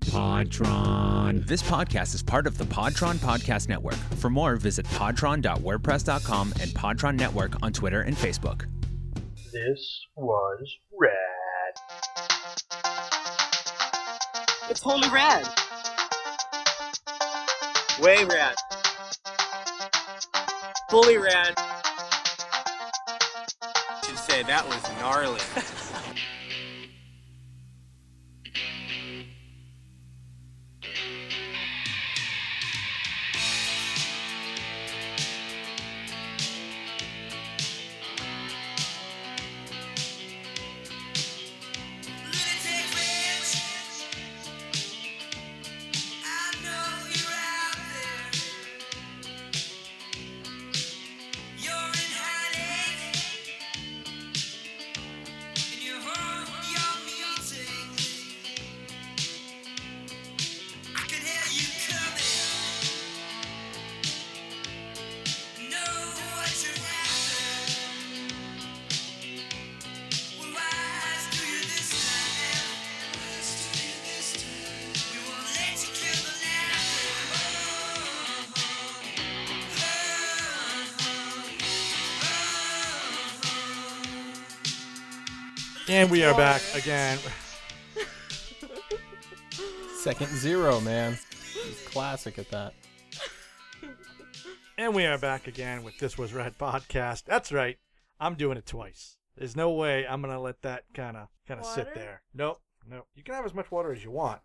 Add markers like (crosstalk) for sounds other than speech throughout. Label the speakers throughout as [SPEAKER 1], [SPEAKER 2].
[SPEAKER 1] Podtron.
[SPEAKER 2] This podcast is part of the Podtron Podcast Network. For more, visit podtron.wordpress.com and Podtron Network on Twitter and Facebook.
[SPEAKER 3] This was rad.
[SPEAKER 4] It's totally rad. Way rad. Fully rad. Should say that was gnarly.
[SPEAKER 5] Lunatic rich. I know you're out there. You're in hiding, and you hold your meetings. I can hear you coming. Know what you're after. Well, lies do you this time? Lies do you this time? We won't let you kill the Oh, oh. laughter.
[SPEAKER 6] And we are back again.
[SPEAKER 7] Second zero, man. He's classic at that.
[SPEAKER 6] And we are back again with This Was Red podcast. That's right. I'm doing it twice. There's no way I'm going to let that kind of kind of sit
[SPEAKER 8] Water?
[SPEAKER 6] there. Nope. Nope. You can have as much water as you want.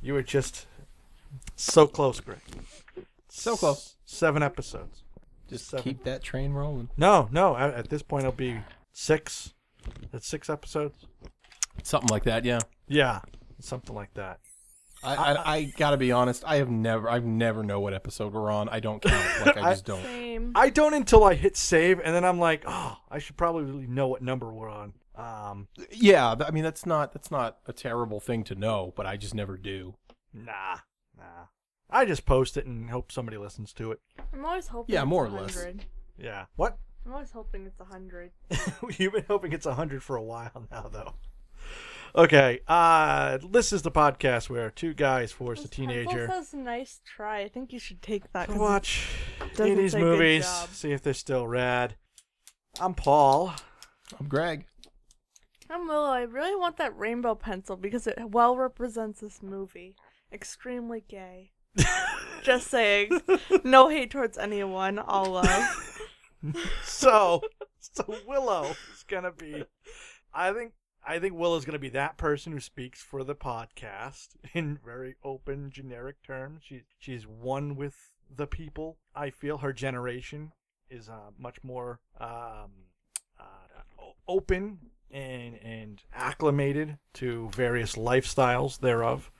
[SPEAKER 6] You were just so close, Greg.
[SPEAKER 7] So close.
[SPEAKER 6] Seven episodes.
[SPEAKER 7] Just
[SPEAKER 6] Seven.
[SPEAKER 7] keep that train rolling.
[SPEAKER 6] No, no. At at this point, it'll be six. That's six episodes.
[SPEAKER 7] Something like that, yeah.
[SPEAKER 6] Yeah, something like that.
[SPEAKER 7] I, I, I gotta be honest. I have never, I've never know what episode we're on. I don't count. Like I
[SPEAKER 6] I-
[SPEAKER 7] just don't.
[SPEAKER 8] Same.
[SPEAKER 6] I don't until I hit save, and then I'm like, oh, I should probably really know what number we're on. Um,
[SPEAKER 7] Yeah, th- I mean that's not that's not a terrible thing to know, but I just never do.
[SPEAKER 6] nah, nah. I just post it and hope somebody listens to it.
[SPEAKER 8] I'm always hoping.
[SPEAKER 7] Yeah,
[SPEAKER 8] it's
[SPEAKER 7] more or
[SPEAKER 8] 100.
[SPEAKER 7] less.
[SPEAKER 6] Yeah. What? (laughs)
[SPEAKER 8] I'm always hoping it's a hundred.
[SPEAKER 6] You've been hoping it's 100 for a while now, though. Okay. Uh, this is the podcast where two guys force a teenager
[SPEAKER 8] That was a nice try. I think you should take that.
[SPEAKER 6] to
[SPEAKER 8] 'cause
[SPEAKER 6] watch
[SPEAKER 8] doesn't
[SPEAKER 6] 80s
[SPEAKER 8] say good
[SPEAKER 6] movies,
[SPEAKER 8] job.
[SPEAKER 6] see if they're still rad. I'm Paul.
[SPEAKER 7] I'm Greg.
[SPEAKER 8] I'm Willow. I really want that rainbow pencil because it well represents this movie. Extremely
[SPEAKER 7] (laughs)
[SPEAKER 8] gay. Just saying. No hate towards anyone. All
[SPEAKER 7] (laughs)
[SPEAKER 8] love.
[SPEAKER 6] (laughs) so so Willow is gonna be I think I think Willow's gonna be that person who speaks for the podcast in very open, generic terms. She she's one with the people. I feel her generation is uh, much more um, uh, o- open and and acclimated to various lifestyles thereof.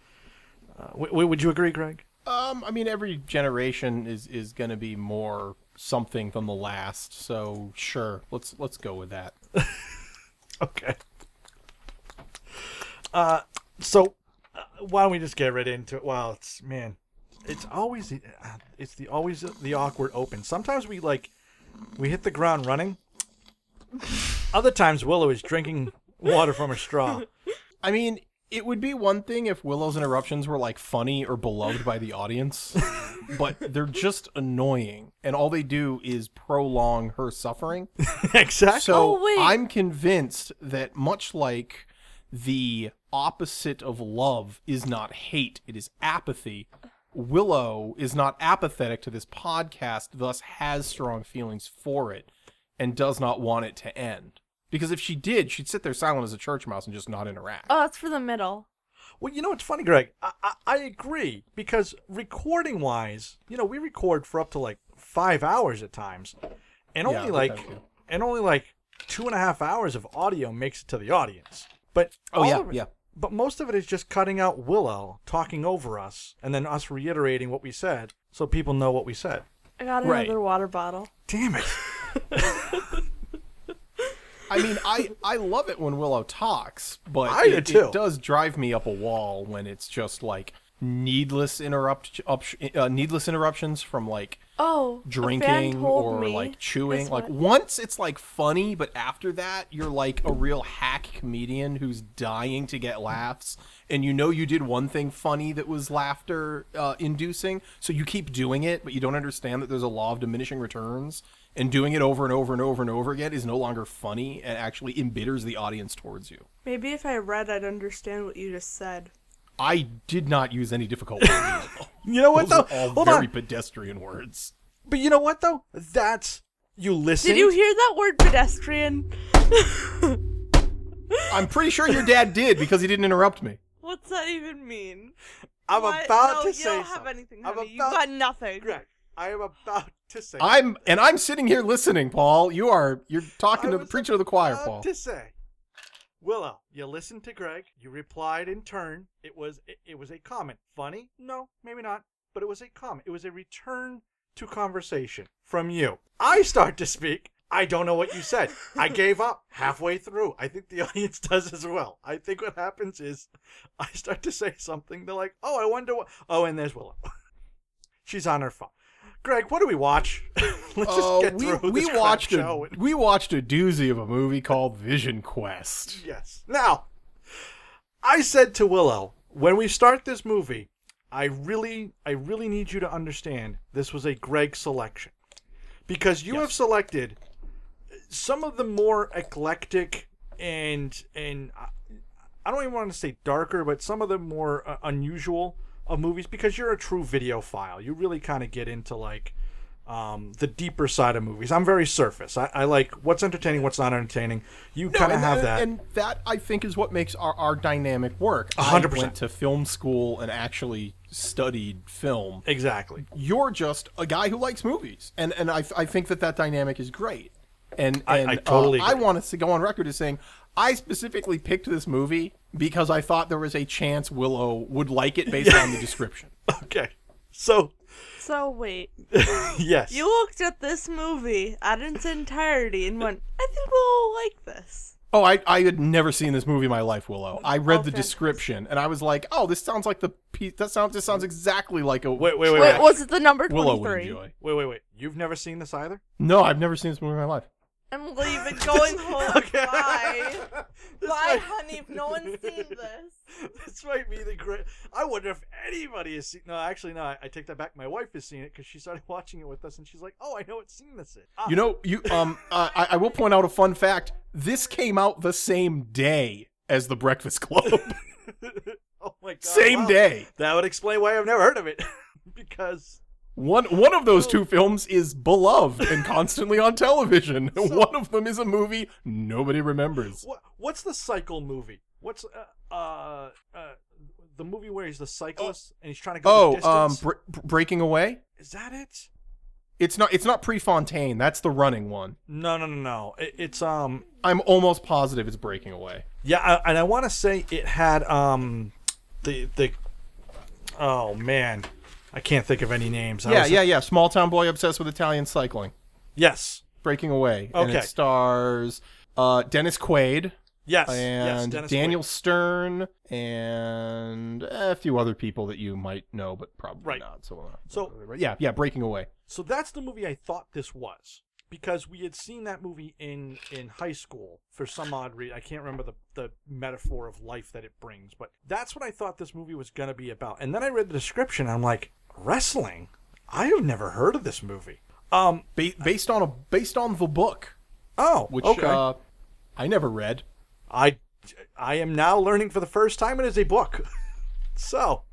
[SPEAKER 6] Uh, w- w- would you agree, Greg?
[SPEAKER 7] Um, I mean every generation is is gonna be more something than the last, so sure, let's let's go with that.
[SPEAKER 6] Okay. Uh, so uh, why don't we just get right into it? Well, it's man, it's always the- uh, it's the always the awkward open. Sometimes we like we hit the ground running. Other times Willow is drinking water from a straw.
[SPEAKER 7] I mean, it would be one thing if Willow's interruptions were like funny or beloved by the
[SPEAKER 8] (laughs)
[SPEAKER 7] audience, but they're just annoying, and all they do is prolong her suffering.
[SPEAKER 6] exactly.
[SPEAKER 7] So
[SPEAKER 8] Oh, wait.
[SPEAKER 7] I'm convinced that much like the opposite of love is not hate, it is apathy. Willow is not apathetic to this podcast, thus has strong feelings for it and does not want it to end. Because if she did, she'd sit there silent as a church mouse and just not interact.
[SPEAKER 8] Oh, that's for the middle.
[SPEAKER 6] Well, you know what's funny, Greg? I, I, I agree because recording wise, you know, we record for up to like five hours at times, and
[SPEAKER 7] Yeah,
[SPEAKER 6] only
[SPEAKER 7] we
[SPEAKER 6] like
[SPEAKER 7] have to.
[SPEAKER 6] and only like two and a half hours of audio makes it to the audience. But
[SPEAKER 7] Oh,
[SPEAKER 6] all
[SPEAKER 7] yeah,
[SPEAKER 6] of it-
[SPEAKER 7] yeah.
[SPEAKER 6] But most of it is just cutting out Willow talking over us and then us reiterating what we said so people know what we said.
[SPEAKER 8] I got
[SPEAKER 7] Right.
[SPEAKER 8] another water bottle.
[SPEAKER 6] Damn it! (laughs)
[SPEAKER 7] I mean, I, I love it when Willow talks, but
[SPEAKER 6] I do
[SPEAKER 7] it,
[SPEAKER 6] too.
[SPEAKER 7] it does drive me up a wall when it's just like needless interrupt up, uh, needless interruptions from like
[SPEAKER 8] Oh, a fan
[SPEAKER 7] drinking
[SPEAKER 8] told
[SPEAKER 7] or
[SPEAKER 8] me
[SPEAKER 7] like chewing.
[SPEAKER 8] this
[SPEAKER 7] Like
[SPEAKER 8] one-
[SPEAKER 7] once it's like funny, but after that you're like a real hack comedian who's dying to get laughs, and you know you did one thing funny that was laughter uh, inducing, so you keep doing it, but you don't understand that there's a law of diminishing returns, and doing it over and over and over and over again is no longer funny and actually embitters the audience towards you.
[SPEAKER 8] maybe if I read, I'd understand what you just said.
[SPEAKER 7] I did not use any difficult
[SPEAKER 8] (laughs)
[SPEAKER 7] words.
[SPEAKER 6] You know what
[SPEAKER 7] Those are
[SPEAKER 6] though?
[SPEAKER 7] all
[SPEAKER 6] Hold
[SPEAKER 7] very
[SPEAKER 6] on.
[SPEAKER 7] pedestrian words.
[SPEAKER 6] But you know what though? That's you listen.
[SPEAKER 8] Did you hear that word pedestrian?
[SPEAKER 7] I'm pretty sure your dad did because he didn't interrupt me.
[SPEAKER 8] What's that even mean?
[SPEAKER 6] I'm
[SPEAKER 8] What?
[SPEAKER 6] about
[SPEAKER 8] no,
[SPEAKER 6] to
[SPEAKER 8] you
[SPEAKER 6] say
[SPEAKER 8] don't have
[SPEAKER 6] something.
[SPEAKER 8] anything,
[SPEAKER 6] I'm
[SPEAKER 8] honey. You
[SPEAKER 6] about-
[SPEAKER 8] got nothing.
[SPEAKER 6] Greg, I am about to say.
[SPEAKER 7] I'm and I'm sitting here listening, Paul. You are you're talking
[SPEAKER 6] I
[SPEAKER 7] to the
[SPEAKER 6] was
[SPEAKER 7] preacher of the choir,
[SPEAKER 6] about
[SPEAKER 7] Paul.
[SPEAKER 6] to say, Willow, you listened to Greg. You replied in turn. It was it, it was a comment. Funny? No, maybe not. But it was a comment. It was a return to conversation from you. I start to speak. I don't know what you said.
[SPEAKER 7] (laughs)
[SPEAKER 6] I gave up halfway through. I think the (laughs) audience does as well. I think what happens is I start to say something. They're like, oh, I wonder what. Oh, and there's Willow. (laughs) She's on her phone. Greg, what do we watch? (laughs) Let's just
[SPEAKER 7] Oh,
[SPEAKER 6] get
[SPEAKER 7] we
[SPEAKER 6] through this
[SPEAKER 7] we
[SPEAKER 6] crap
[SPEAKER 7] watched
[SPEAKER 6] show
[SPEAKER 7] a,
[SPEAKER 6] and-
[SPEAKER 7] we watched a doozy of a movie called Vision Quest.
[SPEAKER 6] Yes. Now, I said to Willow, when we start this movie, I really, I really need you to understand this was a Greg selection because you have selected some of the more eclectic and and I, I don't even want to say darker, but some of the more uh, unusual of movies because you're a true videophile. You really kind of get into like um, the deeper side of movies. I'm very surface. I, I like what's entertaining, what's not entertaining. You kind of
[SPEAKER 7] and, uh,
[SPEAKER 6] have that.
[SPEAKER 7] and that I think is what makes our, our dynamic work.
[SPEAKER 6] A hundred
[SPEAKER 7] I
[SPEAKER 6] percent.
[SPEAKER 7] went to film school and actually studied film.
[SPEAKER 6] Exactly.
[SPEAKER 7] You're just a guy who likes movies, and and I, I think that that dynamic is great. And,
[SPEAKER 6] I-
[SPEAKER 7] and
[SPEAKER 6] I totally
[SPEAKER 7] uh, I
[SPEAKER 6] agree.
[SPEAKER 7] want us to go on record as saying I specifically picked this movie because I thought there was a chance Willow would like it based
[SPEAKER 6] (laughs)
[SPEAKER 7] on the description.
[SPEAKER 6] Okay. So,
[SPEAKER 8] So wait,
[SPEAKER 6] yes.
[SPEAKER 8] you looked at this movie at its entirety and went, "I think we'll like this."
[SPEAKER 7] Oh, I, I had never seen this movie in my life, Willow. I read
[SPEAKER 8] Oh,
[SPEAKER 7] the
[SPEAKER 8] fantastic.
[SPEAKER 7] description and I was like, oh, this sounds like the piece. That sounds this sounds exactly like a
[SPEAKER 6] Wait, wait, wait,
[SPEAKER 8] Wait,
[SPEAKER 6] wait.
[SPEAKER 8] was it the number
[SPEAKER 7] Willow would
[SPEAKER 8] twenty-three?
[SPEAKER 7] enjoy.
[SPEAKER 6] Wait, wait, wait. You've never seen this either?
[SPEAKER 7] No, I've never seen this movie in my life.
[SPEAKER 8] I'm leaving, going home.
[SPEAKER 6] (laughs) Okay.
[SPEAKER 8] Bye,
[SPEAKER 6] (laughs) This
[SPEAKER 8] bye,
[SPEAKER 6] might-
[SPEAKER 8] honey. If no one's
[SPEAKER 6] (laughs)
[SPEAKER 8] seen this,
[SPEAKER 6] This might be the great. I wonder if anybody has seen. No, actually, no. I, I take that back. My wife has seen it because she started (laughs) watching it with us, and she's like, "Oh, I know what scene this is." Ah,
[SPEAKER 7] You know, you um, uh, I, I will point out a fun fact. This came out the same day as The
[SPEAKER 6] (laughs)
[SPEAKER 7] Breakfast Club.
[SPEAKER 6] (laughs) oh my god.
[SPEAKER 7] (laughs) same
[SPEAKER 6] wow.
[SPEAKER 7] day.
[SPEAKER 6] That would explain why I've never heard of it, (laughs) because
[SPEAKER 7] One one of those two films is beloved and constantly on television.
[SPEAKER 6] (laughs)
[SPEAKER 7] and
[SPEAKER 6] So-
[SPEAKER 7] (laughs) one of them is a movie nobody remembers.
[SPEAKER 6] what what's the cycle movie? What's uh uh, uh the movie where he's the cyclist and he's trying to go the
[SPEAKER 7] Oh, um,
[SPEAKER 6] distance?
[SPEAKER 7] Bre- Breaking Away.
[SPEAKER 6] is that it?
[SPEAKER 7] It's not. It's not Prefontaine. That's the running one.
[SPEAKER 6] No, no, no, no. It, it's um
[SPEAKER 7] I'm almost positive it's Breaking Away.
[SPEAKER 6] Yeah, I, and I want to say it had um the the oh man, I can't think of any names. I
[SPEAKER 7] Yeah,
[SPEAKER 6] was-
[SPEAKER 7] yeah, yeah. Small town boy obsessed with Italian cycling.
[SPEAKER 6] yes,
[SPEAKER 7] Breaking Away. And it
[SPEAKER 6] Okay.
[SPEAKER 7] stars uh, Dennis Quaid.
[SPEAKER 6] yes, yes.
[SPEAKER 7] and
[SPEAKER 6] Dennis
[SPEAKER 7] Daniel
[SPEAKER 6] Quaid.
[SPEAKER 7] Stern and a few other people that you might know, but probably
[SPEAKER 6] Right.
[SPEAKER 7] not. So, uh,
[SPEAKER 6] So-
[SPEAKER 7] yeah, yeah, Breaking Away.
[SPEAKER 6] So that's the movie I thought this was because we had seen that movie in in high school for some odd reason. I can't remember the the metaphor of life that it brings, but that's what I thought this movie was gonna be about. And then I read the description. I'm like, wrestling. I have never heard of this movie. Um.
[SPEAKER 7] Ba- based on a based on the book,
[SPEAKER 6] Oh.
[SPEAKER 7] which
[SPEAKER 6] okay.
[SPEAKER 7] uh, I never read.
[SPEAKER 6] I I am now learning for the first time it is a book. (laughs) so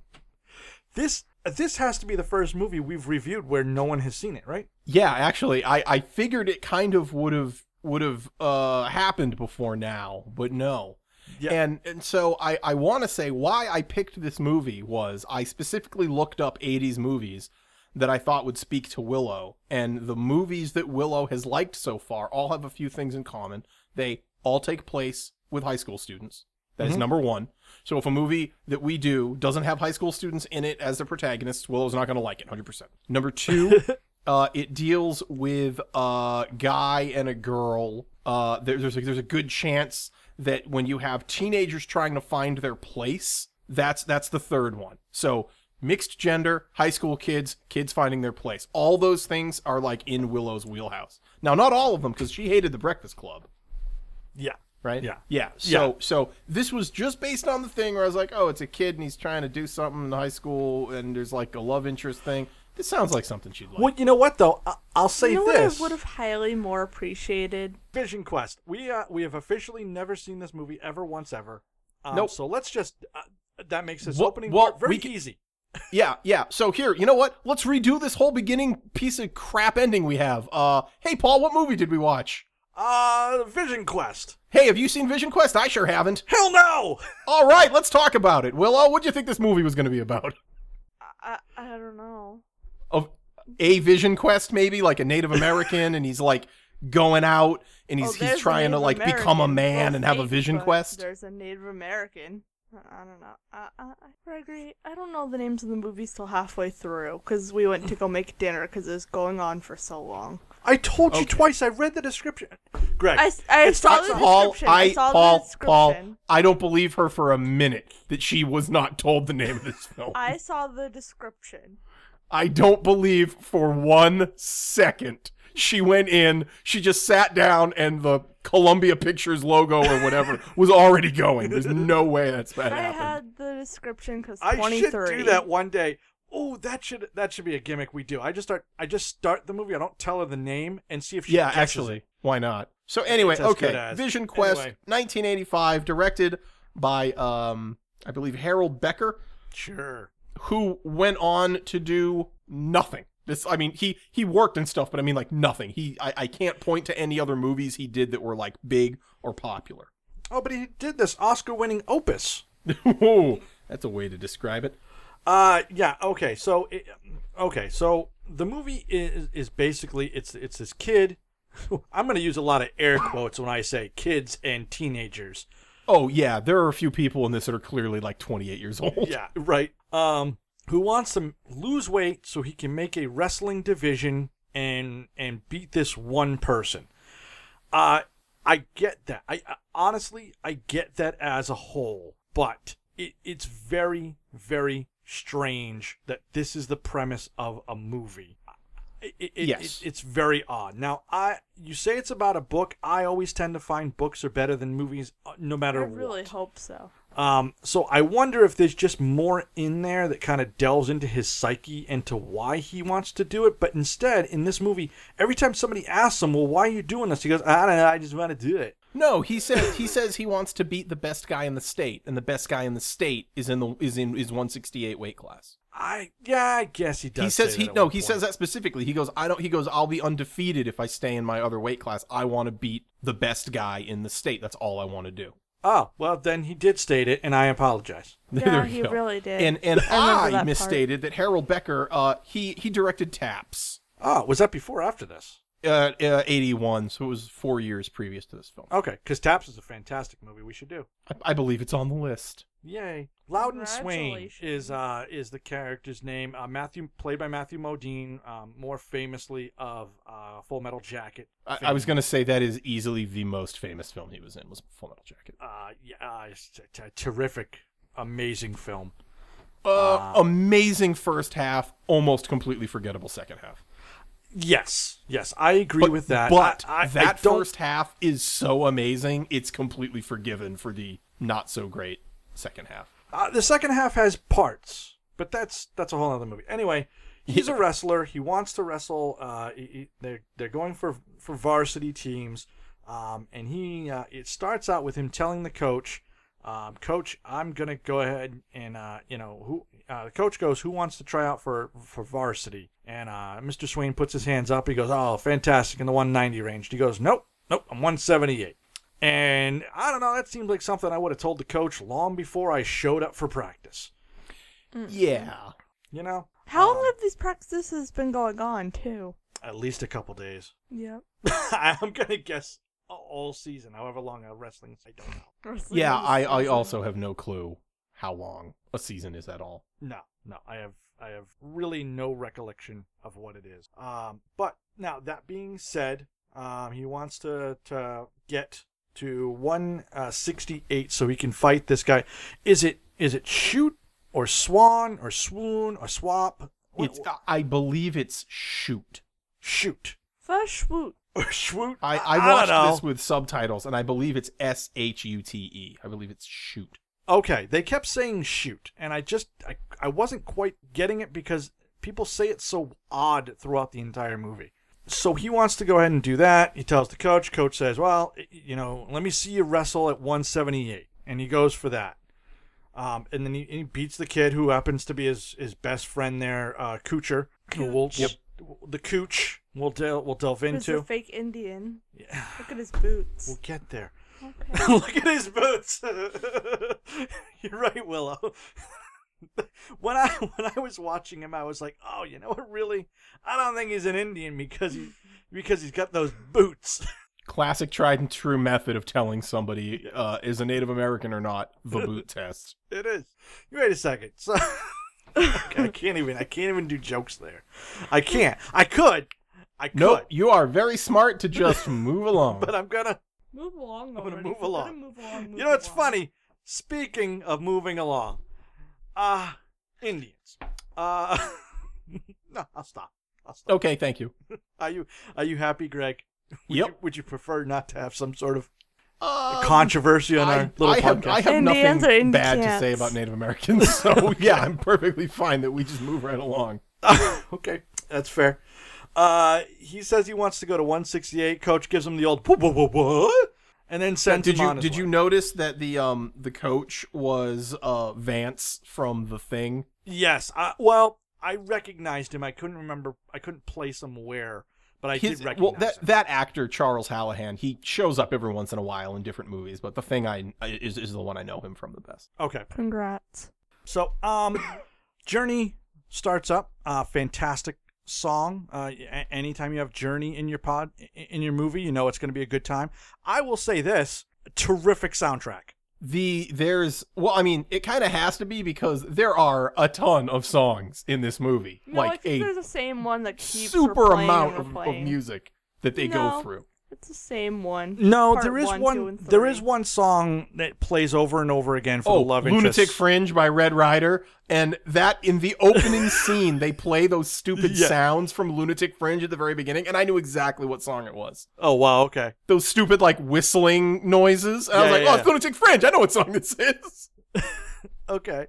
[SPEAKER 6] this this has to be the first movie we've reviewed where no one has seen it, right?
[SPEAKER 7] Yeah, actually, I I figured it kind of would have would have uh happened before now, but no.
[SPEAKER 6] Yeah.
[SPEAKER 7] And and so I I want to say why I picked this movie was I specifically looked up 80s movies that I thought would speak to Willow and the movies that Willow has liked so far all have a few things in common. They all take place with high school students. That is number 1. So if a movie that we do doesn't have high school students in it as the protagonists, Willow's not going to like it 100%. Number 2, uh, it deals with a guy and a girl. Uh, there, there's a, there's a good chance that when you have teenagers trying to find their place, That's that's the third one. So mixed gender, high school kids, kids finding their place. All those things are like in Willow's wheelhouse. Now, not all of them, because she hated the Breakfast Club,
[SPEAKER 6] Yeah.
[SPEAKER 7] right?
[SPEAKER 6] Yeah.
[SPEAKER 7] yeah. So so this was just based on the thing where I was like, oh, it's a kid and he's trying to do something in high school, and there's like a love interest thing. This sounds like something she'd like.
[SPEAKER 6] Well, you know what though? I- I'll say
[SPEAKER 8] You know
[SPEAKER 6] this.
[SPEAKER 8] what I would have highly more appreciated?
[SPEAKER 6] Vision Quest. We uh, we have officially never seen this movie ever once ever. Um,
[SPEAKER 7] Nope.
[SPEAKER 6] So let's just uh, that makes this
[SPEAKER 7] Well-
[SPEAKER 6] opening
[SPEAKER 7] well,
[SPEAKER 6] part very
[SPEAKER 7] we can-
[SPEAKER 6] easy.
[SPEAKER 7] Yeah, yeah. So here, you know what? Let's redo this whole beginning piece of crap ending we have. Uh, hey Paul, what movie did we watch?
[SPEAKER 6] Uh, Vision Quest.
[SPEAKER 7] Hey, have you seen Vision Quest? I sure haven't.
[SPEAKER 6] Hell
[SPEAKER 7] (laughs)
[SPEAKER 6] no.
[SPEAKER 7] All right, let's talk about it. Willow, what do you think this movie was going to be about?
[SPEAKER 8] I, I don't know.
[SPEAKER 7] Of a Vision Quest, maybe like a Native American, and he's like going out and
[SPEAKER 8] Oh,
[SPEAKER 7] he's
[SPEAKER 8] there's
[SPEAKER 7] he's
[SPEAKER 8] a
[SPEAKER 7] trying to
[SPEAKER 8] Native
[SPEAKER 7] like become a
[SPEAKER 8] American. Oh,
[SPEAKER 7] man
[SPEAKER 8] Well,
[SPEAKER 7] and have a
[SPEAKER 8] fake,
[SPEAKER 7] Vision
[SPEAKER 8] but
[SPEAKER 7] Quest.
[SPEAKER 8] There's a Native American. I I don't know. I, I, I Gregory, I don't know the names of the movies till halfway through because we went to go make dinner because it was going on for so long.
[SPEAKER 6] I told you
[SPEAKER 7] Okay.
[SPEAKER 6] twice. I read the description. Greg.
[SPEAKER 8] I, I
[SPEAKER 6] it's
[SPEAKER 8] saw
[SPEAKER 6] not
[SPEAKER 8] the
[SPEAKER 7] Paul,
[SPEAKER 8] description. I,
[SPEAKER 7] I
[SPEAKER 8] saw
[SPEAKER 7] Paul,
[SPEAKER 8] the description.
[SPEAKER 7] Paul, I don't believe her for a minute that she was not told the name of this film.
[SPEAKER 8] I saw the description.
[SPEAKER 7] I don't believe for one second she went in, she just sat down, and the Columbia Pictures logo or
[SPEAKER 8] (laughs)
[SPEAKER 7] whatever was already going. There's no way that's that
[SPEAKER 8] I
[SPEAKER 7] happened.
[SPEAKER 8] had the description because
[SPEAKER 6] I
[SPEAKER 8] twenty
[SPEAKER 6] should
[SPEAKER 8] three.
[SPEAKER 6] do that one day. Oh, that should that should be a gimmick we do. I just start I just start the movie. I don't tell her the name and see if she
[SPEAKER 7] yeah,
[SPEAKER 6] catches
[SPEAKER 7] actually,
[SPEAKER 6] it.
[SPEAKER 7] why not? So anyway,
[SPEAKER 6] It's as good
[SPEAKER 7] okay,
[SPEAKER 6] as.
[SPEAKER 7] Vision Quest,
[SPEAKER 6] Anyway.
[SPEAKER 7] 1985, directed by um, I believe Harold Becker,
[SPEAKER 6] Sure.
[SPEAKER 7] who went on to do nothing. This, I mean, he he worked and stuff, but I mean, like nothing. He, I, I can't point to any other movies he did that were like big or popular.
[SPEAKER 6] Oh, but he did this Oscar-winning opus.
[SPEAKER 7] (laughs) Whoa, that's a way to describe it.
[SPEAKER 6] Uh, yeah. Okay. So, it, okay. So the movie is is basically it's it's this kid. (laughs) I'm going to use a lot of air quotes when I say kids and teenagers.
[SPEAKER 7] Oh yeah, there are a few people in this that are clearly like 28 years old.
[SPEAKER 6] Yeah, right. Um, who wants to lose weight so he can make a wrestling division and and beat this one person? Uh, I get that. I, I honestly I get that as a whole, but it, it's very very strange that this is the premise of a movie. It, it, it-
[SPEAKER 7] Yes.
[SPEAKER 6] it's very odd. Now, I you say it's about a book. I always tend to find books are better than movies, uh, no
[SPEAKER 8] I
[SPEAKER 6] matter what.
[SPEAKER 8] really hope so.
[SPEAKER 6] Um, so I wonder if there's just more in there that kind of delves into his psyche and to why he wants to do it. But instead, in this movie, every time somebody asks him, "Well, why are you doing this?" he goes, "I don't know. I just want to do it."
[SPEAKER 7] (laughs) No, he says he says he wants to beat the best guy in the state, and the best guy in the state is in the is in is 168 weight class.
[SPEAKER 6] I yeah, I guess he does.
[SPEAKER 7] he says
[SPEAKER 6] say
[SPEAKER 7] he
[SPEAKER 6] that at
[SPEAKER 7] no,
[SPEAKER 6] one
[SPEAKER 7] he
[SPEAKER 6] point.
[SPEAKER 7] says that specifically. He goes, I don't. He goes, I'll be undefeated if I stay in my other weight class. I want to beat the best guy in the state. That's all I want to do. (laughs)
[SPEAKER 6] Oh well, then he did state it, and I apologize.
[SPEAKER 8] Yeah,
[SPEAKER 7] (laughs) There you
[SPEAKER 8] he
[SPEAKER 7] go.
[SPEAKER 8] really did.
[SPEAKER 7] And and
[SPEAKER 8] I remember
[SPEAKER 7] I,
[SPEAKER 8] that part.
[SPEAKER 7] misstated that Harold Becker. Uh, he he directed Taps.
[SPEAKER 6] Oh, was that before or after this?
[SPEAKER 7] uh, uh 81 so it was four years previous to this film
[SPEAKER 6] Okay, because Taps is a fantastic movie. We should do.
[SPEAKER 7] I, I believe it's on the list
[SPEAKER 6] Yay! Loudon Swain
[SPEAKER 8] Congratulations.
[SPEAKER 6] is uh is the character's name. Uh, Matthew, played by Matthew Modine, um, more famously of uh, Full Metal Jacket.
[SPEAKER 7] I, I
[SPEAKER 6] fame.
[SPEAKER 7] was gonna say that is easily the most famous film he was in was full metal jacket
[SPEAKER 6] Uh, yeah, uh, it's a t- terrific, amazing film.
[SPEAKER 7] uh, amazing first half almost completely forgettable second half
[SPEAKER 6] Yes, yes, I agree with that.
[SPEAKER 7] but
[SPEAKER 6] I, I, I
[SPEAKER 7] that
[SPEAKER 6] don't,
[SPEAKER 7] first half is so amazing it's completely forgiven for the not so great second half
[SPEAKER 6] Uh, the second half has parts, but that's that's a whole other movie. Anyway, he's a wrestler. He wants to wrestle. Uh, he- he- they're they're going for for varsity teams, um, and he uh, it starts out with him telling the coach, um, "Coach, I'm gonna go ahead and uh, you know who." Uh, the coach goes, "Who wants to try out for for varsity?" And uh, Mr. Swain puts his hands up. He goes, "Oh, fantastic!" In the 190 range. He goes, "Nope, nope, I'm 178." And I don't know, that seems like something I would have told the coach long before I showed up for practice.
[SPEAKER 7] yeah
[SPEAKER 6] You know?
[SPEAKER 8] Mm. How
[SPEAKER 6] Um,
[SPEAKER 8] long have these practices been going on too?
[SPEAKER 6] At least a couple days. (laughs)
[SPEAKER 8] Yep.
[SPEAKER 6] I'm going to guess a- all season, however long a wrestling, I don't
[SPEAKER 8] (laughs)
[SPEAKER 6] know.
[SPEAKER 8] Wrestling
[SPEAKER 7] yeah
[SPEAKER 8] was-
[SPEAKER 7] i i also have no clue how long a season is at all
[SPEAKER 6] No, no, I have I have really no recollection of what it is. Um, but now that being said, um, he wants to uh, to get to 168 so he can fight this guy. Is it Is it shoot or swan or swoon or swap? What-
[SPEAKER 7] It's I believe it's shoot.
[SPEAKER 6] shoot
[SPEAKER 8] Fresh woot.
[SPEAKER 6] (laughs) or swoot.
[SPEAKER 7] I, I
[SPEAKER 6] don't
[SPEAKER 7] watched
[SPEAKER 6] know.
[SPEAKER 7] this with subtitles, and I believe it's S H U T E. I believe it's shoot.
[SPEAKER 6] Okay, they kept saying shoot, and I just I, I wasn't quite getting it because people say it so odd throughout the entire movie. So he wants to go ahead and do that. He tells the coach. Coach says, "Well, y- you know, let me see you wrestle at 178," and he goes for that. Um, and then he, he beats the kid who happens to be his, his best friend there, uh, Coocher, who will
[SPEAKER 7] Yep.
[SPEAKER 6] the Cooch we'll del- we'll delve
[SPEAKER 8] Who's a
[SPEAKER 6] into.
[SPEAKER 8] fake Indian?
[SPEAKER 6] Yeah.
[SPEAKER 8] Look at his boots.
[SPEAKER 6] We'll get there.
[SPEAKER 8] Okay.
[SPEAKER 6] (laughs) Look at his boots. (laughs) You're right, Willow. (laughs) when I (laughs) when I was watching him, I was like, oh, you know what? Really, I don't think he's an Indian because
[SPEAKER 8] (laughs)
[SPEAKER 6] he because he's got those boots. (laughs)
[SPEAKER 7] Classic tried and true method of telling somebody uh, is a Native American or not.
[SPEAKER 6] (laughs)
[SPEAKER 7] The boot test.
[SPEAKER 6] it is. Wait a second. So (laughs) I can't even I can't even do jokes there. I can't. I could. I could.
[SPEAKER 7] Nope, you are very smart
[SPEAKER 6] (laughs)
[SPEAKER 7] to just move along.
[SPEAKER 6] But uh, I'm gonna.
[SPEAKER 8] Move along.
[SPEAKER 6] I'm gonna
[SPEAKER 8] already.
[SPEAKER 6] move
[SPEAKER 8] We're
[SPEAKER 6] along.
[SPEAKER 8] Move along move
[SPEAKER 6] You know, it's
[SPEAKER 8] along.
[SPEAKER 6] funny. Speaking of moving along, uh, Indians. Uh, (laughs) no, I'll stop. I'll stop.
[SPEAKER 7] okay, thank you.
[SPEAKER 6] Are you are you happy, Greg? Would
[SPEAKER 7] Yep.
[SPEAKER 6] You, would you prefer not to have some sort of
[SPEAKER 7] Um,
[SPEAKER 6] controversy on our
[SPEAKER 7] I,
[SPEAKER 6] little
[SPEAKER 7] I have,
[SPEAKER 6] podcast?
[SPEAKER 7] I have
[SPEAKER 8] Indians
[SPEAKER 7] nothing
[SPEAKER 8] or
[SPEAKER 7] bad to
[SPEAKER 8] Indians?
[SPEAKER 7] say about
[SPEAKER 6] (laughs)
[SPEAKER 7] Native Americans, so yeah, I'm perfectly fine that we just move right along.
[SPEAKER 6] (laughs) okay, that's fair. Uh, he says he wants to go to 168. Coach gives him the old whoa, whoa, whoa, whoa, and then sends
[SPEAKER 7] did
[SPEAKER 6] him
[SPEAKER 7] you
[SPEAKER 6] on his
[SPEAKER 7] did
[SPEAKER 6] way.
[SPEAKER 7] you notice that the um the coach was uh Vance from The Thing?
[SPEAKER 6] Yes. I, well, I recognized him. I couldn't remember. I couldn't place him where, but I
[SPEAKER 7] His-
[SPEAKER 6] did recognize
[SPEAKER 7] well, that
[SPEAKER 6] him.
[SPEAKER 7] that actor Charles Hallahan, he shows up every once in a while in different movies, but The Thing I I- is is the one I know him from the best.
[SPEAKER 6] Okay.
[SPEAKER 8] Congrats.
[SPEAKER 6] So, um, Journey starts up. Uh, fantastic song. Uh, a- anytime you have Journey in your pod, i- in your movie, you know it's going to be a good time. I will say this: terrific soundtrack.
[SPEAKER 7] The there's well, I mean, it kind of has to be because there are a ton of songs in this movie,
[SPEAKER 8] No, I
[SPEAKER 7] like
[SPEAKER 8] think
[SPEAKER 7] a
[SPEAKER 8] there's the same one that keeps
[SPEAKER 7] super
[SPEAKER 8] replaying
[SPEAKER 7] amount
[SPEAKER 8] and
[SPEAKER 7] of, of
[SPEAKER 8] replaying.
[SPEAKER 7] music that they
[SPEAKER 8] No.
[SPEAKER 7] go through.
[SPEAKER 8] It's the same one.
[SPEAKER 6] No,
[SPEAKER 8] Part
[SPEAKER 6] there is
[SPEAKER 8] one,
[SPEAKER 6] one.
[SPEAKER 8] two, and
[SPEAKER 6] there is
[SPEAKER 8] three.
[SPEAKER 6] one song that plays over and over again for the love
[SPEAKER 7] Oh, Lunatic
[SPEAKER 6] interest.
[SPEAKER 7] Fringe by Red Rider, and that in the
[SPEAKER 6] (laughs)
[SPEAKER 7] opening scene they play those stupid
[SPEAKER 6] Yeah.
[SPEAKER 7] sounds from Lunatic Fringe at the very beginning, and I knew exactly what song it was.
[SPEAKER 6] Oh wow. Okay.
[SPEAKER 7] Those stupid like whistling noises, and I was
[SPEAKER 6] Yeah,
[SPEAKER 7] like,
[SPEAKER 6] yeah,
[SPEAKER 7] "Oh, it's
[SPEAKER 6] yeah.
[SPEAKER 7] Lunatic Fringe! I know what song this is."
[SPEAKER 6] Okay.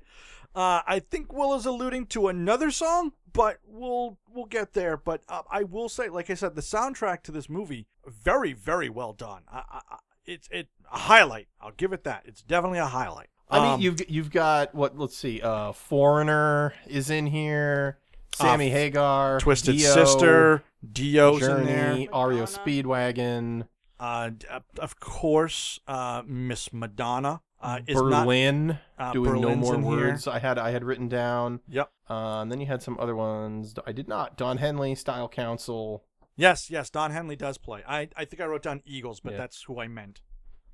[SPEAKER 6] Uh, I think Will is alluding to another song, but we'll we'll get there. But uh, I will say, like I said, the soundtrack to this movie very very well done. I, I, I- it's it a highlight. I'll give it that. It's definitely a highlight.
[SPEAKER 7] I mean,
[SPEAKER 6] Um,
[SPEAKER 7] you've you've got what? Let's see, uh, Foreigner is in here, Sammy
[SPEAKER 6] Uh,
[SPEAKER 7] Hagar,
[SPEAKER 6] Twisted
[SPEAKER 7] Dio,
[SPEAKER 6] Sister, Dio's in there.
[SPEAKER 7] Journey, Ario
[SPEAKER 8] Madonna.
[SPEAKER 7] Speedwagon,
[SPEAKER 6] Uh, d- uh, of course, uh, Miss Madonna uh, is not.
[SPEAKER 7] Berlin,
[SPEAKER 6] uh,
[SPEAKER 7] doing no
[SPEAKER 6] Berlin's
[SPEAKER 7] more
[SPEAKER 6] in here.
[SPEAKER 7] words. I had I had written down.
[SPEAKER 6] Yep.
[SPEAKER 7] Um, then you had some other ones. I did not. Don Henley, Style Council.
[SPEAKER 6] Yes, yes. Don Henley does play. I I think I wrote down Eagles, but
[SPEAKER 7] Yeah.
[SPEAKER 6] that's who I meant.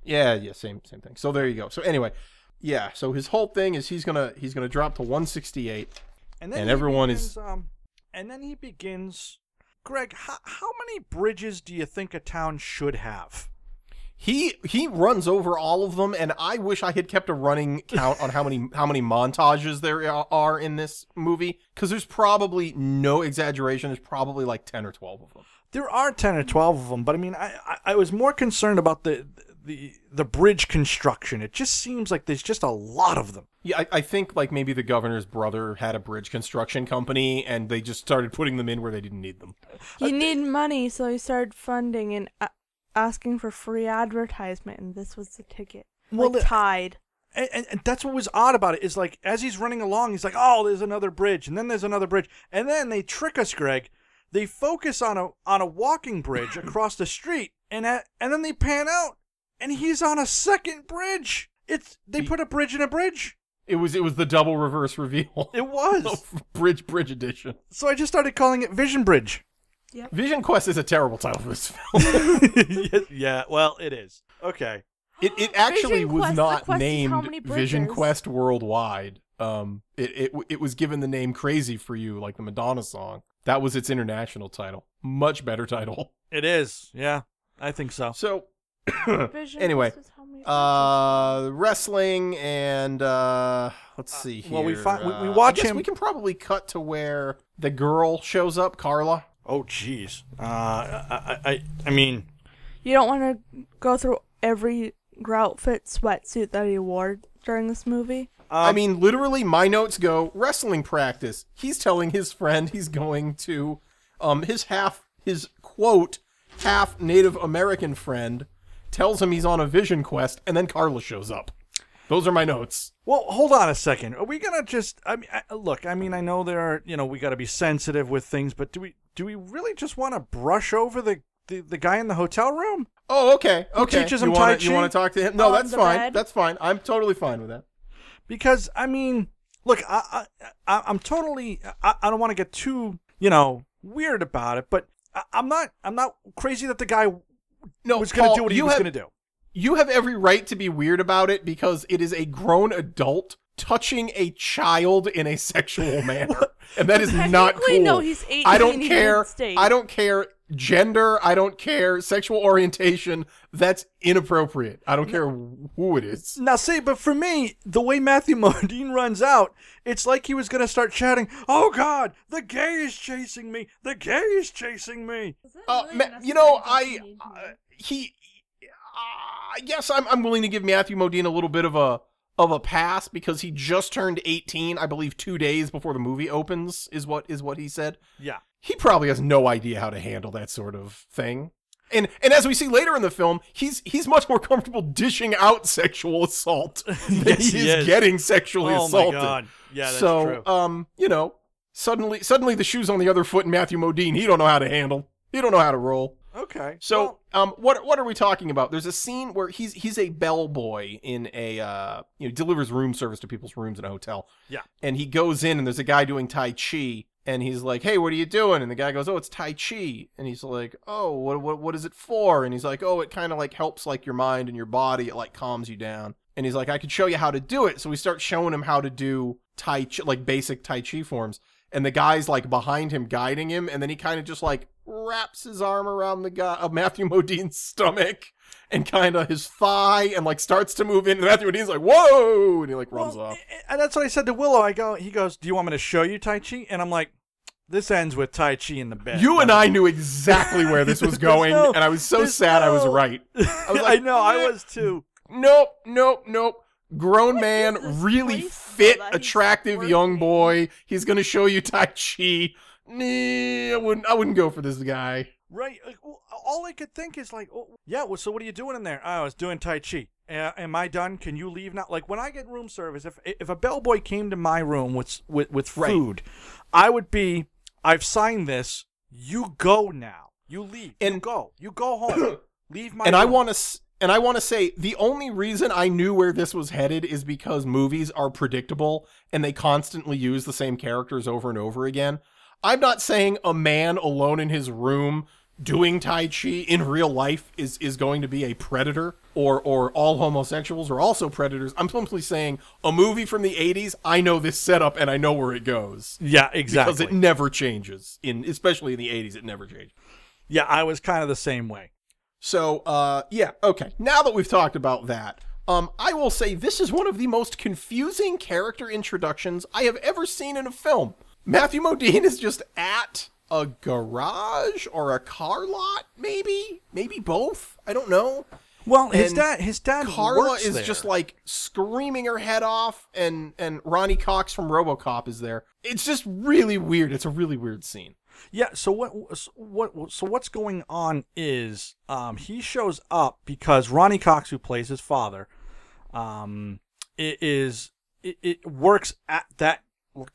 [SPEAKER 7] Yeah, yeah, same same thing. So there you go. So anyway, yeah. So his whole thing is he's gonna he's gonna drop to 168.
[SPEAKER 6] then
[SPEAKER 7] And
[SPEAKER 6] he
[SPEAKER 7] everyone
[SPEAKER 6] begins,
[SPEAKER 7] is-
[SPEAKER 6] Um, and then he begins. Greg, how, how many bridges do you think a town should have?
[SPEAKER 7] He he runs over all of them, and I wish I had kept a running count on how many (laughs) how many montages there are- are in this movie because there's probably no exaggeration. There's probably like 10 or 12 of them.
[SPEAKER 6] There are ten or twelve of them, but I mean, I, I, I was more concerned about the, the the bridge construction. It just seems like there's just a lot of them.
[SPEAKER 7] Yeah, I, I think like maybe the governor's brother had a bridge construction company, and they just started putting them in where they didn't need them.
[SPEAKER 6] Uh,
[SPEAKER 8] He needed money, so he started funding and a asking for free advertisement, and this was the ticket.
[SPEAKER 6] Well,
[SPEAKER 8] Well,
[SPEAKER 6] the-
[SPEAKER 8] Tide.
[SPEAKER 6] And, and, and that's what was odd about it is like as he's running along, he's like, "Oh, there's another bridge," and then there's another bridge, and then they trick us, Greg. They focus on a on a walking bridge (laughs) across the street, and a and then they pan out, and he's on a second bridge. It's they
[SPEAKER 7] He-
[SPEAKER 6] put a bridge in a bridge.
[SPEAKER 7] It was it was the double reverse reveal. (laughs)
[SPEAKER 6] It was
[SPEAKER 7] bridge Bridge Edition.
[SPEAKER 6] so I just started calling it Vision Bridge.
[SPEAKER 7] Vision Quest is a terrible title for this film.
[SPEAKER 6] (laughs) yeah, yeah, well, it is okay.
[SPEAKER 7] It it actually
[SPEAKER 8] (gasps) Vision
[SPEAKER 7] was
[SPEAKER 8] Quest, the
[SPEAKER 7] not
[SPEAKER 8] quest is how many
[SPEAKER 7] named Vision
[SPEAKER 8] bridges?
[SPEAKER 7] Quest Worldwide. Um, it, it it was given the name Crazy for You, like the Madonna song. That was its international title.
[SPEAKER 6] (laughs)
[SPEAKER 7] Much better title.
[SPEAKER 6] It is, yeah, I think so.
[SPEAKER 7] So
[SPEAKER 8] Vision
[SPEAKER 7] anyway,
[SPEAKER 8] Quest is how many we?
[SPEAKER 7] Uh, wrestling and uh, let's see here.
[SPEAKER 6] well, we fi- we- we
[SPEAKER 7] Uh, I
[SPEAKER 6] watch
[SPEAKER 7] guess
[SPEAKER 6] him-
[SPEAKER 7] We can probably cut to where the girl shows up, Carla.
[SPEAKER 6] Oh, jeez. Uh, I, I, I- I mean,
[SPEAKER 8] you don't want to go through every outfit sweatsuit that he wore during this movie.
[SPEAKER 6] Uh, um,
[SPEAKER 7] I mean, literally, my notes go wrestling practice. He's telling his friend he's going to, um, his half, his quote, half Native American friend tells him he's on a vision quest, and then Carla shows up. Those are my notes.
[SPEAKER 6] Well, hold on a second. Are we gonna just? I mean, I, look. I mean, I know there are. You know, we got to be sensitive with things, but do we? Do we really just want to brush over the, the the guy in the hotel room?
[SPEAKER 7] Oh, okay, okay.
[SPEAKER 6] teaches
[SPEAKER 7] you
[SPEAKER 6] him
[SPEAKER 7] wanna,
[SPEAKER 6] Tai
[SPEAKER 7] You
[SPEAKER 6] Chi?
[SPEAKER 7] want to talk to him? No,
[SPEAKER 8] On
[SPEAKER 7] that's
[SPEAKER 8] the
[SPEAKER 7] fine.
[SPEAKER 8] bed?
[SPEAKER 7] That's fine. I'm totally fine with that.
[SPEAKER 6] Because I mean, look, I, I, I I'm totally. I, I don't want to get too you know weird about it, but I, I'm not. I'm not crazy that the guy
[SPEAKER 7] No,
[SPEAKER 6] was gonna
[SPEAKER 7] Paul,
[SPEAKER 6] do what he
[SPEAKER 7] you
[SPEAKER 6] was
[SPEAKER 7] have,
[SPEAKER 6] gonna do.
[SPEAKER 7] You have every right to be weird about it because it is a grown adult touching a child in a
[SPEAKER 8] (laughs)
[SPEAKER 7] sexual manner, and that is not
[SPEAKER 8] Technically,
[SPEAKER 7] cool.
[SPEAKER 8] no, he's 18
[SPEAKER 7] I don't
[SPEAKER 8] and he
[SPEAKER 7] care.
[SPEAKER 8] did stay.
[SPEAKER 7] I don't care gender. I don't care sexual orientation. That's inappropriate. I don't care who it is.
[SPEAKER 6] Now, see, but for me, the way Matthew (laughs) Modine runs out, it's like he was going to start shouting, Oh God, the gay is chasing me! The gay is chasing me!
[SPEAKER 7] Uh, ma- you know, I uh, he. I guess I'm I'm willing to give Matthew Modine a little bit of a of a pass because he just turned 18. I believe two days before the movie opens is what is what he said.
[SPEAKER 6] Yeah.
[SPEAKER 7] he probably has no idea how to handle that sort of thing. And and as we see later in the film, he's he's much more comfortable dishing out sexual assault (laughs) than
[SPEAKER 6] Yes,
[SPEAKER 7] he
[SPEAKER 6] he
[SPEAKER 7] is
[SPEAKER 6] is.
[SPEAKER 7] getting sexually
[SPEAKER 6] oh
[SPEAKER 7] assaulted.
[SPEAKER 6] my God. Yeah, that's
[SPEAKER 7] so
[SPEAKER 6] true.
[SPEAKER 7] um, you know, suddenly suddenly the shoes on the other foot in Matthew Modine, he don't know how to handle. He don't know how to roll.
[SPEAKER 6] okay.
[SPEAKER 7] So
[SPEAKER 6] well,
[SPEAKER 7] um what what are we talking about? There's a scene where he's he's a bellboy in a uh you know, delivers room service to people's rooms in a hotel.
[SPEAKER 6] Yeah.
[SPEAKER 7] And he goes in and there's a guy doing Tai Chi and he's like, Hey, what are you doing? And the guy goes, Oh, it's Tai Chi and he's like, Oh, what what what is it for? And he's like, Oh, it kinda like helps like your mind and your body, it like calms you down. And he's like, I could show you how to do it. So we start showing him how to do Tai Chi like basic Tai Chi forms and the guy's like behind him guiding him and then he kind of just like wraps his arm around the guy uh, matthew modine's stomach and kind of his thigh and like starts to move in and matthew modine's like whoa and he like runs
[SPEAKER 6] well,
[SPEAKER 7] off
[SPEAKER 6] eh, eh, And that's what I said to Willow. I go, He goes, Do you want me to show you Tai Chi? And I'm like, This ends with Tai Chi in the bed.
[SPEAKER 7] you and i knew exactly where this
[SPEAKER 6] There's
[SPEAKER 7] was
[SPEAKER 8] (laughs)
[SPEAKER 7] going
[SPEAKER 6] no-
[SPEAKER 7] and i was so
[SPEAKER 6] there's
[SPEAKER 7] sad i was
[SPEAKER 6] no-
[SPEAKER 7] right
[SPEAKER 6] (laughs) I,
[SPEAKER 7] (laughs) was like,
[SPEAKER 6] know, I
[SPEAKER 7] "Meh."
[SPEAKER 6] was too.
[SPEAKER 7] nope nope nope grown
[SPEAKER 8] What
[SPEAKER 7] man
[SPEAKER 8] is this
[SPEAKER 7] really
[SPEAKER 8] place
[SPEAKER 7] fit
[SPEAKER 8] that he's
[SPEAKER 7] attractive young
[SPEAKER 8] working?
[SPEAKER 7] boy he's gonna show you tai chi Nah, I wouldn't. I wouldn't go for this guy.
[SPEAKER 6] Right. Like, well, all I could think is like, oh, yeah. Well, so what are you doing in there? "Oh, I was doing tai chi. Uh, am I done? Can you leave now? Like when I get room service, if if a bellboy came to my room with with with
[SPEAKER 7] Right.
[SPEAKER 6] food, I would be. I've signed this. You go now. You leave. you
[SPEAKER 7] And-
[SPEAKER 6] go. You go
[SPEAKER 7] (coughs)
[SPEAKER 6] home. leave my.
[SPEAKER 7] and I
[SPEAKER 6] room.
[SPEAKER 7] want to and I want to say the only reason I knew where this was headed is because movies are predictable and they constantly use the same characters over and over again. I'm not saying a man alone in his room doing tai chi in real life is is going to be a predator or or all homosexuals are also predators. I'm simply saying a movie from the 80s, I know this setup and I know where it goes.
[SPEAKER 6] Yeah, exactly.
[SPEAKER 7] Because it never changes. In especially in the 80s it never changes.
[SPEAKER 6] yeah, I was kind of the same way.
[SPEAKER 7] So, uh, yeah, okay. Now that we've talked about that, um, I will say this is one of the most confusing character introductions I have ever seen in a film. Matthew Modine is just at a garage or a car lot, maybe, maybe both. I don't know.
[SPEAKER 6] Well, his
[SPEAKER 7] And
[SPEAKER 6] dad, his dad,
[SPEAKER 7] Carla
[SPEAKER 6] works
[SPEAKER 7] is
[SPEAKER 6] there.
[SPEAKER 7] just like screaming her head off, and and Ronnie Cox from RoboCop is there. It's just really weird. It's a really weird scene.
[SPEAKER 6] Yeah. So what? so What? So what's going on is um, he shows up because Ronnie Cox, who plays his father, um, i- is it, it works at that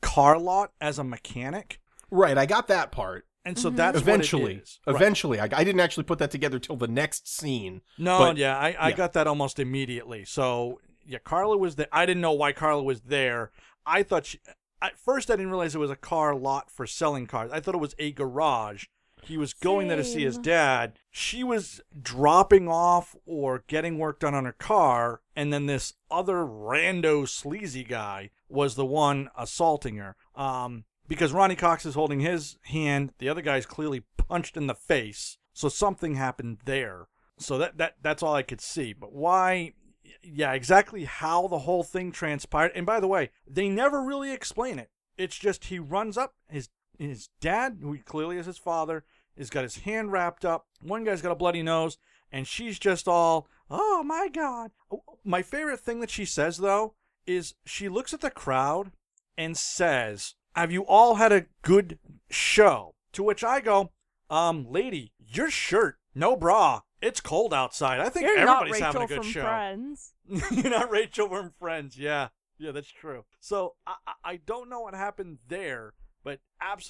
[SPEAKER 6] car lot as a mechanic,
[SPEAKER 7] Right, I got that part.
[SPEAKER 6] and so that's what
[SPEAKER 7] Mm-hmm. eventually,
[SPEAKER 6] it is. Right.
[SPEAKER 7] eventually, I, I didn't actually put that together till the next scene.
[SPEAKER 6] No,
[SPEAKER 7] but-
[SPEAKER 6] yeah, I, I
[SPEAKER 7] yeah.
[SPEAKER 6] got that almost immediately. So yeah, Carla was there. I didn't know why Carla was there. I thought she. At first, I didn't realize it was a car lot for selling cars. I thought it was a garage. He was going there to see his
[SPEAKER 8] Same.
[SPEAKER 6] dad. She was dropping off or getting work done on her car, and then this other rando sleazy guy was the one assaulting her. Um, because Ronnie Cox is holding his hand, the other guy's clearly punched in the face. So something happened there. So that that that's all I could see. But why yeah, exactly how the whole thing transpired. And by the way, they never really explain it. It's just he runs up his his dad, who clearly is his father, has got his hand wrapped up. One guy's got a bloody nose, and she's just all, "Oh my god!" My favorite thing that she says though is she looks at the crowd and says, "Have you all had a good show?" To which I go, "Um, lady, your shirt, no bra." It's cold outside. I think
[SPEAKER 8] You're not
[SPEAKER 6] everybody's
[SPEAKER 8] Rachel
[SPEAKER 6] having a good
[SPEAKER 8] from
[SPEAKER 6] show.
[SPEAKER 8] Friends.
[SPEAKER 6] (laughs) You're not Rachel from Friends. Yeah, yeah, that's true. So I, I- I don't know what happened there, but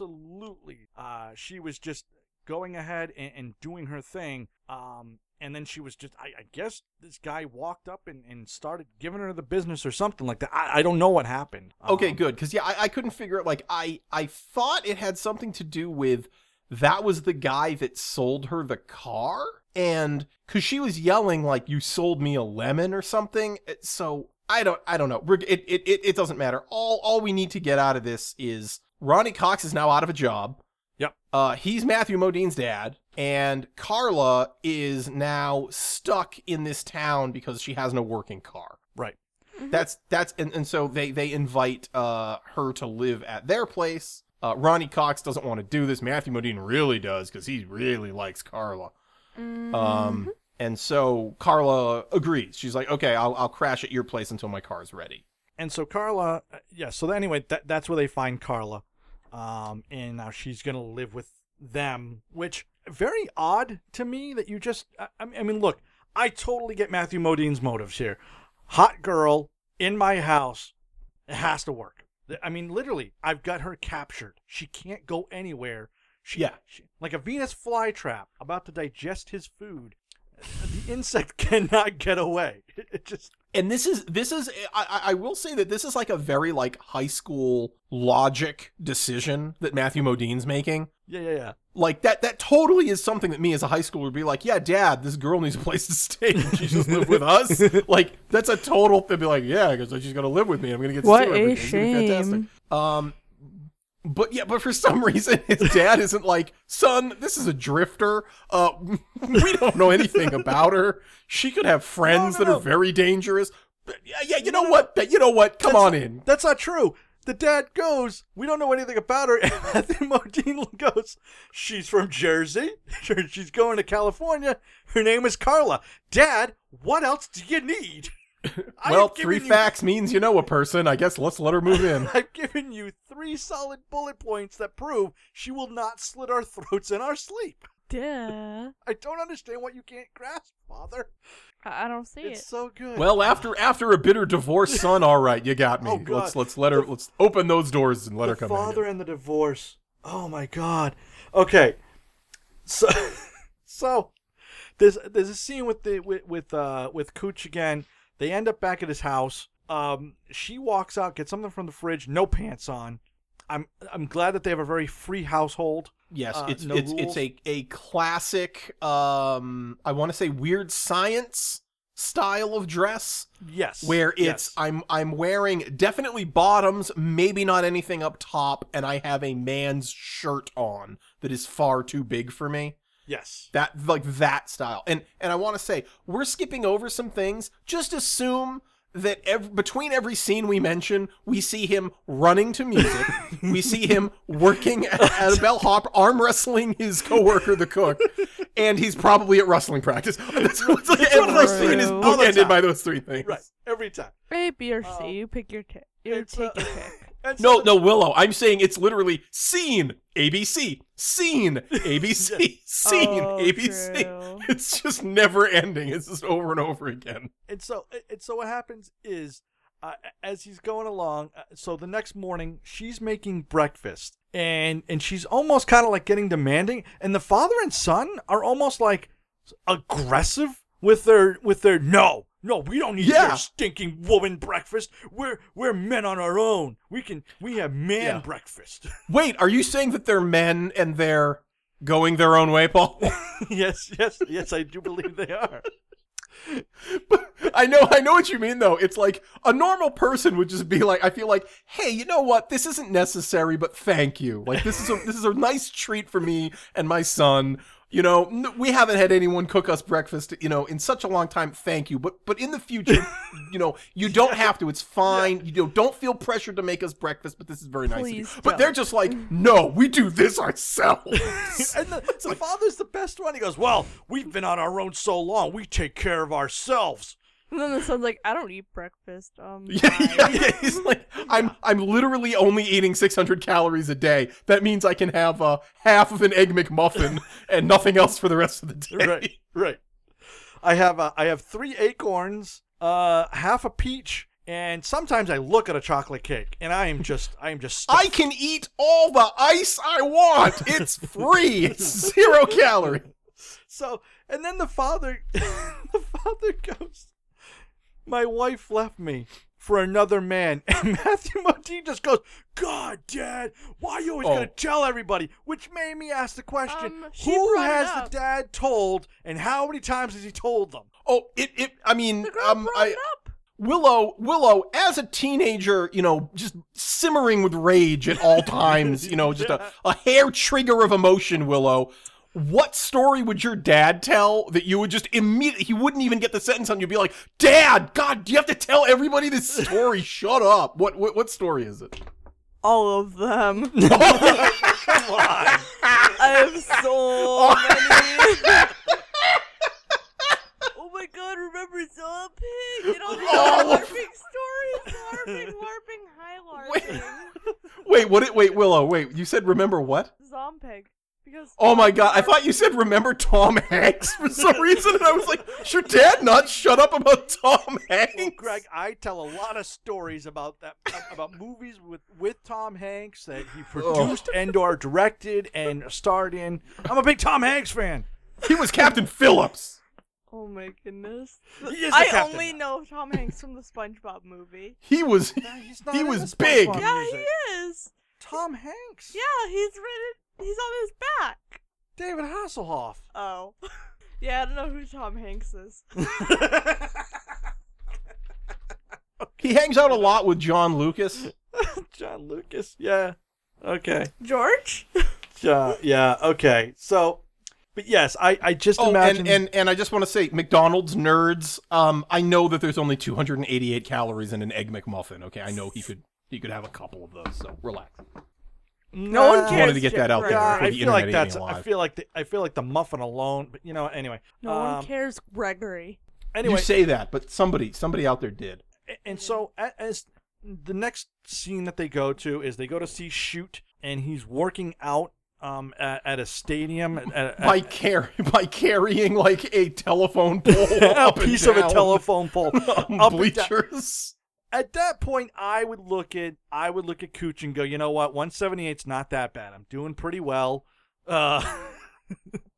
[SPEAKER 6] absolutely, uh, she was just going ahead and, and doing her thing. Um, and then she was just, I, I guess this guy walked up and, and started giving her the business or something like that. I, I don't know what happened.
[SPEAKER 7] Okay,
[SPEAKER 6] Um,
[SPEAKER 7] good. Because yeah, I, I couldn't figure it. Like I, I thought it had something to do with that was the guy that sold her the car, and because she was yelling like "You sold me a lemon" or something. It- So I don't, I don't know. Reg- It, it, it, it doesn't matter. All, all we need to get out of this is Ronnie Cox is now out of a job.
[SPEAKER 6] Yep.
[SPEAKER 7] Uh, he's Matthew Modine's dad, and Carla is now stuck in this town because she has no working car.
[SPEAKER 6] Right.
[SPEAKER 7] That's that's and, and so they they invite uh her to live at their place. Uh, Ronnie Cox doesn't want to do this. Matthew Modine really does because he really likes Carla. Um, and so Carla agrees. She's like, okay, I'll I'll crash at your place until my car's ready.
[SPEAKER 6] and so Carla, uh, yeah. So anyway, that that's where they find Carla, um, and now she's gonna live with them, which very odd to me that you just. I, I mean- I mean, look, I totally get Matthew Modine's motives here. Hot girl in my house, it has to work. Th- I mean, literally, I've got her captured. She can't go anywhere. She,
[SPEAKER 7] Yeah.
[SPEAKER 6] she, like a Venus flytrap about to digest his food. The insect (laughs) cannot get away. It, it just
[SPEAKER 7] And this is this is I I- I will say that this is like a very like high school logic decision that Matthew Modine's making.
[SPEAKER 6] yeah yeah yeah.
[SPEAKER 7] like that that totally is something that me as a high schooler would be like yeah dad this girl needs a place to stay (laughs) Can she just live with
[SPEAKER 6] (laughs)
[SPEAKER 7] us like that's a total they'd be like yeah because she's gonna live with me i'm gonna get to
[SPEAKER 8] What
[SPEAKER 7] see her
[SPEAKER 8] a
[SPEAKER 7] every day. It's gonna be fantastic." um but yeah but for some (laughs) reason his dad isn't like son this is a drifter uh (laughs) we don't know anything about her she could have
[SPEAKER 6] No, no,
[SPEAKER 7] friends that
[SPEAKER 6] no.
[SPEAKER 7] are very dangerous But, yeah, yeah you know what you know what come on in
[SPEAKER 6] That's not true. The dad goes, we don't know anything about her. (laughs) And Matthew Modine goes, she's from Jersey. (laughs) She's going to California. Her name is Carla. Dad, what else do you
[SPEAKER 7] (laughs)
[SPEAKER 6] need? I
[SPEAKER 7] well
[SPEAKER 6] have
[SPEAKER 7] three
[SPEAKER 6] given you-
[SPEAKER 7] facts means you know a person i guess let's let her move in
[SPEAKER 6] (laughs) I've given you three solid bullet points that prove she will not slit our throats in our sleep.
[SPEAKER 8] Duh.
[SPEAKER 6] I don't understand what you can't grasp, father.
[SPEAKER 8] I I don't see
[SPEAKER 6] It's
[SPEAKER 8] it.
[SPEAKER 6] so good.
[SPEAKER 7] Well, after after a bitter divorce, son, all right, you got me.
[SPEAKER 6] Oh, God.
[SPEAKER 7] let's let's let her let's open those doors and let her
[SPEAKER 6] the
[SPEAKER 7] come
[SPEAKER 6] father
[SPEAKER 7] in.
[SPEAKER 6] and the divorce. Oh my god. Okay. So (laughs) so there's there's a scene with the with with uh with Cooch again. They end up back at his house. Um she walks out, gets something from the fridge, no pants on. I'm I'm glad that they have a very free household.
[SPEAKER 7] Yes,
[SPEAKER 6] Uh,
[SPEAKER 7] it's
[SPEAKER 6] no
[SPEAKER 7] it's
[SPEAKER 6] rules.
[SPEAKER 7] it's a a classic um I want to say weird science style of dress
[SPEAKER 6] Yes.
[SPEAKER 7] where it's
[SPEAKER 6] yes.
[SPEAKER 7] I'm I'm wearing definitely bottoms, maybe not anything up top and I have a man's shirt on that is far too big for me.
[SPEAKER 6] yes.
[SPEAKER 7] that like that style and and i want to say we're skipping over some things just assume that ev- between every scene we mention we see him running to
[SPEAKER 8] (laughs)
[SPEAKER 7] music we see him working at, at a bellhop arm wrestling his coworker the cook and he's probably at wrestling practice (laughs) that's what it's like every
[SPEAKER 8] True.
[SPEAKER 7] scene is
[SPEAKER 8] All
[SPEAKER 6] the
[SPEAKER 7] bookended
[SPEAKER 6] time.
[SPEAKER 7] by those three things
[SPEAKER 6] Right. Every time.
[SPEAKER 8] A, B, or C.
[SPEAKER 6] Oh.
[SPEAKER 8] you pick your tick. You
[SPEAKER 6] It's, uh,
[SPEAKER 8] take your
[SPEAKER 7] (laughs)
[SPEAKER 8] pick.
[SPEAKER 6] (laughs) And so
[SPEAKER 7] no
[SPEAKER 6] the-
[SPEAKER 7] no willow i'm saying it's literally scene abc scene abc
[SPEAKER 8] (laughs)
[SPEAKER 7] scene
[SPEAKER 8] Oh,
[SPEAKER 7] abc
[SPEAKER 8] true.
[SPEAKER 7] (laughs) It's just never ending. It's just over and over again.
[SPEAKER 6] and so and so what happens is uh, as he's going along uh, so the next morning she's making breakfast and and she's almost kind of like getting demanding and the father and son are almost like aggressive with their with their no no we don't need
[SPEAKER 7] Yeah.
[SPEAKER 6] your stinking woman breakfast we're we're men on our own we can we have man
[SPEAKER 7] Yeah.
[SPEAKER 6] breakfast (laughs)
[SPEAKER 7] Wait, are you saying that they're men and they're going their own way, Paul?
[SPEAKER 6] yes yes yes i do believe they are
[SPEAKER 7] (laughs) I know, I know what you mean though. It's like a normal person would just be like, I feel like, hey, you know what? This isn't necessary, but thank you. Like this is a this is a nice treat for me and my son. you know, n- we haven't had anyone cook us breakfast, you know, in such a long time. Thank you, but but in the
[SPEAKER 8] (laughs)
[SPEAKER 7] future, you know, you don't have to. It's fine. You know, don't feel pressured to make us breakfast. But this is very nice. of you.
[SPEAKER 8] Please
[SPEAKER 7] But they're
[SPEAKER 8] don't. Mm.
[SPEAKER 7] just like, no, we do this ourselves.
[SPEAKER 6] (laughs)
[SPEAKER 8] (laughs)
[SPEAKER 6] and the, the father's the best one. He goes, "Well, we've been on our own so long, we take care of ourselves."
[SPEAKER 8] And then the son's like, I don't eat breakfast. Um,
[SPEAKER 7] (laughs) Yeah,
[SPEAKER 8] bye."
[SPEAKER 7] yeah, yeah. He's like, I'm I'm literally only eating 600 calories a day. That means I can have uh, half of an egg
[SPEAKER 8] (laughs)
[SPEAKER 7] McMuffin and nothing else for the rest of
[SPEAKER 6] (laughs)
[SPEAKER 7] the day.
[SPEAKER 6] Right, right. I have uh, I have three acorns, uh, half a peach, and sometimes I look at a chocolate cake, and I am just I am just
[SPEAKER 8] (laughs)
[SPEAKER 6] stuffed.
[SPEAKER 7] (laughs) I can eat all the ice I want. It's free.
[SPEAKER 8] (laughs)
[SPEAKER 7] It's zero calorie.
[SPEAKER 6] So, and then the father, (laughs) the father goes, "My wife left me for another man." (laughs) And Matthew Modine just goes, "God, Dad, why are you always
[SPEAKER 7] Oh.
[SPEAKER 6] gonna tell everybody?" Which made me ask the question:
[SPEAKER 8] Um, she
[SPEAKER 6] Who
[SPEAKER 8] brought it
[SPEAKER 6] has the
[SPEAKER 8] up.
[SPEAKER 6] dad told, and how many times has he told them?
[SPEAKER 7] Oh, it it. I mean,
[SPEAKER 8] The girl
[SPEAKER 7] um,
[SPEAKER 8] brought
[SPEAKER 7] I,
[SPEAKER 8] it up.
[SPEAKER 7] Willow, Willow, as a teenager, you know, just simmering with rage at all times, you know,
[SPEAKER 6] (laughs)
[SPEAKER 7] just a, a hair trigger of emotion, Willow. What story would your dad tell that you would just immediately, he wouldn't even get the sentence on you, be like, Dad, God, do you have to tell everybody this story? Shut up. What, what, what story is it?
[SPEAKER 8] All of
[SPEAKER 6] (laughs)
[SPEAKER 7] (laughs)
[SPEAKER 8] them.
[SPEAKER 6] Come on.
[SPEAKER 8] I have
[SPEAKER 7] (laughs)
[SPEAKER 8] so
[SPEAKER 7] Oh.
[SPEAKER 8] many. oh my god, remember Zilla Pig? It all these
[SPEAKER 7] All of-
[SPEAKER 8] LARPing stories. LARPing, LARPing, high LARPing.
[SPEAKER 7] (laughs) (laughs) wait, what, it- wait, Willow, wait, you said remember what?
[SPEAKER 8] Zompeg. Because
[SPEAKER 7] Oh my god, I thought you said remember Tom Hanks for some reason, and I was like, should your dad not shut up about Tom Hanks?
[SPEAKER 6] Well, Greg, I tell a lot of stories about that about movies with with Tom Hanks that he
[SPEAKER 8] Oh.
[SPEAKER 6] produced and or directed and starred in. I'm a big Tom Hanks fan.
[SPEAKER 7] He was Captain Phillips.
[SPEAKER 8] Oh my goodness.
[SPEAKER 6] He is the
[SPEAKER 8] I
[SPEAKER 6] captain
[SPEAKER 8] only
[SPEAKER 6] now.
[SPEAKER 8] know Tom Hanks from the
[SPEAKER 7] (laughs)
[SPEAKER 8] SpongeBob movie.
[SPEAKER 7] He was
[SPEAKER 6] Nah, he's not
[SPEAKER 7] he
[SPEAKER 6] in
[SPEAKER 7] was
[SPEAKER 6] this
[SPEAKER 7] big.
[SPEAKER 6] SpongeBob
[SPEAKER 8] Yeah,
[SPEAKER 6] music.
[SPEAKER 8] he is.
[SPEAKER 6] Tom Hanks.
[SPEAKER 8] Yeah, he's written. He's on his back.
[SPEAKER 6] David
[SPEAKER 8] (laughs)
[SPEAKER 6] Hasselhoff.
[SPEAKER 8] Oh. Yeah, I don't know who Tom Hanks is.
[SPEAKER 7] he hangs out a lot with John Lucas.
[SPEAKER 6] John Lucas. Yeah. Okay.
[SPEAKER 8] George?
[SPEAKER 6] Yeah. Yeah. Okay. So, but yes, I I just
[SPEAKER 7] Oh,
[SPEAKER 6] imagine
[SPEAKER 7] and, and and I just want to say, McDonald's nerds. Um, I know that there's only 288 calories in an egg McMuffin. Okay, I know he could he could have a couple of those. So relax.
[SPEAKER 8] No one
[SPEAKER 6] Nah.
[SPEAKER 8] cares.
[SPEAKER 7] wanted to get that out there
[SPEAKER 8] Greg.
[SPEAKER 6] God, Oh,
[SPEAKER 7] for
[SPEAKER 6] I
[SPEAKER 7] the
[SPEAKER 6] feel like
[SPEAKER 7] internet
[SPEAKER 6] that's.
[SPEAKER 7] eating
[SPEAKER 6] I
[SPEAKER 7] alive.
[SPEAKER 6] feel like the, I feel like the muffin alone. But you know, anyway.
[SPEAKER 8] No
[SPEAKER 6] Um,
[SPEAKER 8] one cares, Gregory.
[SPEAKER 6] Anyway,
[SPEAKER 7] you say that, but somebody somebody out there did.
[SPEAKER 6] a- and so a- as the next scene that they go to is they go to see shoot, and he's working out um at, at a stadium at,
[SPEAKER 7] (laughs)
[SPEAKER 6] at,
[SPEAKER 7] By
[SPEAKER 6] at-
[SPEAKER 7] car- by carrying like a telephone pole,
[SPEAKER 6] (laughs) a
[SPEAKER 7] up and
[SPEAKER 6] piece of a
[SPEAKER 7] down (laughs)
[SPEAKER 6] telephone (laughs) pole.
[SPEAKER 7] on
[SPEAKER 6] up and down.
[SPEAKER 7] bleachers.
[SPEAKER 6] At that point, I would look at I would look at Cooch and go, you know what, 178's not that bad. I'm doing pretty well. Uh, (laughs)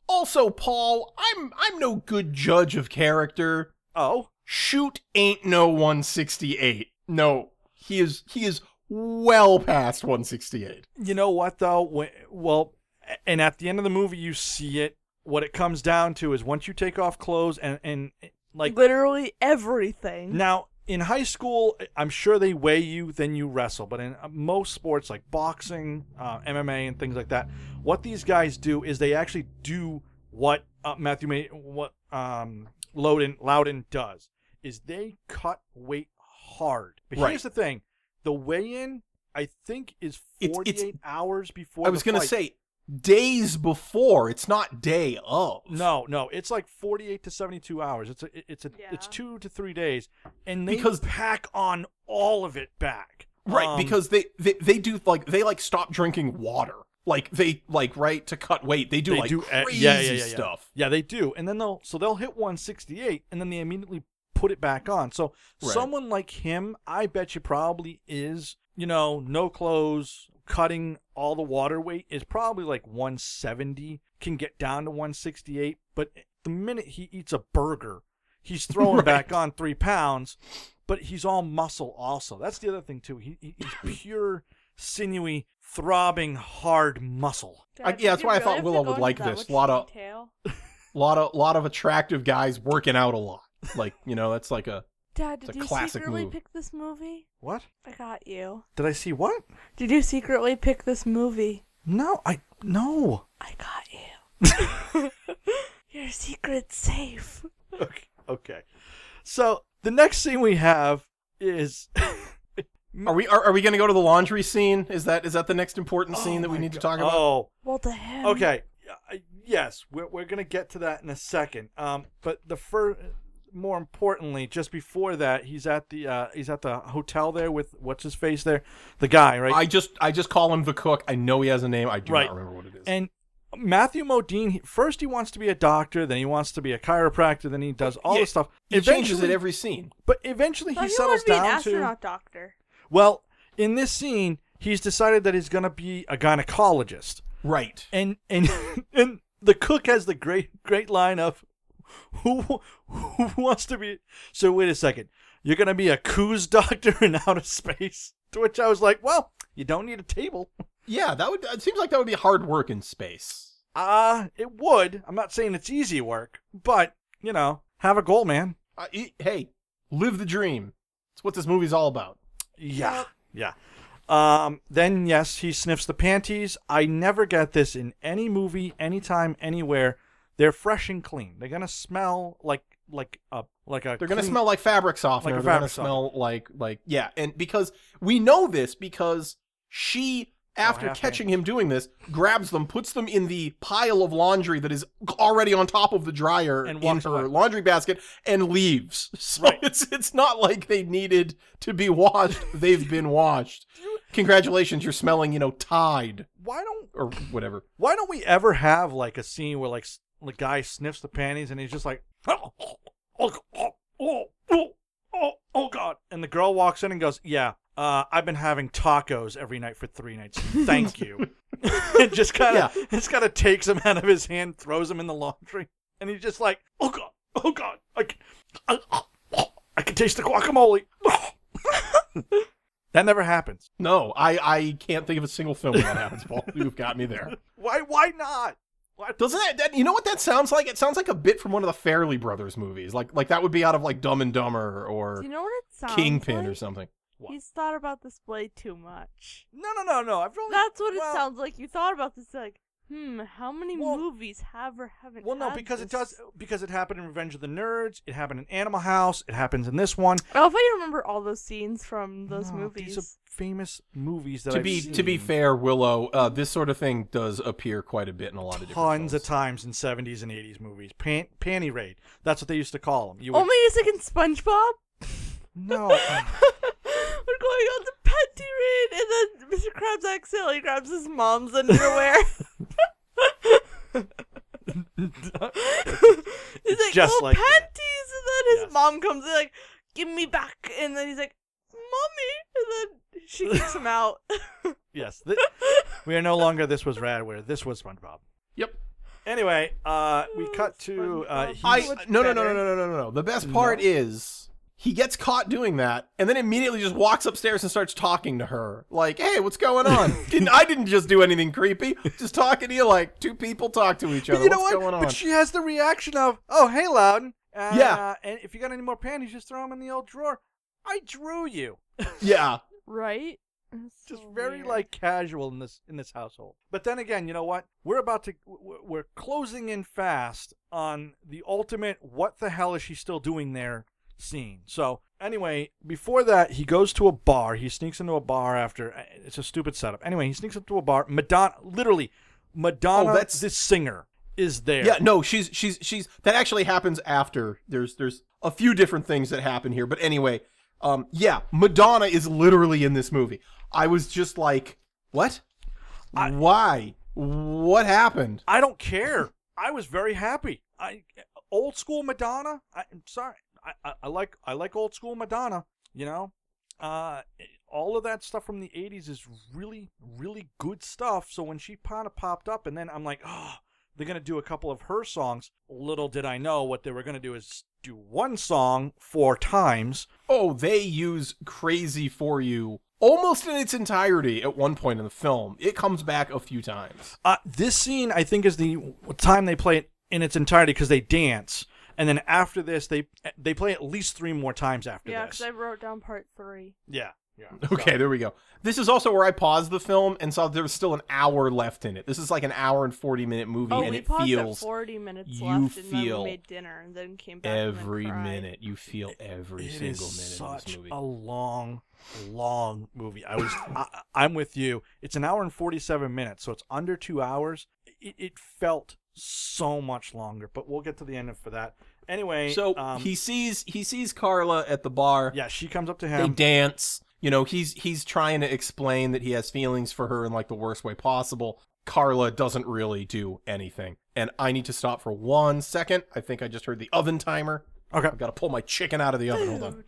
[SPEAKER 7] Also, Paul, I'm I'm no good judge of character.
[SPEAKER 6] oh,
[SPEAKER 7] shoot ain't no 168 no he is he is well past 168
[SPEAKER 6] you know what though? When, well, a- and at the end of the movie, you see it. What it comes down to is once you take off clothes and and like
[SPEAKER 8] Literally everything.
[SPEAKER 6] Now, in high school, I'm sure they weigh you, then you wrestle. But in uh, most sports like boxing, uh, MMA, and things like that, what these guys do is they actually do what uh, Matthew May, what um, Loudon, Loudon does is they cut weight hard. But
[SPEAKER 7] Right.
[SPEAKER 6] here's the thing: the weigh-in, I think, is
[SPEAKER 7] It's-
[SPEAKER 6] 48
[SPEAKER 7] it's-
[SPEAKER 6] hours before.
[SPEAKER 7] i was
[SPEAKER 6] going
[SPEAKER 7] gonna say days before it's not day of
[SPEAKER 6] No, no, it's like 48 to 72 hours. It's a, it's a, it's
[SPEAKER 8] Yeah.
[SPEAKER 6] 2 to 3 days and they
[SPEAKER 7] Because-
[SPEAKER 6] pack on all of it back.
[SPEAKER 7] right
[SPEAKER 6] Um,
[SPEAKER 7] because they, they they do like they like stop drinking water like they like right to cut weight they do
[SPEAKER 6] they
[SPEAKER 7] like
[SPEAKER 6] do uh,
[SPEAKER 7] crazy
[SPEAKER 6] yeah, yeah, yeah, yeah.
[SPEAKER 7] stuff
[SPEAKER 6] Yeah, they do. And then they'll so they'll hit 168 and then they immediately put it back on. So
[SPEAKER 7] Right.
[SPEAKER 6] someone like him, I bet you probably is, you know, no clothes, cutting all the water weight is probably like 170 can get down to 168, but the minute he eats a burger,
[SPEAKER 7] (laughs)
[SPEAKER 6] he's throwing
[SPEAKER 7] Right.
[SPEAKER 6] back on 3 pounds, but he's all muscle also. That's the other thing too. He, he-
[SPEAKER 7] (clears throat)
[SPEAKER 6] he's pure sinewy throbbing hard muscle.
[SPEAKER 8] Dad,
[SPEAKER 7] I- yeah,
[SPEAKER 8] did
[SPEAKER 7] that's
[SPEAKER 8] you
[SPEAKER 7] why I
[SPEAKER 8] really
[SPEAKER 7] thought
[SPEAKER 8] have to
[SPEAKER 7] Willow
[SPEAKER 8] go
[SPEAKER 7] would
[SPEAKER 8] into
[SPEAKER 7] like
[SPEAKER 8] that
[SPEAKER 7] this.
[SPEAKER 8] much
[SPEAKER 7] Lot of-
[SPEAKER 8] detail?
[SPEAKER 7] lot of lot of attractive guys working out a lot like you know that's
[SPEAKER 6] (laughs)
[SPEAKER 7] like a
[SPEAKER 8] Dad,
[SPEAKER 7] It's a
[SPEAKER 8] did you
[SPEAKER 7] classic
[SPEAKER 8] secretly
[SPEAKER 7] move.
[SPEAKER 8] pick this movie?
[SPEAKER 6] What?
[SPEAKER 8] I got you.
[SPEAKER 6] Did I see what?
[SPEAKER 8] Did you secretly pick this movie?
[SPEAKER 6] No, I no.
[SPEAKER 8] I got you.
[SPEAKER 7] (laughs)
[SPEAKER 8] (laughs) Your secret's safe.
[SPEAKER 6] Okay. okay. So the next scene we have
[SPEAKER 7] (laughs)
[SPEAKER 6] is
[SPEAKER 7] Are we are, are we going to go to the laundry scene? Is that is that the next important scene that we
[SPEAKER 6] Oh my
[SPEAKER 7] need to
[SPEAKER 6] God.
[SPEAKER 7] talk about?
[SPEAKER 6] Oh,
[SPEAKER 8] Well, to him.
[SPEAKER 6] okay. Uh, Yes, we're we're gonna get to that in a second. Um, but the first, more importantly, just before that, he's at the uh, he's at the hotel there with what's his face there, the guy right.
[SPEAKER 7] I just I just call him the cook. I know he has a name. I do
[SPEAKER 6] Right.
[SPEAKER 7] not remember what it is.
[SPEAKER 6] And Matthew Modine, he- first he wants to be a doctor, then he wants to be a chiropractor, then he does all
[SPEAKER 7] Yeah,
[SPEAKER 6] this stuff.
[SPEAKER 7] he changes
[SPEAKER 6] Eventually-
[SPEAKER 7] it every scene.
[SPEAKER 6] But eventually
[SPEAKER 8] Thought
[SPEAKER 6] he
[SPEAKER 8] you
[SPEAKER 6] settles
[SPEAKER 8] wanted to be
[SPEAKER 6] down
[SPEAKER 8] an
[SPEAKER 6] to.
[SPEAKER 8] astronaut doctor.
[SPEAKER 6] Well, in this scene, he's decided that he's going to be a gynecologist,
[SPEAKER 7] Right.
[SPEAKER 6] and and (laughs) and the cook has the great great line of, "Who who wants to be?" So wait a second, you're going to be a coos doctor in outer space? To which I was like, "Well, you don't need a table." (laughs)
[SPEAKER 7] Yeah, that would. It seems like that would be hard work in space.
[SPEAKER 6] Uh, it would. I'm not saying it's easy work, but, you know, have a goal, man.
[SPEAKER 7] Uh, e- hey, live the dream. It's what this movie's all about.
[SPEAKER 6] Yeah. Yeah. Um, then, yes, he sniffs the panties. I never get this in any movie, anytime, anywhere. They're fresh and clean. They're gonna smell like like a like a.
[SPEAKER 7] They're gonna
[SPEAKER 6] clean-
[SPEAKER 7] smell like fabric softener.
[SPEAKER 6] Like a
[SPEAKER 7] They're
[SPEAKER 6] fabric
[SPEAKER 7] gonna smell like like yeah, and because we know this because she after
[SPEAKER 6] half
[SPEAKER 7] catching him doing this grabs them, puts them in the pile of laundry that is already on top of the dryer
[SPEAKER 6] And
[SPEAKER 7] in
[SPEAKER 6] walks
[SPEAKER 7] her
[SPEAKER 6] away.
[SPEAKER 7] laundry basket and leaves. (laughs) So
[SPEAKER 6] Right.
[SPEAKER 7] it's it's not like they needed to be washed. They've been washed. Congratulations, you're smelling you know Tide
[SPEAKER 6] Why don't
[SPEAKER 7] or whatever.
[SPEAKER 6] Why don't we ever have like a scene where like s- the guy sniffs the panties and he's just like, (laughs) oh, oh, oh, oh, oh, oh, oh, god, and the girl walks in and goes, yeah. Uh, I've been having tacos every night for three nights. Thank you. (laughs) and just kind of, (laughs) just kind of takes him out of his hand, throws him in the laundry, and he's just like, "Oh god, oh god, I, c- I- oh, oh, I can taste the guacamole." (laughs) that never happens.
[SPEAKER 7] No, I I can't think of a single film where that happens, Paul. You've got me there.
[SPEAKER 6] Why? Why not? Why
[SPEAKER 7] Doesn't that, that you know what that sounds like? It sounds like a bit from one of the Fairley Brothers movies. Like like that would be out of like Dumb and Dumber or
[SPEAKER 8] Do you know what it sounds
[SPEAKER 7] Kingpin
[SPEAKER 8] like?
[SPEAKER 7] or something.
[SPEAKER 8] He's thought about this way too much.
[SPEAKER 6] No, no, no, no. I've only,
[SPEAKER 8] That's what it
[SPEAKER 6] well,
[SPEAKER 8] sounds like. You thought about this, like, hmm, how many
[SPEAKER 6] Well-
[SPEAKER 8] movies have or haven't?
[SPEAKER 6] Well, no,
[SPEAKER 8] had
[SPEAKER 6] because it
[SPEAKER 8] this?
[SPEAKER 6] does. Because it happened in Revenge of the Nerds. It happened in Animal House. It happens in this one.
[SPEAKER 8] I love how you remember all those scenes from those
[SPEAKER 6] No,
[SPEAKER 8] movies.
[SPEAKER 6] These are famous movies that
[SPEAKER 7] to
[SPEAKER 6] I've
[SPEAKER 7] be to be
[SPEAKER 6] seen
[SPEAKER 7] fair, Willow, uh, this sort of thing does appear quite a bit in a lot of different
[SPEAKER 6] Tons of
[SPEAKER 7] films.
[SPEAKER 6] times in seventies and eighties movies, Pan- panty raid. That's what they used to call them. You would-
[SPEAKER 8] Only music
[SPEAKER 6] (laughs)
[SPEAKER 8] in SpongeBob.
[SPEAKER 6] no, (laughs)
[SPEAKER 8] (laughs) We're going on the panty raid, and then Mr. Krabs accidentally grabs his mom's underwear.
[SPEAKER 6] (laughs)
[SPEAKER 8] he's like,
[SPEAKER 6] just
[SPEAKER 8] oh,
[SPEAKER 6] like that.
[SPEAKER 8] panties, and then his
[SPEAKER 6] Yes.
[SPEAKER 8] mom comes in like, give me back, and then he's like, mommy, and then
[SPEAKER 7] (laughs)
[SPEAKER 8] she kicks him out. (laughs)
[SPEAKER 6] yes, th- we are no longer. This was Radware. This was SpongeBob.
[SPEAKER 7] Yep.
[SPEAKER 6] Anyway, uh,
[SPEAKER 8] Oh,
[SPEAKER 6] we cut to uh,
[SPEAKER 8] SpongeBob.
[SPEAKER 6] he's-
[SPEAKER 7] I
[SPEAKER 8] So much
[SPEAKER 7] no no no no
[SPEAKER 8] better.
[SPEAKER 7] no no no no. The best part is he gets caught doing that and then immediately just walks upstairs and starts talking to her. Like, hey,
[SPEAKER 6] (laughs)
[SPEAKER 7] what's going on? didn't I didn't just do anything creepy. Just talking to you like two people talk to each other.
[SPEAKER 6] But you know
[SPEAKER 7] what's
[SPEAKER 6] what?
[SPEAKER 7] going on?
[SPEAKER 6] But she has the reaction of, "Oh, hey, Loudon. Uh,
[SPEAKER 7] Yeah.
[SPEAKER 6] And if you got any more panties, just throw them in the old drawer. I drew you.
[SPEAKER 7] yeah.
[SPEAKER 8] Right? It's
[SPEAKER 6] Just
[SPEAKER 8] so
[SPEAKER 6] very
[SPEAKER 8] weird.
[SPEAKER 6] like casual in this in this household. But then again, you know what? We're about to w- w- we're closing in fast on the ultimate. What the hell is she still doing there? Scene. So anyway, before that, he goes to a bar. He sneaks into a bar after. uh, It's a stupid setup. Anyway, he sneaks up to a bar. Madonna, literally, Madonna.
[SPEAKER 7] Oh, that's-
[SPEAKER 6] this singer is there.
[SPEAKER 7] Yeah, no, she's she's she's that actually happens after. There's there's a few different things that happen here, but anyway, um yeah, Madonna is literally in this movie. I was just like, what?
[SPEAKER 6] I-
[SPEAKER 7] Why? What happened?
[SPEAKER 6] I don't care. I was very happy. I old school Madonna. I, I'm sorry. I, I, I like I like old school Madonna. You know, uh, all of that stuff from the '80s is really really good stuff. So when she kind of popped up, and then I'm like, oh, they're gonna do a couple of her songs. Little did I know what they were gonna do is do one song four times.
[SPEAKER 7] Oh, they use crazy for you almost in its entirety at one point in the film. It comes back a few times.
[SPEAKER 6] Uh, this scene, I think, is the time they play it in its entirety because they dance, and then after this, they they play at least three more times after
[SPEAKER 8] Yeah,
[SPEAKER 6] this.
[SPEAKER 8] because I wrote down part three.
[SPEAKER 6] Yeah. Yeah.
[SPEAKER 7] (laughs) Okay, there we go. This is also where I paused the film and saw there was still an hour left in it. This is like an hour and 40 minute movie,
[SPEAKER 8] Oh,
[SPEAKER 7] and
[SPEAKER 8] we
[SPEAKER 7] it
[SPEAKER 8] paused
[SPEAKER 7] feels
[SPEAKER 8] at 40 minutes
[SPEAKER 7] you
[SPEAKER 8] left, and then
[SPEAKER 7] feel
[SPEAKER 8] we made dinner, and then came back. and then
[SPEAKER 7] every
[SPEAKER 8] cried.
[SPEAKER 7] minute. You feel every
[SPEAKER 6] It is
[SPEAKER 7] single minute
[SPEAKER 6] such
[SPEAKER 7] of this movie.
[SPEAKER 6] a long, long movie. I was, I, I'm with you. It's an hour and 47 minutes, so it's under two hours. It, it felt so much longer, but we'll get to the end of for that. Anyway,
[SPEAKER 7] So
[SPEAKER 6] um,
[SPEAKER 7] he sees he sees Carla at the bar.
[SPEAKER 6] yeah, she comes up to
[SPEAKER 7] They
[SPEAKER 6] him.
[SPEAKER 7] dance. You know, he's he's trying to explain that he has feelings for her in like the worst way possible. Carla doesn't really do anything. And I need to stop for one second. I think I just heard the oven timer.
[SPEAKER 6] okay,
[SPEAKER 7] I've got to pull my chicken out of the oven. Hold on.
[SPEAKER 8] Dude,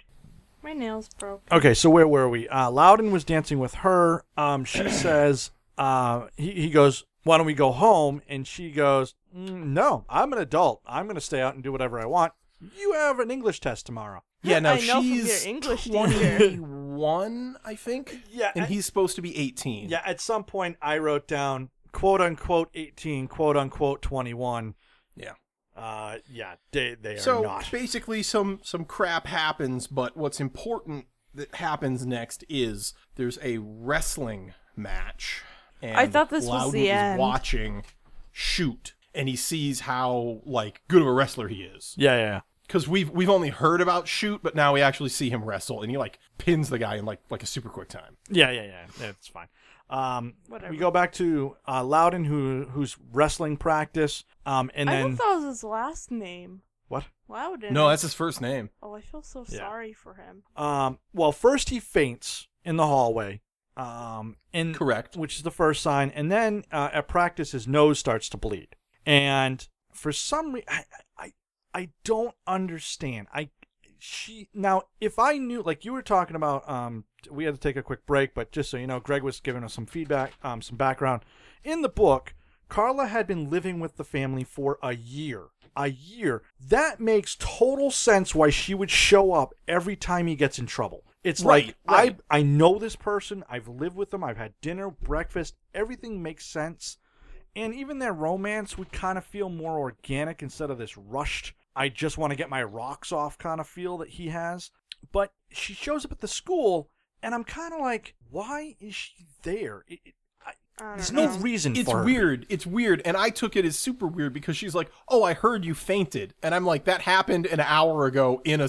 [SPEAKER 8] my nails broke.
[SPEAKER 6] okay. So where were we? Uh, Loudon was dancing with her. Um, she says, uh, he he goes, why don't we go home? And she goes, "Mm, no, I'm an adult. I'm gonna stay out and do whatever I want. You have an English test tomorrow.
[SPEAKER 8] (laughs)
[SPEAKER 7] Yeah, now
[SPEAKER 8] I know from your
[SPEAKER 7] she's
[SPEAKER 8] English teacher.
[SPEAKER 7] (laughs) 21, I think.
[SPEAKER 6] Yeah,
[SPEAKER 7] and
[SPEAKER 6] I-
[SPEAKER 7] he's supposed to be 18.
[SPEAKER 6] Yeah, at some point I wrote down quote unquote 18, quote unquote 21.
[SPEAKER 7] Yeah.
[SPEAKER 6] Uh, yeah, they, they
[SPEAKER 7] So
[SPEAKER 6] are not.
[SPEAKER 7] basically, some some crap happens, but what's important that happens next is there's a wrestling match. And
[SPEAKER 8] I thought this was
[SPEAKER 7] Loudon
[SPEAKER 8] the
[SPEAKER 7] is
[SPEAKER 8] end.
[SPEAKER 7] watching shoot, and he sees how like good of a wrestler he is.
[SPEAKER 6] Yeah, yeah, yeah.
[SPEAKER 7] Because we've we've only heard about shoot, but now we actually see him wrestle, and he like pins the guy in like like a super quick time.
[SPEAKER 6] Yeah, yeah, yeah. That's fine. Um,
[SPEAKER 8] Whatever.
[SPEAKER 6] We go back to uh, Loudon, who who's wrestling practice. Um, and
[SPEAKER 8] I
[SPEAKER 6] then
[SPEAKER 8] thought that was his last name.
[SPEAKER 6] what?
[SPEAKER 8] Loudon.
[SPEAKER 7] No, that's his first name.
[SPEAKER 8] Oh, I feel so
[SPEAKER 6] Yeah.
[SPEAKER 8] sorry for him.
[SPEAKER 6] Um, well, first he faints in the hallway. Um, and
[SPEAKER 7] Correct.
[SPEAKER 6] which is the first sign, and then uh, at practice his nose starts to bleed, and for some reason I, I I don't understand. I she now if I knew like you were talking about um we had to take a quick break, but just so you know, Greg was giving us some feedback, um, some background in the book. Carla had been living with the family for a year. A year. That makes total sense why she would show up every time he gets in trouble. It's
[SPEAKER 7] Right,
[SPEAKER 6] like
[SPEAKER 7] right.
[SPEAKER 6] I I know this person. I've lived with them. I've had dinner, breakfast. Everything makes sense. And even their romance would kind of feel more organic instead of this rushed I just want to get my rocks off kind of feel that he has. But she shows up at the school and I'm kind of like, why is she there? It, it, I,
[SPEAKER 8] I don't
[SPEAKER 6] there's
[SPEAKER 8] know.
[SPEAKER 6] no reason
[SPEAKER 7] It's
[SPEAKER 6] for her to be
[SPEAKER 7] weird. It's weird. And I took it as super weird because she's like, Oh, I heard you fainted. And I'm like, That happened an hour ago in a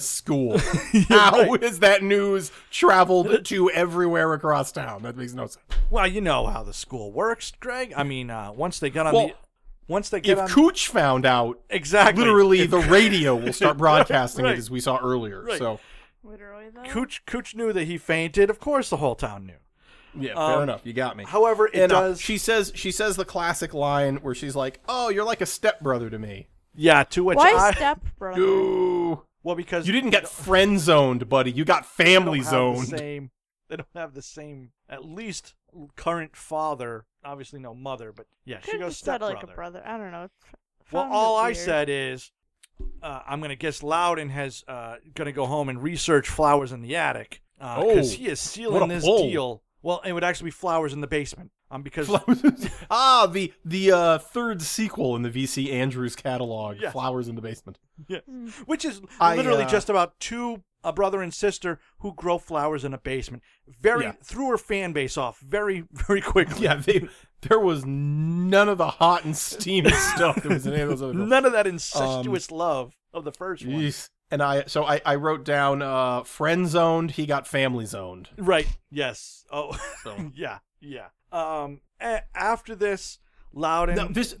[SPEAKER 6] (laughs)
[SPEAKER 7] school. (laughs) How is that news traveled to everywhere across town? That makes no sense.
[SPEAKER 6] Well, you know how the school works, Greg. I mean, uh, once they get on
[SPEAKER 7] Well,
[SPEAKER 6] the, once they get
[SPEAKER 7] If
[SPEAKER 6] on
[SPEAKER 7] Cooch found out,
[SPEAKER 6] exactly,
[SPEAKER 7] literally
[SPEAKER 6] If
[SPEAKER 7] the radio will start
[SPEAKER 6] (laughs)
[SPEAKER 7] broadcasting
[SPEAKER 6] Right.
[SPEAKER 7] it as we saw earlier.
[SPEAKER 6] Right.
[SPEAKER 7] So,
[SPEAKER 8] Literally, though.
[SPEAKER 6] Cooch Cooch knew that he fainted. Of course, the whole town knew.
[SPEAKER 7] yeah,
[SPEAKER 6] Um,
[SPEAKER 7] fair enough. You got me.
[SPEAKER 6] However, it
[SPEAKER 7] and uh,
[SPEAKER 6] does.
[SPEAKER 7] she says she says the classic line where she's like, "Oh, you're like a stepbrother to me."
[SPEAKER 6] yeah, to which
[SPEAKER 8] Why
[SPEAKER 6] I
[SPEAKER 8] step brother?
[SPEAKER 7] Ooh,
[SPEAKER 6] well because
[SPEAKER 7] you didn't get friend zoned, buddy. You got
[SPEAKER 6] they don't
[SPEAKER 7] family
[SPEAKER 6] have the
[SPEAKER 7] zoned.
[SPEAKER 6] Same, they don't have the same at least current father. Obviously, no mother, but yeah, she
[SPEAKER 8] Could have
[SPEAKER 6] goes
[SPEAKER 8] just said
[SPEAKER 6] stepbrother.
[SPEAKER 8] like a brother. I don't know. It's, I
[SPEAKER 6] Well,
[SPEAKER 8] found it
[SPEAKER 6] all I
[SPEAKER 8] weird.
[SPEAKER 6] said is, uh, I'm gonna guess Loudon has uh, gonna go home and research flowers in the attic because
[SPEAKER 7] Oh,
[SPEAKER 6] he is
[SPEAKER 7] what
[SPEAKER 6] sealing
[SPEAKER 7] a
[SPEAKER 6] this
[SPEAKER 7] pull.
[SPEAKER 6] deal. Well, it would actually be flowers in the basement. Um, because
[SPEAKER 7] Flowers- (laughs) ah, the the uh, third sequel in the VC Andrews catalog,
[SPEAKER 6] Yeah.
[SPEAKER 7] Flowers in the Basement. (laughs)
[SPEAKER 6] Yeah. which is
[SPEAKER 7] I,
[SPEAKER 6] literally
[SPEAKER 7] uh,
[SPEAKER 6] just about two a brother and sister who grow flowers in a basement. Very
[SPEAKER 7] Yeah.
[SPEAKER 6] threw her fan base off very (laughs) very quickly.
[SPEAKER 7] Yeah, they, there was none of the hot
[SPEAKER 6] (laughs)
[SPEAKER 7] and steamy stuff that was in any of Um, those other films.
[SPEAKER 6] None of that incestuous love of the first one.
[SPEAKER 7] Jeez. And I so I, I wrote down uh, friend zoned. He got family zoned.
[SPEAKER 6] Right. Yes. Oh.
[SPEAKER 7] So-
[SPEAKER 6] (laughs) yeah. Yeah. Um. a- after this, Loudon.
[SPEAKER 7] No, this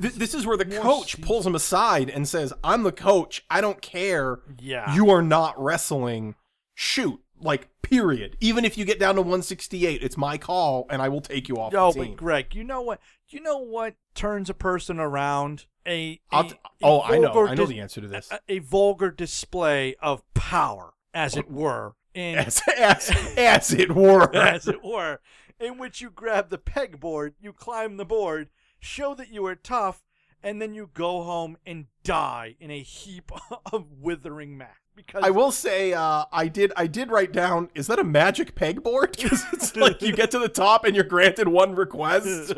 [SPEAKER 7] th- this is where the
[SPEAKER 6] More
[SPEAKER 7] coach
[SPEAKER 6] se-
[SPEAKER 7] pulls him aside and says, "I'm the coach. I don't care.
[SPEAKER 6] Yeah.
[SPEAKER 7] You are not wrestling. Shoot, like period. Even if you get down to 168, it's my call, and I will take you off
[SPEAKER 6] Yo,
[SPEAKER 7] the team."
[SPEAKER 6] but Greg, you know what? You know what turns a person around? A,
[SPEAKER 7] I'll
[SPEAKER 6] a-
[SPEAKER 7] t-
[SPEAKER 6] a
[SPEAKER 7] oh, I know.
[SPEAKER 6] vulgar
[SPEAKER 7] I know
[SPEAKER 6] dis-
[SPEAKER 7] the answer to (laughs) this.
[SPEAKER 6] A, a vulgar display of power, as it were, in
[SPEAKER 7] As, as, as it (laughs) were.
[SPEAKER 6] as it were, in which you grab the pegboard, you climb the board, show that you are tough, and then you go home and die in a heap (laughs) of withering mass. Because
[SPEAKER 7] I will say, uh, I did. I did write down. Is that a magic pegboard? (laughs) Because it's like you get to the top and you're granted one (laughs) request.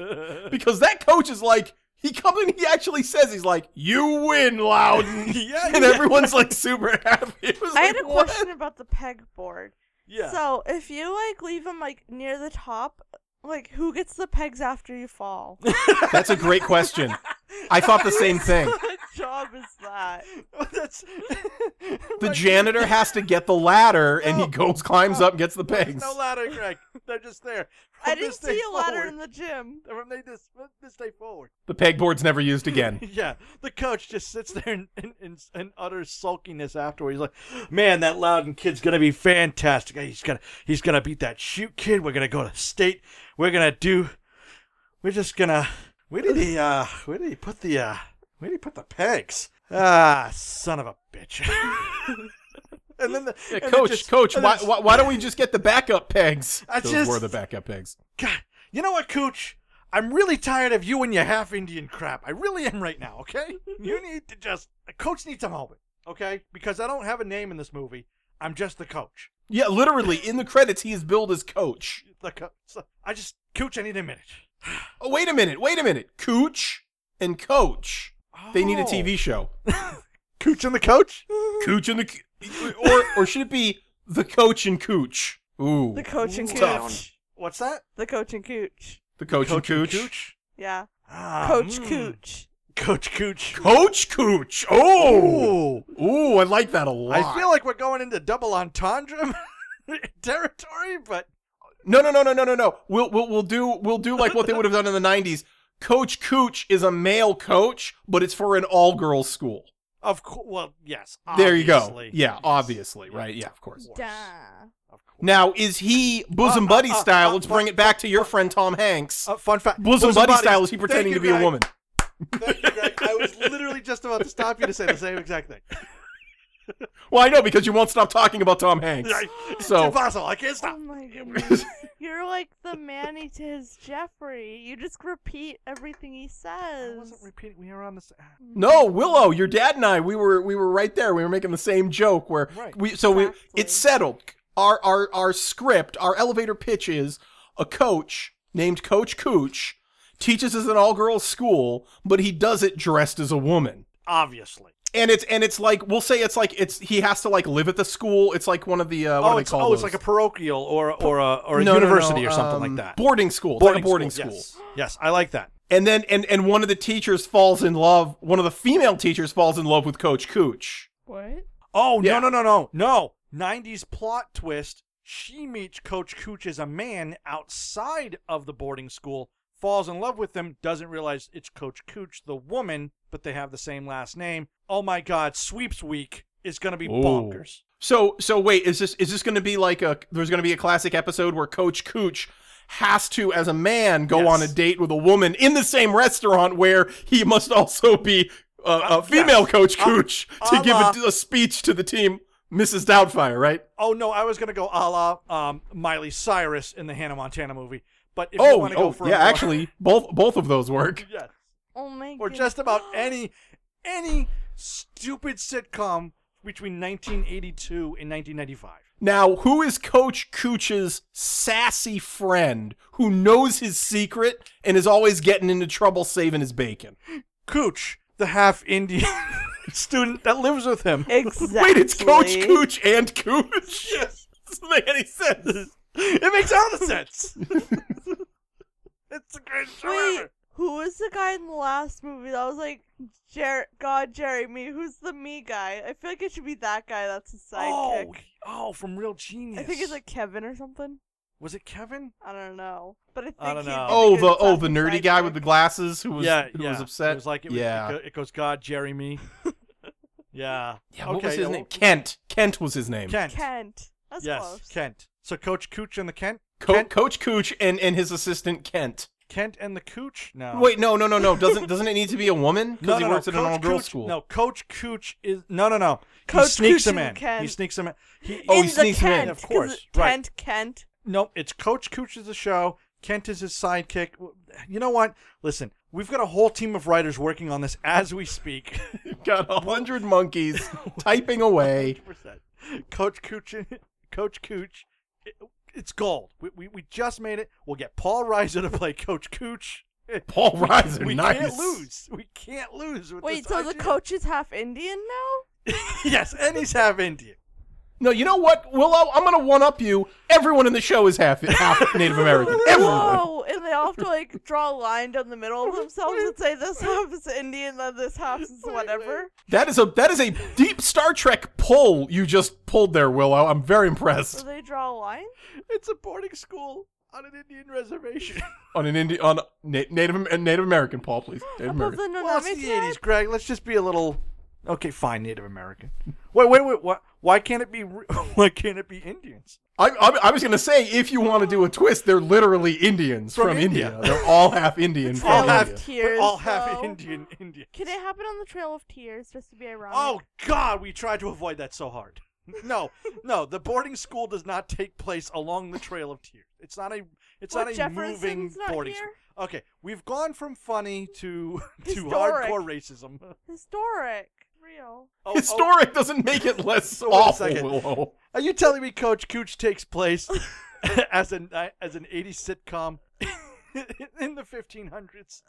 [SPEAKER 7] Because that coach is like, he comes and he actually says, he's like, "You win, Loudon,"
[SPEAKER 6] (laughs)
[SPEAKER 7] (laughs)
[SPEAKER 6] Yeah,
[SPEAKER 7] and
[SPEAKER 6] yeah.
[SPEAKER 7] everyone's like super happy. It
[SPEAKER 6] (laughs)
[SPEAKER 7] was
[SPEAKER 8] (laughs) I
[SPEAKER 7] like,
[SPEAKER 8] had a
[SPEAKER 7] what?
[SPEAKER 8] question about the pegboard.
[SPEAKER 6] Yeah.
[SPEAKER 8] So if you like leave them like near the top, like who gets the pegs after you fall?
[SPEAKER 7] (laughs) That's a great question. I thought the same thing.
[SPEAKER 8] (laughs) what job is
[SPEAKER 6] (laughs)
[SPEAKER 8] that?
[SPEAKER 6] (laughs) That's
[SPEAKER 7] (laughs) The
[SPEAKER 6] Like,
[SPEAKER 7] janitor has to get the ladder, and he
[SPEAKER 6] No.
[SPEAKER 7] goes, climbs up, gets the
[SPEAKER 6] There's
[SPEAKER 7] pegs.
[SPEAKER 6] no ladder, Greg. They're just there.
[SPEAKER 8] I
[SPEAKER 6] From
[SPEAKER 8] didn't
[SPEAKER 6] this day
[SPEAKER 8] see a ladder
[SPEAKER 6] forward-
[SPEAKER 8] in the gym.
[SPEAKER 6] From this this day forward.
[SPEAKER 7] The pegboard's never used again.
[SPEAKER 6] (laughs) Yeah, the coach just sits there in, in, in, in utter sulkiness afterward. He's like, "Man, that Loudon kid's gonna be fantastic. He's gonna he's gonna beat that shoot kid. We're gonna go to state. We're gonna do. We're just gonna. Where did he uh? Where did he put the uh? Where did he put the pegs? Ah, son of a bitch. (laughs) and then the
[SPEAKER 7] Yeah,
[SPEAKER 6] (laughs) and then
[SPEAKER 7] coach,
[SPEAKER 6] just-
[SPEAKER 7] coach,
[SPEAKER 6] and
[SPEAKER 7] why,
[SPEAKER 6] then-
[SPEAKER 7] why, why don't we just get the
[SPEAKER 6] (laughs)
[SPEAKER 7] backup pegs?
[SPEAKER 6] I
[SPEAKER 7] Those
[SPEAKER 6] just-
[SPEAKER 7] were the backup pegs.
[SPEAKER 6] God, you know what, Cooch? I'm really tired of you and your half Indian crap. I really am right now,
[SPEAKER 8] (laughs)
[SPEAKER 6] okay? you need to just. a Coach needs a moment, okay? Because I don't have a name in this movie. I'm just the coach.
[SPEAKER 7] Yeah, literally in the credits, he is billed as coach.
[SPEAKER 6] The coach. I just. Cooch, I need a minute.
[SPEAKER 7] Oh, wait a minute, wait a minute. Cooch and coach. They need a
[SPEAKER 6] Oh.
[SPEAKER 7] TV
[SPEAKER 6] (laughs)
[SPEAKER 7] show.
[SPEAKER 6] Cooch and the coach?
[SPEAKER 7] Cooch and the, co- or or should it be the coach and cooch? Ooh,
[SPEAKER 8] The coach and
[SPEAKER 6] Ooh.
[SPEAKER 8] cooch.
[SPEAKER 7] Tough.
[SPEAKER 6] What's that?
[SPEAKER 8] The coach and cooch.
[SPEAKER 7] the coach, and
[SPEAKER 6] and
[SPEAKER 7] cooch.
[SPEAKER 8] Yeah.
[SPEAKER 6] Ah,
[SPEAKER 8] coach
[SPEAKER 6] mm.
[SPEAKER 8] cooch.
[SPEAKER 6] Coach Cooch.
[SPEAKER 7] Coach Cooch. Oh,
[SPEAKER 6] Ooh.
[SPEAKER 7] ooh, I like that a lot.
[SPEAKER 6] I feel like we're going into double entendre (laughs) territory, but
[SPEAKER 7] no, no, no, no, no, no, no. We'll we'll we'll do we'll do like what they would have done in the '90s. Coach Cooch is a male coach, but it's for an all-girls school.
[SPEAKER 6] of course. Well, yes.
[SPEAKER 7] There you go.
[SPEAKER 6] obviously.
[SPEAKER 7] Yeah,
[SPEAKER 6] Yes.
[SPEAKER 7] obviously, right? Yeah, of course.
[SPEAKER 6] course.
[SPEAKER 8] Duh.
[SPEAKER 6] Of course.
[SPEAKER 7] Now, is he bosom
[SPEAKER 6] Uh,
[SPEAKER 7] buddy
[SPEAKER 6] uh, uh,
[SPEAKER 7] style?
[SPEAKER 6] uh,
[SPEAKER 7] Let's bring it back to your friend Tom Hanks.
[SPEAKER 6] Uh, fun fact:
[SPEAKER 7] Oh, Bosom, buddy
[SPEAKER 6] buddies-
[SPEAKER 7] style is he
[SPEAKER 6] Thank
[SPEAKER 7] pretending
[SPEAKER 6] you,
[SPEAKER 7] to be a
[SPEAKER 6] Greg.
[SPEAKER 7] woman?
[SPEAKER 6] Thank you, Greg. I
[SPEAKER 7] (laughs)
[SPEAKER 6] was literally just about to stop you to say the same exact thing.
[SPEAKER 7] Well, I know because you won't stop talking about Tom Hanks.
[SPEAKER 6] it's
[SPEAKER 7] So
[SPEAKER 6] impossible. I can't
[SPEAKER 8] Oh
[SPEAKER 6] stop.
[SPEAKER 8] my goodness. You're like the Manny to his Jeffrey. You just repeat everything he
[SPEAKER 6] I
[SPEAKER 8] says.
[SPEAKER 6] wasn't repeating. We were on this.
[SPEAKER 7] (laughs) no, Willow, your dad and I, we were we were right there. We were making the same joke where
[SPEAKER 6] Right.
[SPEAKER 7] we so we
[SPEAKER 8] Exactly.
[SPEAKER 7] it's settled. Our our our script, our elevator pitch is a coach named Coach Cooch teaches us an all girls school, but he does it dressed as a woman.
[SPEAKER 6] Obviously.
[SPEAKER 7] And it's and it's like we'll say it's like it's he has to like live at the school. It's like one of the uh, what
[SPEAKER 6] oh,
[SPEAKER 7] do they
[SPEAKER 6] it's,
[SPEAKER 7] call
[SPEAKER 6] oh it's
[SPEAKER 7] those?
[SPEAKER 6] like a parochial or or a or a
[SPEAKER 7] No, no, no,
[SPEAKER 6] university or something
[SPEAKER 7] um,
[SPEAKER 6] like that.
[SPEAKER 7] Boarding school, It's like a boarding school.
[SPEAKER 6] Yes. Yes, I like that.
[SPEAKER 7] And then and and one of the teachers falls in love. One of the female teachers falls in love with Coach Cooch.
[SPEAKER 8] What?
[SPEAKER 6] Oh
[SPEAKER 7] Yeah.
[SPEAKER 6] no no no no no! Nineties plot twist. She meets Coach Cooch as a man outside of the boarding school, falls in love with him, doesn't realize it's Coach Cooch, the woman, but they have the same last name. Oh my God! Sweeps week is gonna be
[SPEAKER 7] Ooh.
[SPEAKER 6] bonkers.
[SPEAKER 7] So so wait, is this is this going to be like a there's going to be a classic episode where Coach Cooch has to as a man go
[SPEAKER 6] Yes.
[SPEAKER 7] on a date with a woman in the same restaurant where he must also be a, a
[SPEAKER 6] Uh,
[SPEAKER 7] female
[SPEAKER 6] yes.
[SPEAKER 7] Coach
[SPEAKER 6] Uh,
[SPEAKER 7] Cooch to
[SPEAKER 6] a
[SPEAKER 7] give
[SPEAKER 6] la-
[SPEAKER 7] a, a speech to the team, Mrs. Doubtfire, right?
[SPEAKER 6] Oh no, I was gonna go a la um, Miley Cyrus in the Hannah Montana movie, but if you
[SPEAKER 7] oh,
[SPEAKER 6] want to go
[SPEAKER 7] oh
[SPEAKER 6] for a (laughs)
[SPEAKER 7] yeah,
[SPEAKER 6] more-
[SPEAKER 7] actually both both of those work.
[SPEAKER 6] yes,
[SPEAKER 8] Oh my
[SPEAKER 6] or
[SPEAKER 8] goodness.
[SPEAKER 6] just about any any stupid sitcom between 1982 and 1995.
[SPEAKER 7] Now, who is Coach Cooch's sassy friend who knows his secret and is always getting into trouble saving his bacon?
[SPEAKER 6] Cooch, the half Indian (laughs) student that lives with
[SPEAKER 8] (laughs)
[SPEAKER 6] him.
[SPEAKER 8] (gasps) Exactly.
[SPEAKER 7] Wait, it's Coach Cooch and
[SPEAKER 6] (laughs)
[SPEAKER 7] Cooch?
[SPEAKER 6] Yes.
[SPEAKER 7] Doesn't make any sense.
[SPEAKER 6] It makes all the
[SPEAKER 8] (laughs)
[SPEAKER 6] sense. it's the greatest show
[SPEAKER 8] Wait,
[SPEAKER 6] ever.
[SPEAKER 8] who was the guy in the last movie that was like, Jer- God, Jeremy, who's the me guy? I feel like it should be that guy that's his sidekick.
[SPEAKER 6] Oh, oh, from Real Genius.
[SPEAKER 8] I think it's like Kevin or something.
[SPEAKER 6] Was it Kevin?
[SPEAKER 8] I don't know. But I think
[SPEAKER 6] I don't
[SPEAKER 8] he'd
[SPEAKER 6] know.
[SPEAKER 8] be
[SPEAKER 7] Oh,
[SPEAKER 8] good
[SPEAKER 7] the oh the
[SPEAKER 8] classic
[SPEAKER 7] nerdy guy with
[SPEAKER 8] sidekick.
[SPEAKER 7] the glasses who was
[SPEAKER 6] yeah,
[SPEAKER 7] who
[SPEAKER 6] yeah.
[SPEAKER 7] was upset.
[SPEAKER 6] It was like it was,
[SPEAKER 7] yeah.
[SPEAKER 6] it, go- it goes God,
[SPEAKER 8] (laughs)
[SPEAKER 6] Jeremy. yeah.
[SPEAKER 7] yeah, what
[SPEAKER 6] okay,
[SPEAKER 7] was his
[SPEAKER 6] yeah,
[SPEAKER 7] name? Kent. Kent was his name.
[SPEAKER 6] Kent.
[SPEAKER 8] Kent. That's
[SPEAKER 6] yes,
[SPEAKER 8] close.
[SPEAKER 6] Kent. So Coach Cooch and the Kent.
[SPEAKER 7] Co-
[SPEAKER 6] Kent,
[SPEAKER 7] Coach Cooch and, and his assistant Kent.
[SPEAKER 6] Kent and the Cooch. No.
[SPEAKER 7] Wait, no, no, no, no. Doesn't doesn't it need to be
[SPEAKER 6] (laughs)
[SPEAKER 7] a woman? Because
[SPEAKER 6] Oh. No,
[SPEAKER 7] he
[SPEAKER 6] no,
[SPEAKER 7] works
[SPEAKER 6] no.
[SPEAKER 7] at an
[SPEAKER 6] Coach
[SPEAKER 7] all girls
[SPEAKER 6] Cooch-
[SPEAKER 7] school.
[SPEAKER 6] No, Coach Cooch is no, no, no.
[SPEAKER 8] Coach
[SPEAKER 6] he sneaks
[SPEAKER 8] Cooch
[SPEAKER 6] him
[SPEAKER 8] and
[SPEAKER 6] in. He
[SPEAKER 8] Kent.
[SPEAKER 6] sneaks him in. He,
[SPEAKER 7] Oh,
[SPEAKER 8] in
[SPEAKER 7] he
[SPEAKER 8] the
[SPEAKER 7] sneaks him in.
[SPEAKER 8] Kent,
[SPEAKER 6] Of
[SPEAKER 8] 'cause
[SPEAKER 6] course,
[SPEAKER 8] it's
[SPEAKER 6] right.
[SPEAKER 8] Kent, Kent.
[SPEAKER 6] no, it's Coach Cooch is the show. Kent is his sidekick. You know what? Listen, we've got a whole team of writers working on this as we
[SPEAKER 7] (laughs)
[SPEAKER 6] speak.
[SPEAKER 7] Got a
[SPEAKER 6] (laughs)
[SPEAKER 7] hundred monkeys typing away.
[SPEAKER 6] 100%. Coach Cooch, Coach Cooch, it- it's gold. We, we we just made it. We'll get Paul Reiser to play Coach
[SPEAKER 7] (laughs)
[SPEAKER 6] Cooch.
[SPEAKER 7] Paul Reiser,
[SPEAKER 6] we
[SPEAKER 7] nice.
[SPEAKER 6] can't lose. We can't lose. With (laughs)
[SPEAKER 8] Wait,
[SPEAKER 6] this
[SPEAKER 8] so the
[SPEAKER 6] idea.
[SPEAKER 8] coach is half Indian now?
[SPEAKER 6] yes, and he's half Indian.
[SPEAKER 7] No, you know what, Willow? I'm gonna one up you. Everyone in the show is half half Native
[SPEAKER 6] (laughs)
[SPEAKER 7] American. Everyone.
[SPEAKER 8] Whoa! And they all have to like draw a line down the
[SPEAKER 6] (laughs)
[SPEAKER 8] middle of themselves and say this half is Indian, then this half is whatever.
[SPEAKER 7] That is a that is a deep Star Trek pull you just pulled there, Willow. I'm very
[SPEAKER 8] So
[SPEAKER 7] impressed.
[SPEAKER 8] they draw a line.
[SPEAKER 6] It's a boarding school on an Indian
[SPEAKER 8] (laughs)
[SPEAKER 6] reservation.
[SPEAKER 7] On an Indian on Na- Native Native American, Paul, please. Native
[SPEAKER 8] Above
[SPEAKER 7] American.
[SPEAKER 8] the
[SPEAKER 6] well, it's
[SPEAKER 8] Nonami
[SPEAKER 6] the eighties, Greg. Let's just be a little. Okay, fine, Native American. Wait, wait, wait. What? Why can't it be? re- (laughs) Why can't it be Indians?
[SPEAKER 7] I, I, I was gonna say if you want to do a twist, they're literally Indians from,
[SPEAKER 6] From
[SPEAKER 7] India.
[SPEAKER 6] India.
[SPEAKER 7] They're all half Indian from
[SPEAKER 8] all
[SPEAKER 7] India.
[SPEAKER 8] half- tears,
[SPEAKER 6] but all half
[SPEAKER 8] though.
[SPEAKER 6] Indian Indians.
[SPEAKER 8] Can it happen on the Trail of Tears? Just to be ironic.
[SPEAKER 6] Oh God, we tried to avoid that so hard. No, no, the boarding school does not take place along the Trail of Tears. It's not a, it's
[SPEAKER 8] What,
[SPEAKER 6] not a
[SPEAKER 8] Jefferson's
[SPEAKER 6] moving
[SPEAKER 8] not
[SPEAKER 6] boarding
[SPEAKER 8] here?
[SPEAKER 6] school. Okay, we've gone from funny to (laughs) to
[SPEAKER 8] Historic.
[SPEAKER 6] hardcore
[SPEAKER 8] (laughs)
[SPEAKER 6] racism.
[SPEAKER 8] historic, real.
[SPEAKER 6] Oh, oh,
[SPEAKER 7] Historic doesn't make it less
[SPEAKER 6] So (laughs) wait a
[SPEAKER 7] awful,
[SPEAKER 6] second.
[SPEAKER 7] Willow.
[SPEAKER 6] are you telling me Coach Cooch takes place as an as an '80s sitcom (laughs) in the 1500s?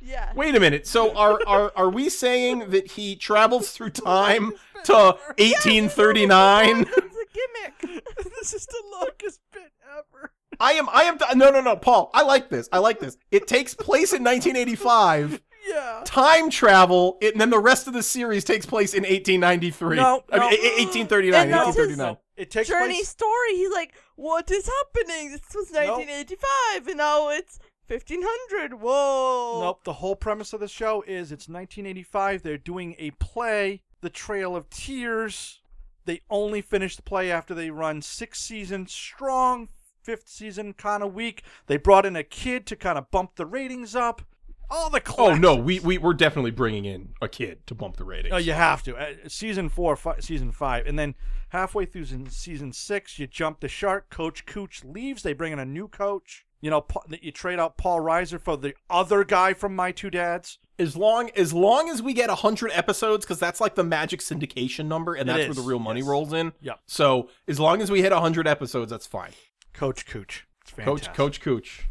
[SPEAKER 8] Yeah.
[SPEAKER 7] Wait a minute. So are are are we saying that he travels through time to
[SPEAKER 6] (laughs)
[SPEAKER 7] 1839?
[SPEAKER 8] It's a gimmick.
[SPEAKER 6] (laughs) this is the longest bit ever.
[SPEAKER 7] I am I am no no no, Paul. I like this. I like this. It takes place in 1985.
[SPEAKER 6] (laughs) Yeah.
[SPEAKER 7] Time travel, and then the rest of the series takes place in 1893.
[SPEAKER 6] No, no.
[SPEAKER 7] I mean, eh, 1839.
[SPEAKER 8] And that's his
[SPEAKER 7] 1839.
[SPEAKER 6] It takes
[SPEAKER 8] Journey
[SPEAKER 6] place.
[SPEAKER 8] story. He's like, what is happening? This was 1985, and now it's 1500. Whoa.
[SPEAKER 6] Nope. The whole premise of the show is it's 1985. They're doing a play, The Trail of Tears. They only finish the play after they run six seasons strong. Fifth season kind of weak. They brought in a kid to kind of bump the ratings up. All the
[SPEAKER 7] Oh
[SPEAKER 6] classics.
[SPEAKER 7] no, we we we're definitely bringing in a kid to bump the ratings.
[SPEAKER 6] Oh, you have to. Uh, season four, fi- season five, and then halfway through season- season six, you jump the shark. Coach Cooch leaves. They bring in a new coach. You know, Pa- that you trade out Paul Reiser for the other guy from My Two Dads.
[SPEAKER 7] As long as long as we get 100 episodes cuz that's like the magic syndication number and
[SPEAKER 6] It
[SPEAKER 7] that's where
[SPEAKER 6] is,
[SPEAKER 7] the real money
[SPEAKER 6] yes.
[SPEAKER 7] rolls in.
[SPEAKER 6] Yep.
[SPEAKER 7] So, as long as we hit 100 episodes, that's fine.
[SPEAKER 6] Coach Cooch. It's fantastic.
[SPEAKER 7] Coach Coach Cooch.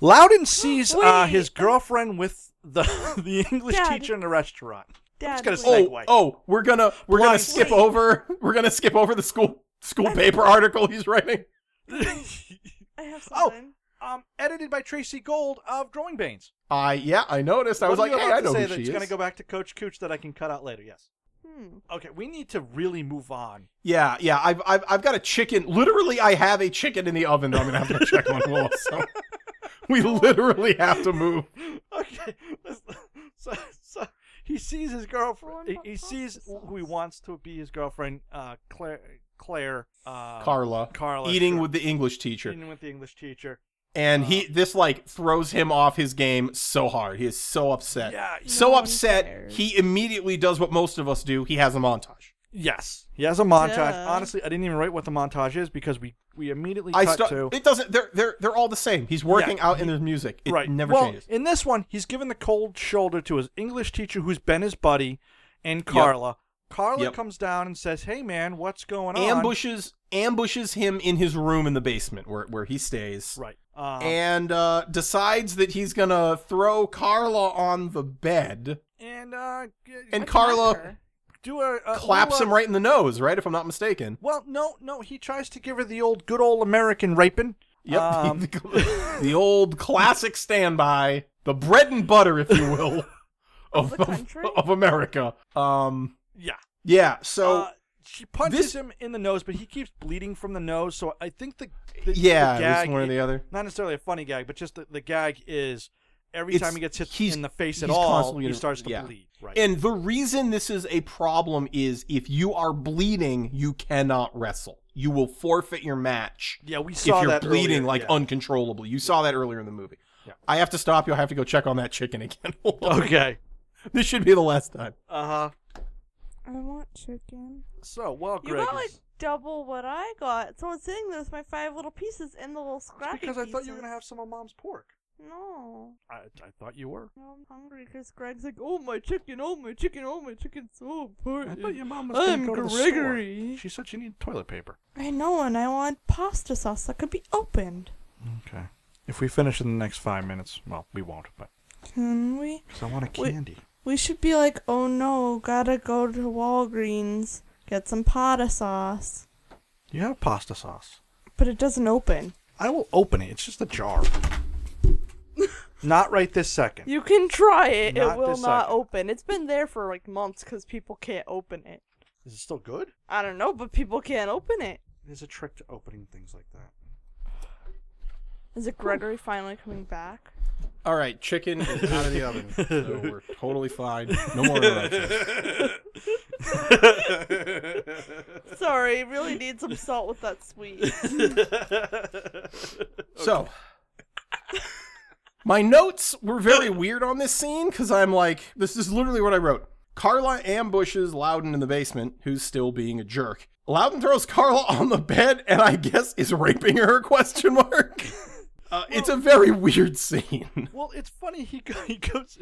[SPEAKER 6] Loudon sees uh,
[SPEAKER 8] Wait.
[SPEAKER 6] his girlfriend with the (laughs) the English
[SPEAKER 8] Dad.
[SPEAKER 6] teacher in the restaurant. (laughs)
[SPEAKER 8] Dad,
[SPEAKER 6] just gonna
[SPEAKER 8] wait.
[SPEAKER 6] say-
[SPEAKER 7] Oh,
[SPEAKER 6] Segue.
[SPEAKER 7] oh, we're going to we're going to
[SPEAKER 6] Blind
[SPEAKER 7] skip
[SPEAKER 8] Wait.
[SPEAKER 7] over (laughs) we're going to skip over the school
[SPEAKER 6] (laughs)
[SPEAKER 7] school paper article he's writing.
[SPEAKER 8] I have
[SPEAKER 6] Oh.
[SPEAKER 8] something.
[SPEAKER 6] um, edited by Tracy Gold of Growing Banes.
[SPEAKER 7] I yeah, I noticed. I was
[SPEAKER 6] What
[SPEAKER 7] like,
[SPEAKER 6] are you
[SPEAKER 7] "Hey,
[SPEAKER 6] about
[SPEAKER 7] I
[SPEAKER 6] to
[SPEAKER 7] know
[SPEAKER 6] say
[SPEAKER 7] who
[SPEAKER 6] that's
[SPEAKER 7] she is."
[SPEAKER 6] gonna go back to Coach Cooch that I can cut out later. Yes.
[SPEAKER 8] Hmm.
[SPEAKER 6] Okay, we need to really move on.
[SPEAKER 7] Yeah, yeah. I've, I've I've got a chicken. Literally, I have a chicken in the oven that I'm gonna have to go check on Willow. So we literally have to move.
[SPEAKER 6] (laughs) okay. let's- So, so he sees his girlfriend.
[SPEAKER 8] Going
[SPEAKER 6] He, he
[SPEAKER 8] back
[SPEAKER 6] sees
[SPEAKER 8] to
[SPEAKER 6] who he
[SPEAKER 8] sauce.
[SPEAKER 6] wants to be his girlfriend, uh, Claire. Claire. Uh,
[SPEAKER 7] Carla,
[SPEAKER 6] Carla,
[SPEAKER 7] eating
[SPEAKER 6] sure. uh,
[SPEAKER 7] with the English teacher,
[SPEAKER 6] Eating with the English teacher.
[SPEAKER 7] and he this like throws him off his game so hard. He is so upset.
[SPEAKER 6] Yeah.
[SPEAKER 7] so
[SPEAKER 8] No one
[SPEAKER 7] upset.
[SPEAKER 8] cares.
[SPEAKER 7] He immediately does what most of us do. He has a montage.
[SPEAKER 6] Yes, he has a montage.
[SPEAKER 8] Duh.
[SPEAKER 6] Honestly, I didn't even write what the montage is because we we immediately
[SPEAKER 7] I
[SPEAKER 6] cut
[SPEAKER 7] start.
[SPEAKER 6] to
[SPEAKER 7] It doesn't. They're they're they're all the same. He's working
[SPEAKER 6] Yeah.
[SPEAKER 7] out and there's music. It
[SPEAKER 6] right.
[SPEAKER 7] never
[SPEAKER 6] well,
[SPEAKER 7] changes.
[SPEAKER 6] in this one, he's given the cold shoulder to his English teacher, who's been his buddy, and Carla. Carla
[SPEAKER 7] Yep.
[SPEAKER 6] comes down and says, "Hey, man, what's going on?"
[SPEAKER 7] Ambushes ambushes him in his room in the basement where where he stays.
[SPEAKER 6] Right. Um, and,
[SPEAKER 7] and uh, decides that he's gonna throw Carla on the bed,
[SPEAKER 6] uh, g-
[SPEAKER 7] and
[SPEAKER 8] Attack
[SPEAKER 7] Carla
[SPEAKER 8] her.
[SPEAKER 6] do a, a
[SPEAKER 7] claps
[SPEAKER 6] little,
[SPEAKER 7] him
[SPEAKER 6] uh,
[SPEAKER 7] right in the nose, right? If I'm not mistaken.
[SPEAKER 6] Well, no, no, he tries to give her the old good old American raping.
[SPEAKER 7] Yep,
[SPEAKER 6] Um,
[SPEAKER 7] (laughs) the old classic standby, the bread and butter, if
[SPEAKER 6] (laughs)
[SPEAKER 7] you will, of
[SPEAKER 8] the country?
[SPEAKER 7] of, America. Um,
[SPEAKER 6] yeah.
[SPEAKER 7] yeah. So
[SPEAKER 6] uh, she punches
[SPEAKER 7] this-
[SPEAKER 6] him in the nose, but he keeps bleeding from the nose. So I think the, the
[SPEAKER 7] yeah,
[SPEAKER 6] the
[SPEAKER 7] it was
[SPEAKER 6] gag,
[SPEAKER 7] one or the other.
[SPEAKER 6] not necessarily a funny gag, but just the, the gag is every
[SPEAKER 7] It's-
[SPEAKER 6] time he gets hit
[SPEAKER 7] he's-
[SPEAKER 6] in the face at
[SPEAKER 7] he's
[SPEAKER 6] all,
[SPEAKER 7] constantly
[SPEAKER 6] he
[SPEAKER 7] gonna-
[SPEAKER 6] starts to
[SPEAKER 7] yeah.
[SPEAKER 6] bleed. Right.
[SPEAKER 7] And the reason this is a problem is if you are bleeding, you cannot wrestle. You will forfeit your match.
[SPEAKER 6] yeah, we saw
[SPEAKER 7] if you're
[SPEAKER 6] that
[SPEAKER 7] bleeding
[SPEAKER 6] earlier,
[SPEAKER 7] like
[SPEAKER 6] yeah.
[SPEAKER 7] uncontrollably. You saw that earlier in the movie.
[SPEAKER 6] Yeah.
[SPEAKER 7] I have to stop you. I have to go check on that chicken again. (laughs) Hold on.
[SPEAKER 6] okay.
[SPEAKER 7] This should be the last time.
[SPEAKER 6] Uh huh.
[SPEAKER 8] I want chicken.
[SPEAKER 6] So well,
[SPEAKER 8] You
[SPEAKER 6] Greg.
[SPEAKER 8] got like
[SPEAKER 6] is-
[SPEAKER 8] double what I got. So it's sitting there with my five little pieces and the little
[SPEAKER 6] It's
[SPEAKER 8] scrappy
[SPEAKER 6] because I thought you were
[SPEAKER 8] pieces.
[SPEAKER 6] gonna have some of Mom's pork.
[SPEAKER 8] No.
[SPEAKER 6] I, I thought you were.
[SPEAKER 8] No, I'm hungry because Greg's like, oh my chicken, oh my chicken, oh my chicken's so
[SPEAKER 6] I
[SPEAKER 8] important.
[SPEAKER 6] thought your mom was gonna
[SPEAKER 8] I'm
[SPEAKER 6] go to the store.
[SPEAKER 8] Gregory.
[SPEAKER 6] She said she needed toilet paper.
[SPEAKER 8] I know, and I want pasta sauce that could be opened.
[SPEAKER 6] Okay. If we finish in the next five minutes, well, we won't, but
[SPEAKER 8] Can we?
[SPEAKER 6] because I want a
[SPEAKER 8] Wait.
[SPEAKER 6] candy.
[SPEAKER 8] We should be like, oh no, gotta go to Walgreens. Get some pata sauce.
[SPEAKER 6] You have pasta sauce.
[SPEAKER 8] But it doesn't open.
[SPEAKER 6] I will open it. It's just a (laughs) jar. Not right this second.
[SPEAKER 8] You can try it.
[SPEAKER 6] Not
[SPEAKER 8] it will
[SPEAKER 6] this
[SPEAKER 8] not
[SPEAKER 6] second.
[SPEAKER 8] open. It's been there for like months because people can't open it.
[SPEAKER 6] Is it still good?
[SPEAKER 8] I don't know, but people can't open it.
[SPEAKER 6] There's a trick to opening things like that.
[SPEAKER 8] Is it Gregory finally coming back?
[SPEAKER 7] All right, chicken is out (laughs) of the oven, so we're totally fine. No (laughs) more interruptions.
[SPEAKER 6] (laughs)
[SPEAKER 8] Sorry, really need some salt with that sweet.
[SPEAKER 7] So, my notes were very weird on this scene because I'm like, this is literally what I wrote. Carla ambushes Loudon in the basement, who's still being a jerk. Loudon throws Carla (laughs) on the bed, and I guess is raping her? (laughs) Question mark. Uh, it's a very weird scene.
[SPEAKER 6] Well, it's funny. He, go- he goes,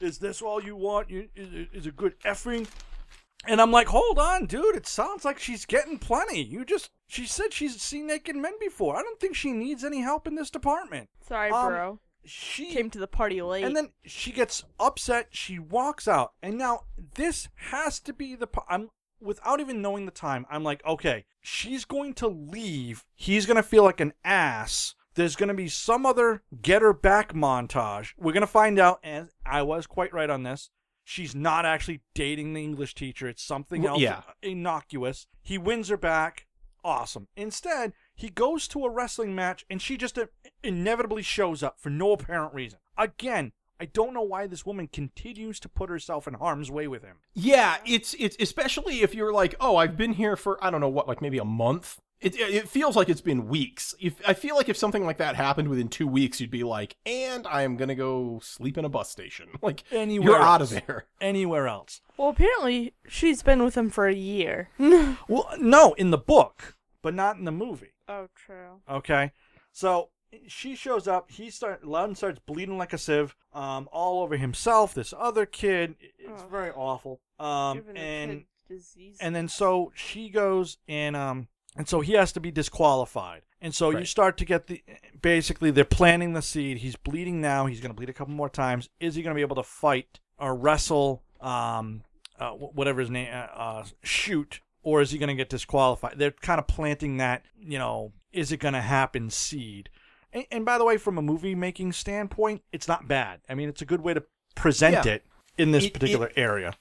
[SPEAKER 6] Is this all you want? You, is, it- is it good effing? And I'm like, Hold on, dude. It sounds like she's getting plenty. You just, she said she's seen naked men before. I don't think she needs any help in this department.
[SPEAKER 8] Sorry,
[SPEAKER 6] Um,
[SPEAKER 8] bro.
[SPEAKER 6] She
[SPEAKER 8] Came to the party late.
[SPEAKER 6] And then she gets upset. She walks out. And now this has to be the. po- I'm without even knowing the time. I'm like, okay, she's going to leave. He's gonna feel like an ass. There's gonna be some other get her back montage. We're gonna find out. And I was quite right on this. She's not actually dating the English teacher. It's something
[SPEAKER 7] Well,
[SPEAKER 6] else
[SPEAKER 7] yeah.
[SPEAKER 6] innocuous. He wins her back. Awesome. Instead, he goes to a wrestling match and she just in- inevitably shows up for no apparent reason. Again, I don't know why this woman continues to put herself in harm's way with him.
[SPEAKER 7] Yeah, it's it's especially if you're like, oh, I've been here for I don't know what, like maybe a month. It it it feels like it's been weeks. If I feel like if something like that happened within two weeks, you'd be like, and I am gonna go sleep in a bus station. (laughs) Like
[SPEAKER 6] Anywhere
[SPEAKER 7] you're out of
[SPEAKER 6] else.
[SPEAKER 7] there.
[SPEAKER 6] Anywhere else.
[SPEAKER 8] well, apparently she's been with him for
[SPEAKER 6] (laughs)
[SPEAKER 8] a year.
[SPEAKER 6] Well, no, in the book, but not in the movie.
[SPEAKER 8] oh, true.
[SPEAKER 6] Okay. So she shows up. He start Loudon starts bleeding like a sieve, um, all over himself. This other kid. It- It's
[SPEAKER 8] Ugh.
[SPEAKER 6] very awful. Um,
[SPEAKER 8] Giving a
[SPEAKER 6] and
[SPEAKER 8] kid disease.
[SPEAKER 6] and then so she goes and um and so he has to be disqualified and so you
[SPEAKER 7] Right.
[SPEAKER 6] start to get the basically they're planting the seed he's bleeding now he's going to bleed a couple more times is he going to be able to fight or wrestle um uh, wh- whatever his name uh, uh shoot or is he going to get disqualified they're kind of planting that you know is it going to happen seed and, and by the way from a movie making standpoint it's not bad i mean it's a good way to present
[SPEAKER 7] Yeah.
[SPEAKER 6] it in this
[SPEAKER 7] It- it-
[SPEAKER 6] particular area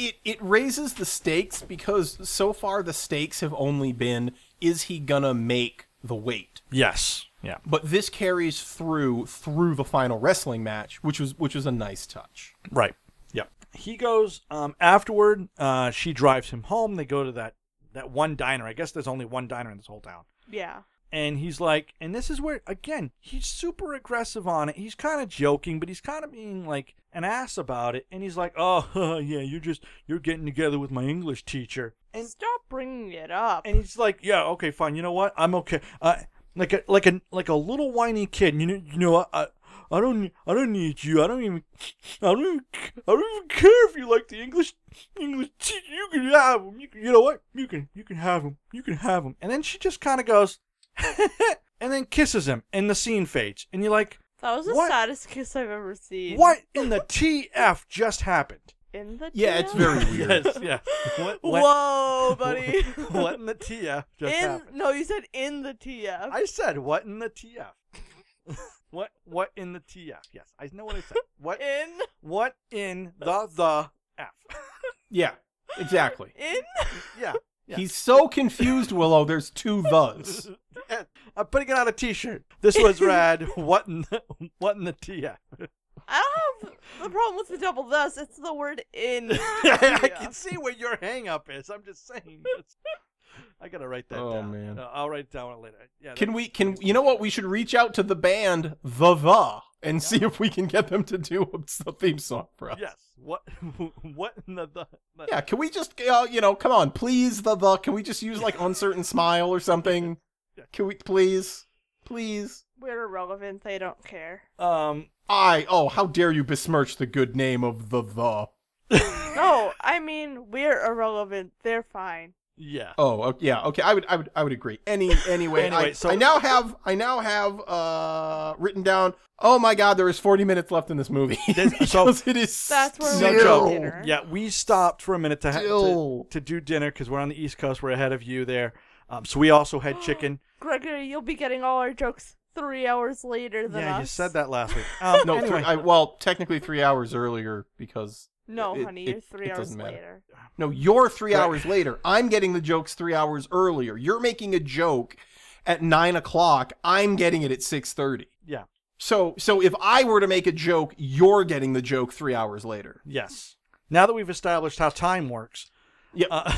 [SPEAKER 7] It it raises the stakes because so far the stakes have only been is he gonna make the weight?
[SPEAKER 6] yes yeah
[SPEAKER 7] But this carries through through the final wrestling match, which was which was a nice touch.
[SPEAKER 6] Right. Yep. He goes um, afterward. Uh, she drives him home. They go to that that one diner. I guess there's only one diner in this whole town.
[SPEAKER 8] yeah.
[SPEAKER 6] And he's like, and this is where again he's super aggressive on it. He's kind of joking, but he's kind of being like an ass about it. And he's like, oh (laughs) yeah, you're just you're getting together with my English teacher. And
[SPEAKER 8] Stop bringing it up.
[SPEAKER 6] and he's like, "Yeah, okay, fine. You know what? I'm okay." Uh, like a like a like a little whiny kid. You know, you know, I, I, I don't, I don't need you. I don't even, I don't, even, I don't even care if you like the English English. Te- you can have him. You, can, you know what? You can, you can have him. You can have him. And then she just kind of goes, (laughs) and then kisses him, and the scene fades. And you're like,
[SPEAKER 8] that was the
[SPEAKER 6] what?
[SPEAKER 8] saddest kiss I've ever seen.
[SPEAKER 6] "What in (laughs) the TF just happened?"
[SPEAKER 8] In the
[SPEAKER 7] Yeah, it's
[SPEAKER 8] damn-
[SPEAKER 7] (laughs)
[SPEAKER 8] (laughs)
[SPEAKER 7] very weird.
[SPEAKER 6] yes. What,
[SPEAKER 8] Whoa, buddy.
[SPEAKER 6] (laughs) what in the TF just
[SPEAKER 8] in
[SPEAKER 6] happened?
[SPEAKER 8] no, you said in the TF.
[SPEAKER 6] I said what in the TF? (laughs) what what in the TF? Yes, I know what I said.
[SPEAKER 7] (laughs)
[SPEAKER 6] What
[SPEAKER 8] in
[SPEAKER 6] what in the the
[SPEAKER 7] (laughs)
[SPEAKER 6] F?
[SPEAKER 7] Yeah, exactly.
[SPEAKER 8] in.
[SPEAKER 6] yeah. yeah.
[SPEAKER 7] He's so confused, Willow. There's two thes.
[SPEAKER 6] Yeah, I'm putting it on a T-shirt. This
[SPEAKER 7] (laughs)
[SPEAKER 6] was rad. What in the, what in the TF?
[SPEAKER 8] I don't have the problem with the double thus. It's the word
[SPEAKER 6] (laughs)
[SPEAKER 8] in.
[SPEAKER 6] (laughs) I
[SPEAKER 8] Yeah.
[SPEAKER 6] can see where your hang up is. I'm just saying. That's- I gotta write that
[SPEAKER 7] Oh,
[SPEAKER 6] down.
[SPEAKER 7] man.
[SPEAKER 6] Uh, I'll write it down later. Yeah.
[SPEAKER 7] Can
[SPEAKER 6] that-
[SPEAKER 7] we? Can you know what? We should reach out to the band The The and see if we can get them to do a theme song for us.
[SPEAKER 6] Yes. What (laughs) what in the the? the
[SPEAKER 7] Yeah, Can we just? Uh, you know, come on, please, The The. Can we just use like uncertain smile or something? Can we please, please?
[SPEAKER 8] We're irrelevant. They don't care.
[SPEAKER 6] Um.
[SPEAKER 7] I oh, how dare you besmirch the good name of The The?
[SPEAKER 8] No, I mean we're irrelevant. They're fine.
[SPEAKER 6] Yeah.
[SPEAKER 7] Oh, o- yeah. Okay, I would, I would, I would agree.
[SPEAKER 6] (laughs)
[SPEAKER 7] Any, anyway, I,
[SPEAKER 6] Anyway, so-
[SPEAKER 7] I now have, I now have uh written down. Oh my God, there is forty minutes left in this
[SPEAKER 6] (laughs)
[SPEAKER 7] movie.
[SPEAKER 6] There's-
[SPEAKER 7] (laughs)
[SPEAKER 6] so-
[SPEAKER 7] Because it is
[SPEAKER 8] That's where we
[SPEAKER 7] still-
[SPEAKER 8] were at dinner.
[SPEAKER 6] Yeah, we stopped for a minute to ha- to,
[SPEAKER 7] Still.
[SPEAKER 6] to do dinner because we're on the East Coast. We're ahead of you there. Um, so we also had chicken.
[SPEAKER 8] Gregory, you'll be getting all our jokes three hours later than
[SPEAKER 6] yeah,
[SPEAKER 8] us.
[SPEAKER 6] you said that last week. Um,
[SPEAKER 7] No,
[SPEAKER 6] anyway,
[SPEAKER 7] three, I, well, technically three hours earlier because
[SPEAKER 8] No,
[SPEAKER 7] It-
[SPEAKER 8] honey,
[SPEAKER 7] it-
[SPEAKER 8] you're three
[SPEAKER 7] it
[SPEAKER 8] hours
[SPEAKER 7] doesn't matter.
[SPEAKER 8] later.
[SPEAKER 7] No, you're three hours later. I'm getting the jokes three hours earlier. You're making a joke at nine o'clock. I'm getting it at six thirty.
[SPEAKER 6] Yeah.
[SPEAKER 7] So so if I were to make a joke, you're getting the joke three hours later.
[SPEAKER 6] yes. Now that we've established how time works,
[SPEAKER 7] Yeah.
[SPEAKER 6] uh,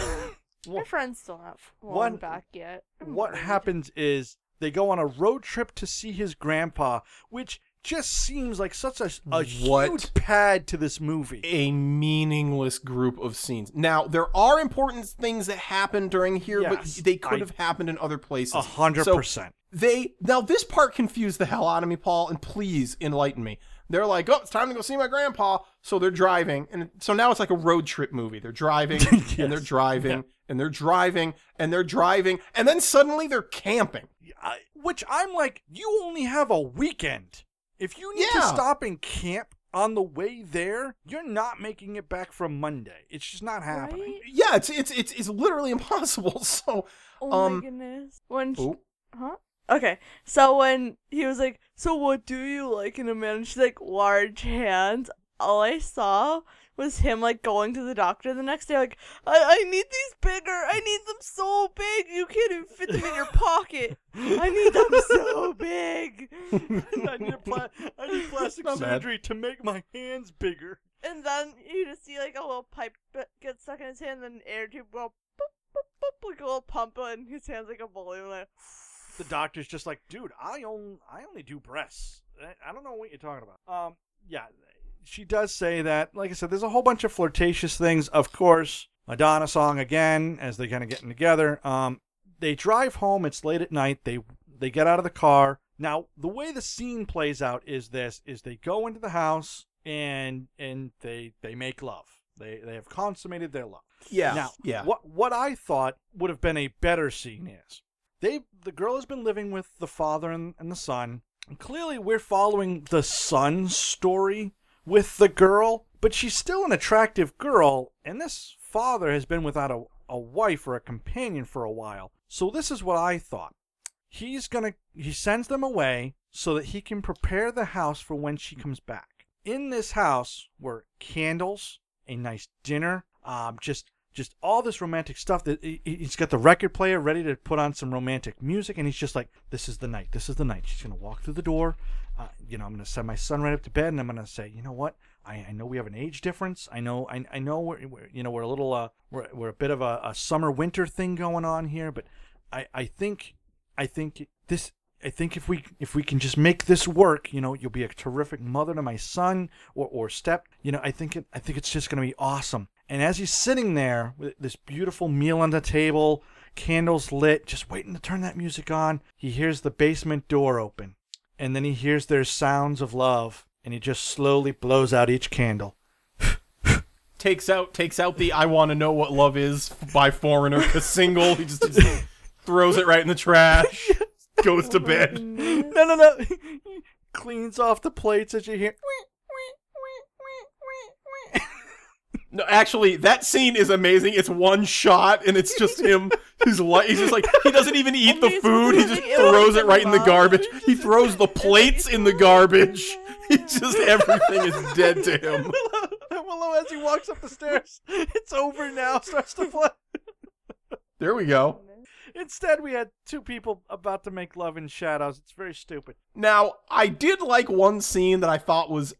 [SPEAKER 6] (laughs)
[SPEAKER 8] Your friend's still not flown
[SPEAKER 6] One-
[SPEAKER 8] back yet. I'm
[SPEAKER 6] what
[SPEAKER 8] worried.
[SPEAKER 6] happens is they go on a road trip to see his grandpa, which just seems like such a, a huge
[SPEAKER 7] What?
[SPEAKER 6] pad to this movie.
[SPEAKER 7] a meaningless group of scenes. Now there are important things that happen during here,
[SPEAKER 6] Yes,
[SPEAKER 7] but they could
[SPEAKER 6] I-
[SPEAKER 7] have happened in other places.
[SPEAKER 6] A hundred
[SPEAKER 7] So,
[SPEAKER 6] percent.
[SPEAKER 7] they now this part confused the hell out of me paul and please enlighten me they're like oh it's time to go see my grandpa so they're driving and so now it's like a road trip movie they're
[SPEAKER 6] (laughs)
[SPEAKER 7] driving and they're
[SPEAKER 6] Yes.
[SPEAKER 7] driving and they're driving and they're driving and then suddenly they're camping
[SPEAKER 6] I, which I'm like, you only have a weekend. If you need to
[SPEAKER 7] Yeah.
[SPEAKER 6] stop and camp on the way there, you're not making it back from Monday. It's just not happening.
[SPEAKER 8] Right?
[SPEAKER 7] yeah it's it's it's, it's literally (laughs) impossible so
[SPEAKER 8] Oh
[SPEAKER 7] um,
[SPEAKER 8] my goodness. When she-
[SPEAKER 7] oh,
[SPEAKER 8] huh? Okay. So when he was like, "So what do you like in a man?" and she's like, "Large hands." All I saw was him like going to the doctor the next day, like, "I, I need these bigger. I need them so big. You can't even fit them in your pocket.
[SPEAKER 6] (laughs)
[SPEAKER 8] I need them so big."
[SPEAKER 6] (laughs) I need, a pla- I need plastic
[SPEAKER 7] Not bad.
[SPEAKER 6] surgery to make my hands bigger.
[SPEAKER 8] And then you just see like a little pipe that gets stuck in his hand, and an air tube go boop boop boop like a little pump, and his hands like a balloon. Like, (laughs)
[SPEAKER 6] The doctor's just like, dude, I only, I only do breasts. I- I don't know what you're talking about. Um, yeah, she does say that. Like I said, there's a whole bunch of flirtatious things. Of course, Madonna song again as they kind of getting together. Um, they drive home. It's late at night. They they get out of the car. Now the way the scene plays out is this: is they go into the house and and they they make love. They they have consummated their love.
[SPEAKER 7] yeah
[SPEAKER 6] Now,
[SPEAKER 7] yeah
[SPEAKER 6] what what I thought would have been a better scene is they the girl has been living with the father and, and the son. And clearly, we're following the son's story with the girl, but she's still an attractive girl, and this father has been without a, a wife or a companion for a while. So this is what I thought. He's gonna he sends them away so that he can prepare the house for when she comes back. In this house were candles, a nice dinner, um, just just all this romantic stuff. That he- he- he's got the record player ready to put on some romantic music, and he's just like, "This is the night. This is the night." She's gonna walk through the door. Uh, you know, I'm gonna send my son right up to bed, and I'm gonna say, "You know what? I, I know we have an age difference. I know I, I know we're, we're you know we're a little uh we're, we're a bit of a, a summer winter thing going on here, but I I think I think this. I think if we if we can just make this work, you know, you'll be a terrific mother to my son or, or step. You know, I think it, I think it's just going to be awesome. And as he's sitting there with this beautiful meal on the table, candles lit, just waiting to turn that music on, he hears the basement door open, and then he hears their sounds of love, and he just slowly blows out each candle. (laughs)
[SPEAKER 7] takes out takes out the I want to know what love is by foreigner the single. He just, just throws it right in the trash. (laughs) Goes to bed.
[SPEAKER 6] No, no, (laughs) no. Cleans off the plates as you hear.
[SPEAKER 7] No, actually, that scene is amazing. It's one shot, and it's just him. His life. He's just like he doesn't even eat the
[SPEAKER 8] Amazing.
[SPEAKER 7] food. He just throws it right in the garbage. (laughs) He throws the plates in the garbage. (laughs) He just everything is (laughs) dead to him.
[SPEAKER 6] Willow, Willow, as he walks up the stairs, (laughs) it's over now. Starts to play.
[SPEAKER 7] There we go.
[SPEAKER 6] Instead, we had two people about to make love in shadows. It's very stupid.
[SPEAKER 7] Now, I did like one scene that I thought was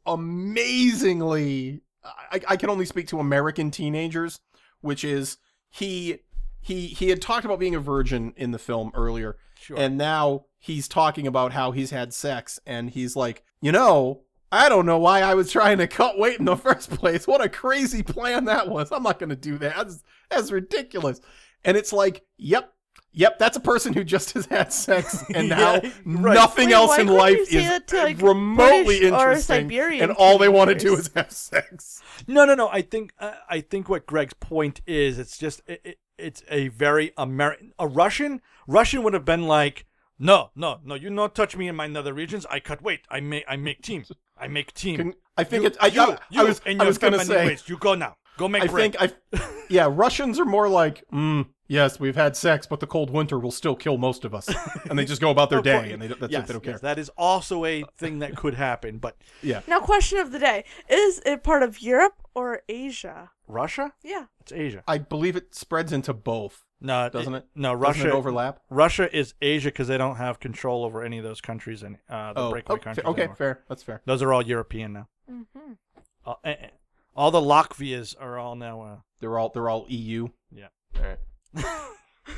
[SPEAKER 7] amazingly. I, I can only speak to American teenagers, which is he he he had talked about being a virgin in the film earlier,
[SPEAKER 6] Sure.
[SPEAKER 7] and now he's talking about how he's had sex, and he's like, you know. I don't know why I was trying to cut weight in the (laughs) first place. What a crazy plan that was. I'm not going to do that. That's, that's ridiculous. And it's like, yep, yep, that's a person who just has had
[SPEAKER 8] (laughs)
[SPEAKER 7] sex and now
[SPEAKER 6] Yeah, right.
[SPEAKER 7] nothing
[SPEAKER 8] Wait,
[SPEAKER 7] else
[SPEAKER 8] why
[SPEAKER 7] in
[SPEAKER 8] couldn't
[SPEAKER 7] life
[SPEAKER 8] you say
[SPEAKER 7] is
[SPEAKER 8] that to, like,
[SPEAKER 7] remotely
[SPEAKER 8] British or
[SPEAKER 7] interesting,
[SPEAKER 8] Siberian
[SPEAKER 7] and all they want to do
[SPEAKER 8] teenagers?
[SPEAKER 7] is have sex.
[SPEAKER 6] no, no, no. I think uh, I think what Greg's point is, it's just it, it, it's a very American. A Russian, Russian would have been like, no, no, no, you not touch me in my nether regions. I cut weight. I make, I make team. I make team.
[SPEAKER 7] Can- I think
[SPEAKER 6] you,
[SPEAKER 7] it- I-
[SPEAKER 6] you,
[SPEAKER 7] I-
[SPEAKER 6] you
[SPEAKER 7] I was-
[SPEAKER 6] and
[SPEAKER 7] I
[SPEAKER 6] your
[SPEAKER 7] was gonna
[SPEAKER 6] feminine
[SPEAKER 7] say-
[SPEAKER 6] waist, you go now. Go make
[SPEAKER 7] I
[SPEAKER 6] bread.
[SPEAKER 7] think I, yeah, Russians are more like, mm, yes, we've had sex, but the cold winter will still kill most of us, and they just go about
[SPEAKER 6] (laughs)
[SPEAKER 7] their
[SPEAKER 6] Of course.
[SPEAKER 7] day, and they, don't- that's
[SPEAKER 6] yes,
[SPEAKER 7] it. They don't care.
[SPEAKER 6] yes, that is also a thing that could happen. But
[SPEAKER 7] yeah,
[SPEAKER 8] Now, question of the day: Is it part of Europe or Asia?
[SPEAKER 6] Russia,
[SPEAKER 8] Yeah.
[SPEAKER 6] it's Asia.
[SPEAKER 7] I believe it spreads into both,
[SPEAKER 6] No,
[SPEAKER 7] doesn't it?
[SPEAKER 6] No,
[SPEAKER 7] Doesn't
[SPEAKER 6] Uh, Russia
[SPEAKER 7] it overlap.
[SPEAKER 6] Russia is Asia because they don't have control over any of those countries and uh, the
[SPEAKER 7] Oh,
[SPEAKER 6] breakaway
[SPEAKER 7] oh,
[SPEAKER 6] countries.
[SPEAKER 7] okay,
[SPEAKER 6] anymore.
[SPEAKER 7] fair. That's fair.
[SPEAKER 6] Those are all European now.
[SPEAKER 8] Mm-hmm.
[SPEAKER 6] Uh, eh, eh. all the Latvias are all now uh,
[SPEAKER 7] They're all they're all E EU.
[SPEAKER 6] Yeah.
[SPEAKER 7] All right.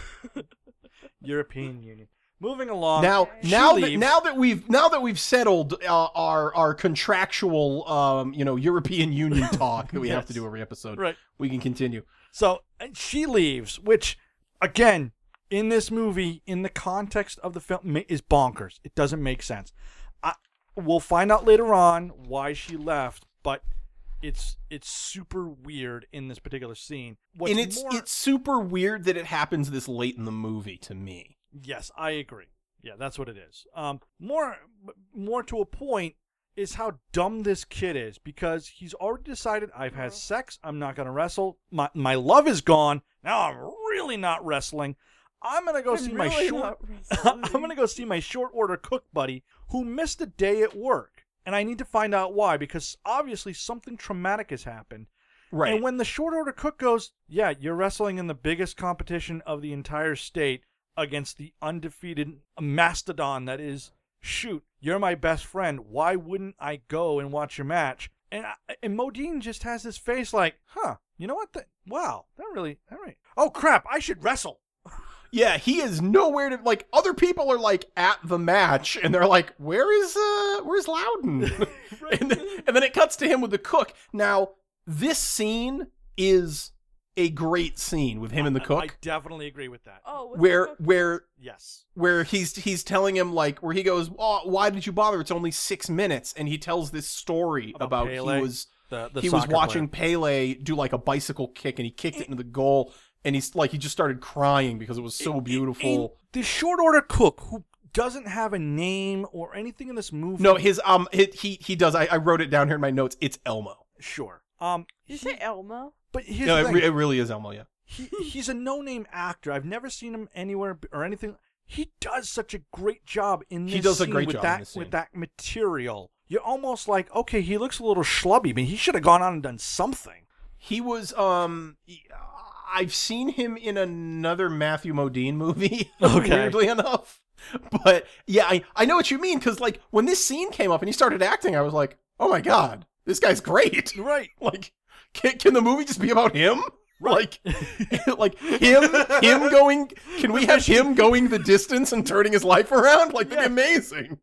[SPEAKER 6] European Union. Moving along
[SPEAKER 7] now,
[SPEAKER 6] Um, she
[SPEAKER 7] now that
[SPEAKER 6] leaves.
[SPEAKER 7] now that we've now that we've settled uh, our our contractual, um, you know,
[SPEAKER 6] (laughs)
[SPEAKER 7] European Union talk that we have to
[SPEAKER 6] Yes.
[SPEAKER 7] do every episode,
[SPEAKER 6] Right.
[SPEAKER 7] we can continue.
[SPEAKER 6] So uh, she leaves, which again, in this movie, in the context of the film, ma- is bonkers. It doesn't make sense. I, we'll find out later on why she left, but it's it's super weird in this particular scene. What's
[SPEAKER 7] and it's
[SPEAKER 6] more,
[SPEAKER 7] it's super weird that it happens this late in the movie to me.
[SPEAKER 6] yes, I agree. Yeah, that's what it is. Um, more more to a point is how dumb this kid is because he's already decided I've had sex. I'm not gonna wrestle. My my love is gone. Now I'm really not wrestling. I'm gonna go see my short. (laughs) I'm gonna go see my short order cook buddy who missed a day at work, and I need to find out why because obviously something traumatic has happened.
[SPEAKER 7] Right.
[SPEAKER 6] And when the short order cook goes, yeah, you're wrestling in the biggest competition of the entire state against the undefeated mastodon that is, shoot, you're my best friend. Why wouldn't I go and watch your match? And I, and Modine just has this face like, huh, you know what? The, wow, that really, all right. Oh crap, I should wrestle.
[SPEAKER 7] yeah, he is nowhere to like other people are like at the match and they're like, Where is uh where's Loudon? (laughs) (laughs) and, then, and then it cuts to him with the cook. Now, this scene is a great scene with him and the
[SPEAKER 6] I-
[SPEAKER 7] cook.
[SPEAKER 6] I definitely agree with that.
[SPEAKER 8] Oh, with the
[SPEAKER 7] where
[SPEAKER 8] cook-
[SPEAKER 7] where
[SPEAKER 6] Yes.
[SPEAKER 7] where he's he's telling him like where he goes, oh, why did you bother? It's only six minutes, and he tells this story
[SPEAKER 6] About
[SPEAKER 7] about,
[SPEAKER 6] Pele,
[SPEAKER 7] he was
[SPEAKER 6] The, the
[SPEAKER 7] he was
[SPEAKER 6] soccer player.
[SPEAKER 7] watching Pele do like a bicycle kick, and he kicked it into the goal, and he's like he just started crying because it was so
[SPEAKER 6] And
[SPEAKER 7] beautiful.
[SPEAKER 6] the short order cook who doesn't have a name or anything in this movie.
[SPEAKER 7] No, his um he he, he does. I, I wrote it down here in my notes. It's Elmo.
[SPEAKER 6] sure. Um,
[SPEAKER 8] Did you say Elmo?
[SPEAKER 6] but here's
[SPEAKER 7] No,
[SPEAKER 6] the
[SPEAKER 7] it,
[SPEAKER 6] thing.
[SPEAKER 7] re- it really is Elmo. Yeah.
[SPEAKER 6] he, he's a no-name actor. I've never seen him anywhere b- or anything. He does such a great job in this.
[SPEAKER 7] He does a
[SPEAKER 6] scene
[SPEAKER 7] great
[SPEAKER 6] with
[SPEAKER 7] job in
[SPEAKER 6] that
[SPEAKER 7] this scene.
[SPEAKER 6] with that material. You're almost like, okay, he looks a little schlubby, but he should have gone on and done something.
[SPEAKER 7] He was um he- I've seen him in another Matthew Modine movie. (laughs)
[SPEAKER 6] Okay.
[SPEAKER 7] Weirdly enough. But yeah, I, I know what you mean cuz like when this scene came up and he started acting, I was like, "Oh my god, this guy's great." (laughs)
[SPEAKER 6] Right.
[SPEAKER 7] Like can, can the movie just be about him? (laughs) Like like him him going can we have him going the distance and turning his life around? Like that'd be amazing.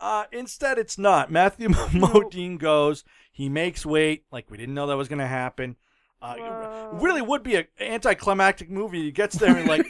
[SPEAKER 6] Uh, instead, it's not.
[SPEAKER 7] (laughs)
[SPEAKER 6] Matthew Modine goes. He makes weight. Like we didn't know that was going to happen. Uh,
[SPEAKER 8] Whoa.
[SPEAKER 6] it really would be an anticlimactic movie. He gets there and
[SPEAKER 7] (laughs)
[SPEAKER 6] like,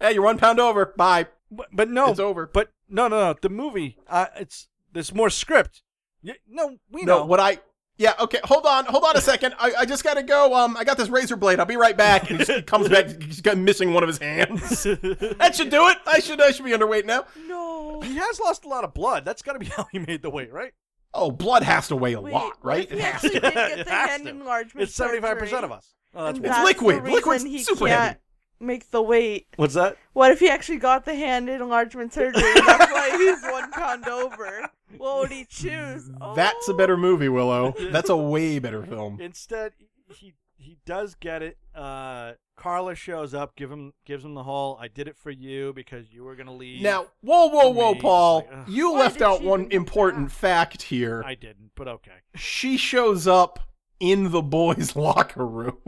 [SPEAKER 7] Hey, you're 1 pound over. Bye.
[SPEAKER 6] but, but no,
[SPEAKER 7] It's over.
[SPEAKER 6] But no, no, no. The movie. Uh, it's there's more script. Y- no, we
[SPEAKER 7] no,
[SPEAKER 6] know. (laughs)
[SPEAKER 7] what I yeah, okay, hold on, hold on a second. I, I just gotta go. Um, I got this razor blade. I'll be right back. And he (laughs) just comes back, he's got missing one of his hands. (laughs) that should do it. I should I should be underweight now.
[SPEAKER 8] No.
[SPEAKER 6] he has lost a lot of blood. That's got to be (laughs) how he made the weight, right?
[SPEAKER 7] Oh, blood has to weigh a lot, right?
[SPEAKER 8] He
[SPEAKER 7] It has
[SPEAKER 8] actually
[SPEAKER 7] to.
[SPEAKER 8] did get
[SPEAKER 6] It
[SPEAKER 8] the
[SPEAKER 6] has
[SPEAKER 8] hand
[SPEAKER 6] to.
[SPEAKER 8] enlargement.
[SPEAKER 6] It's seventy five percent
[SPEAKER 8] surgery.
[SPEAKER 6] of us. Oh, that's
[SPEAKER 8] And
[SPEAKER 6] weird.
[SPEAKER 7] It's
[SPEAKER 8] that's
[SPEAKER 7] liquid.
[SPEAKER 8] The reason
[SPEAKER 7] Liquid's
[SPEAKER 8] he
[SPEAKER 7] super
[SPEAKER 8] can't
[SPEAKER 7] heavy.
[SPEAKER 8] Make the weight.
[SPEAKER 6] What's that?
[SPEAKER 8] What if he actually got the hand enlargement surgery? and That's why he's one pound over. What would he
[SPEAKER 6] (laughs)
[SPEAKER 8] choose?
[SPEAKER 7] That's a
[SPEAKER 8] Oh.
[SPEAKER 7] better movie, Willow. That's a way better film.
[SPEAKER 6] Instead, he he does get it. Uh, Carla shows up, give him gives him the whole "I did it for you because you were gonna leave."
[SPEAKER 7] Now, whoa, whoa,
[SPEAKER 6] For
[SPEAKER 7] whoa,
[SPEAKER 6] me,
[SPEAKER 7] Paul.
[SPEAKER 6] it's like, ugh.
[SPEAKER 7] You
[SPEAKER 8] Why
[SPEAKER 7] left
[SPEAKER 8] did
[SPEAKER 7] out
[SPEAKER 8] she
[SPEAKER 7] one
[SPEAKER 8] even do
[SPEAKER 7] important
[SPEAKER 8] that?
[SPEAKER 7] fact here.
[SPEAKER 6] I didn't, but okay.
[SPEAKER 7] She shows up in the boys' (laughs) locker room.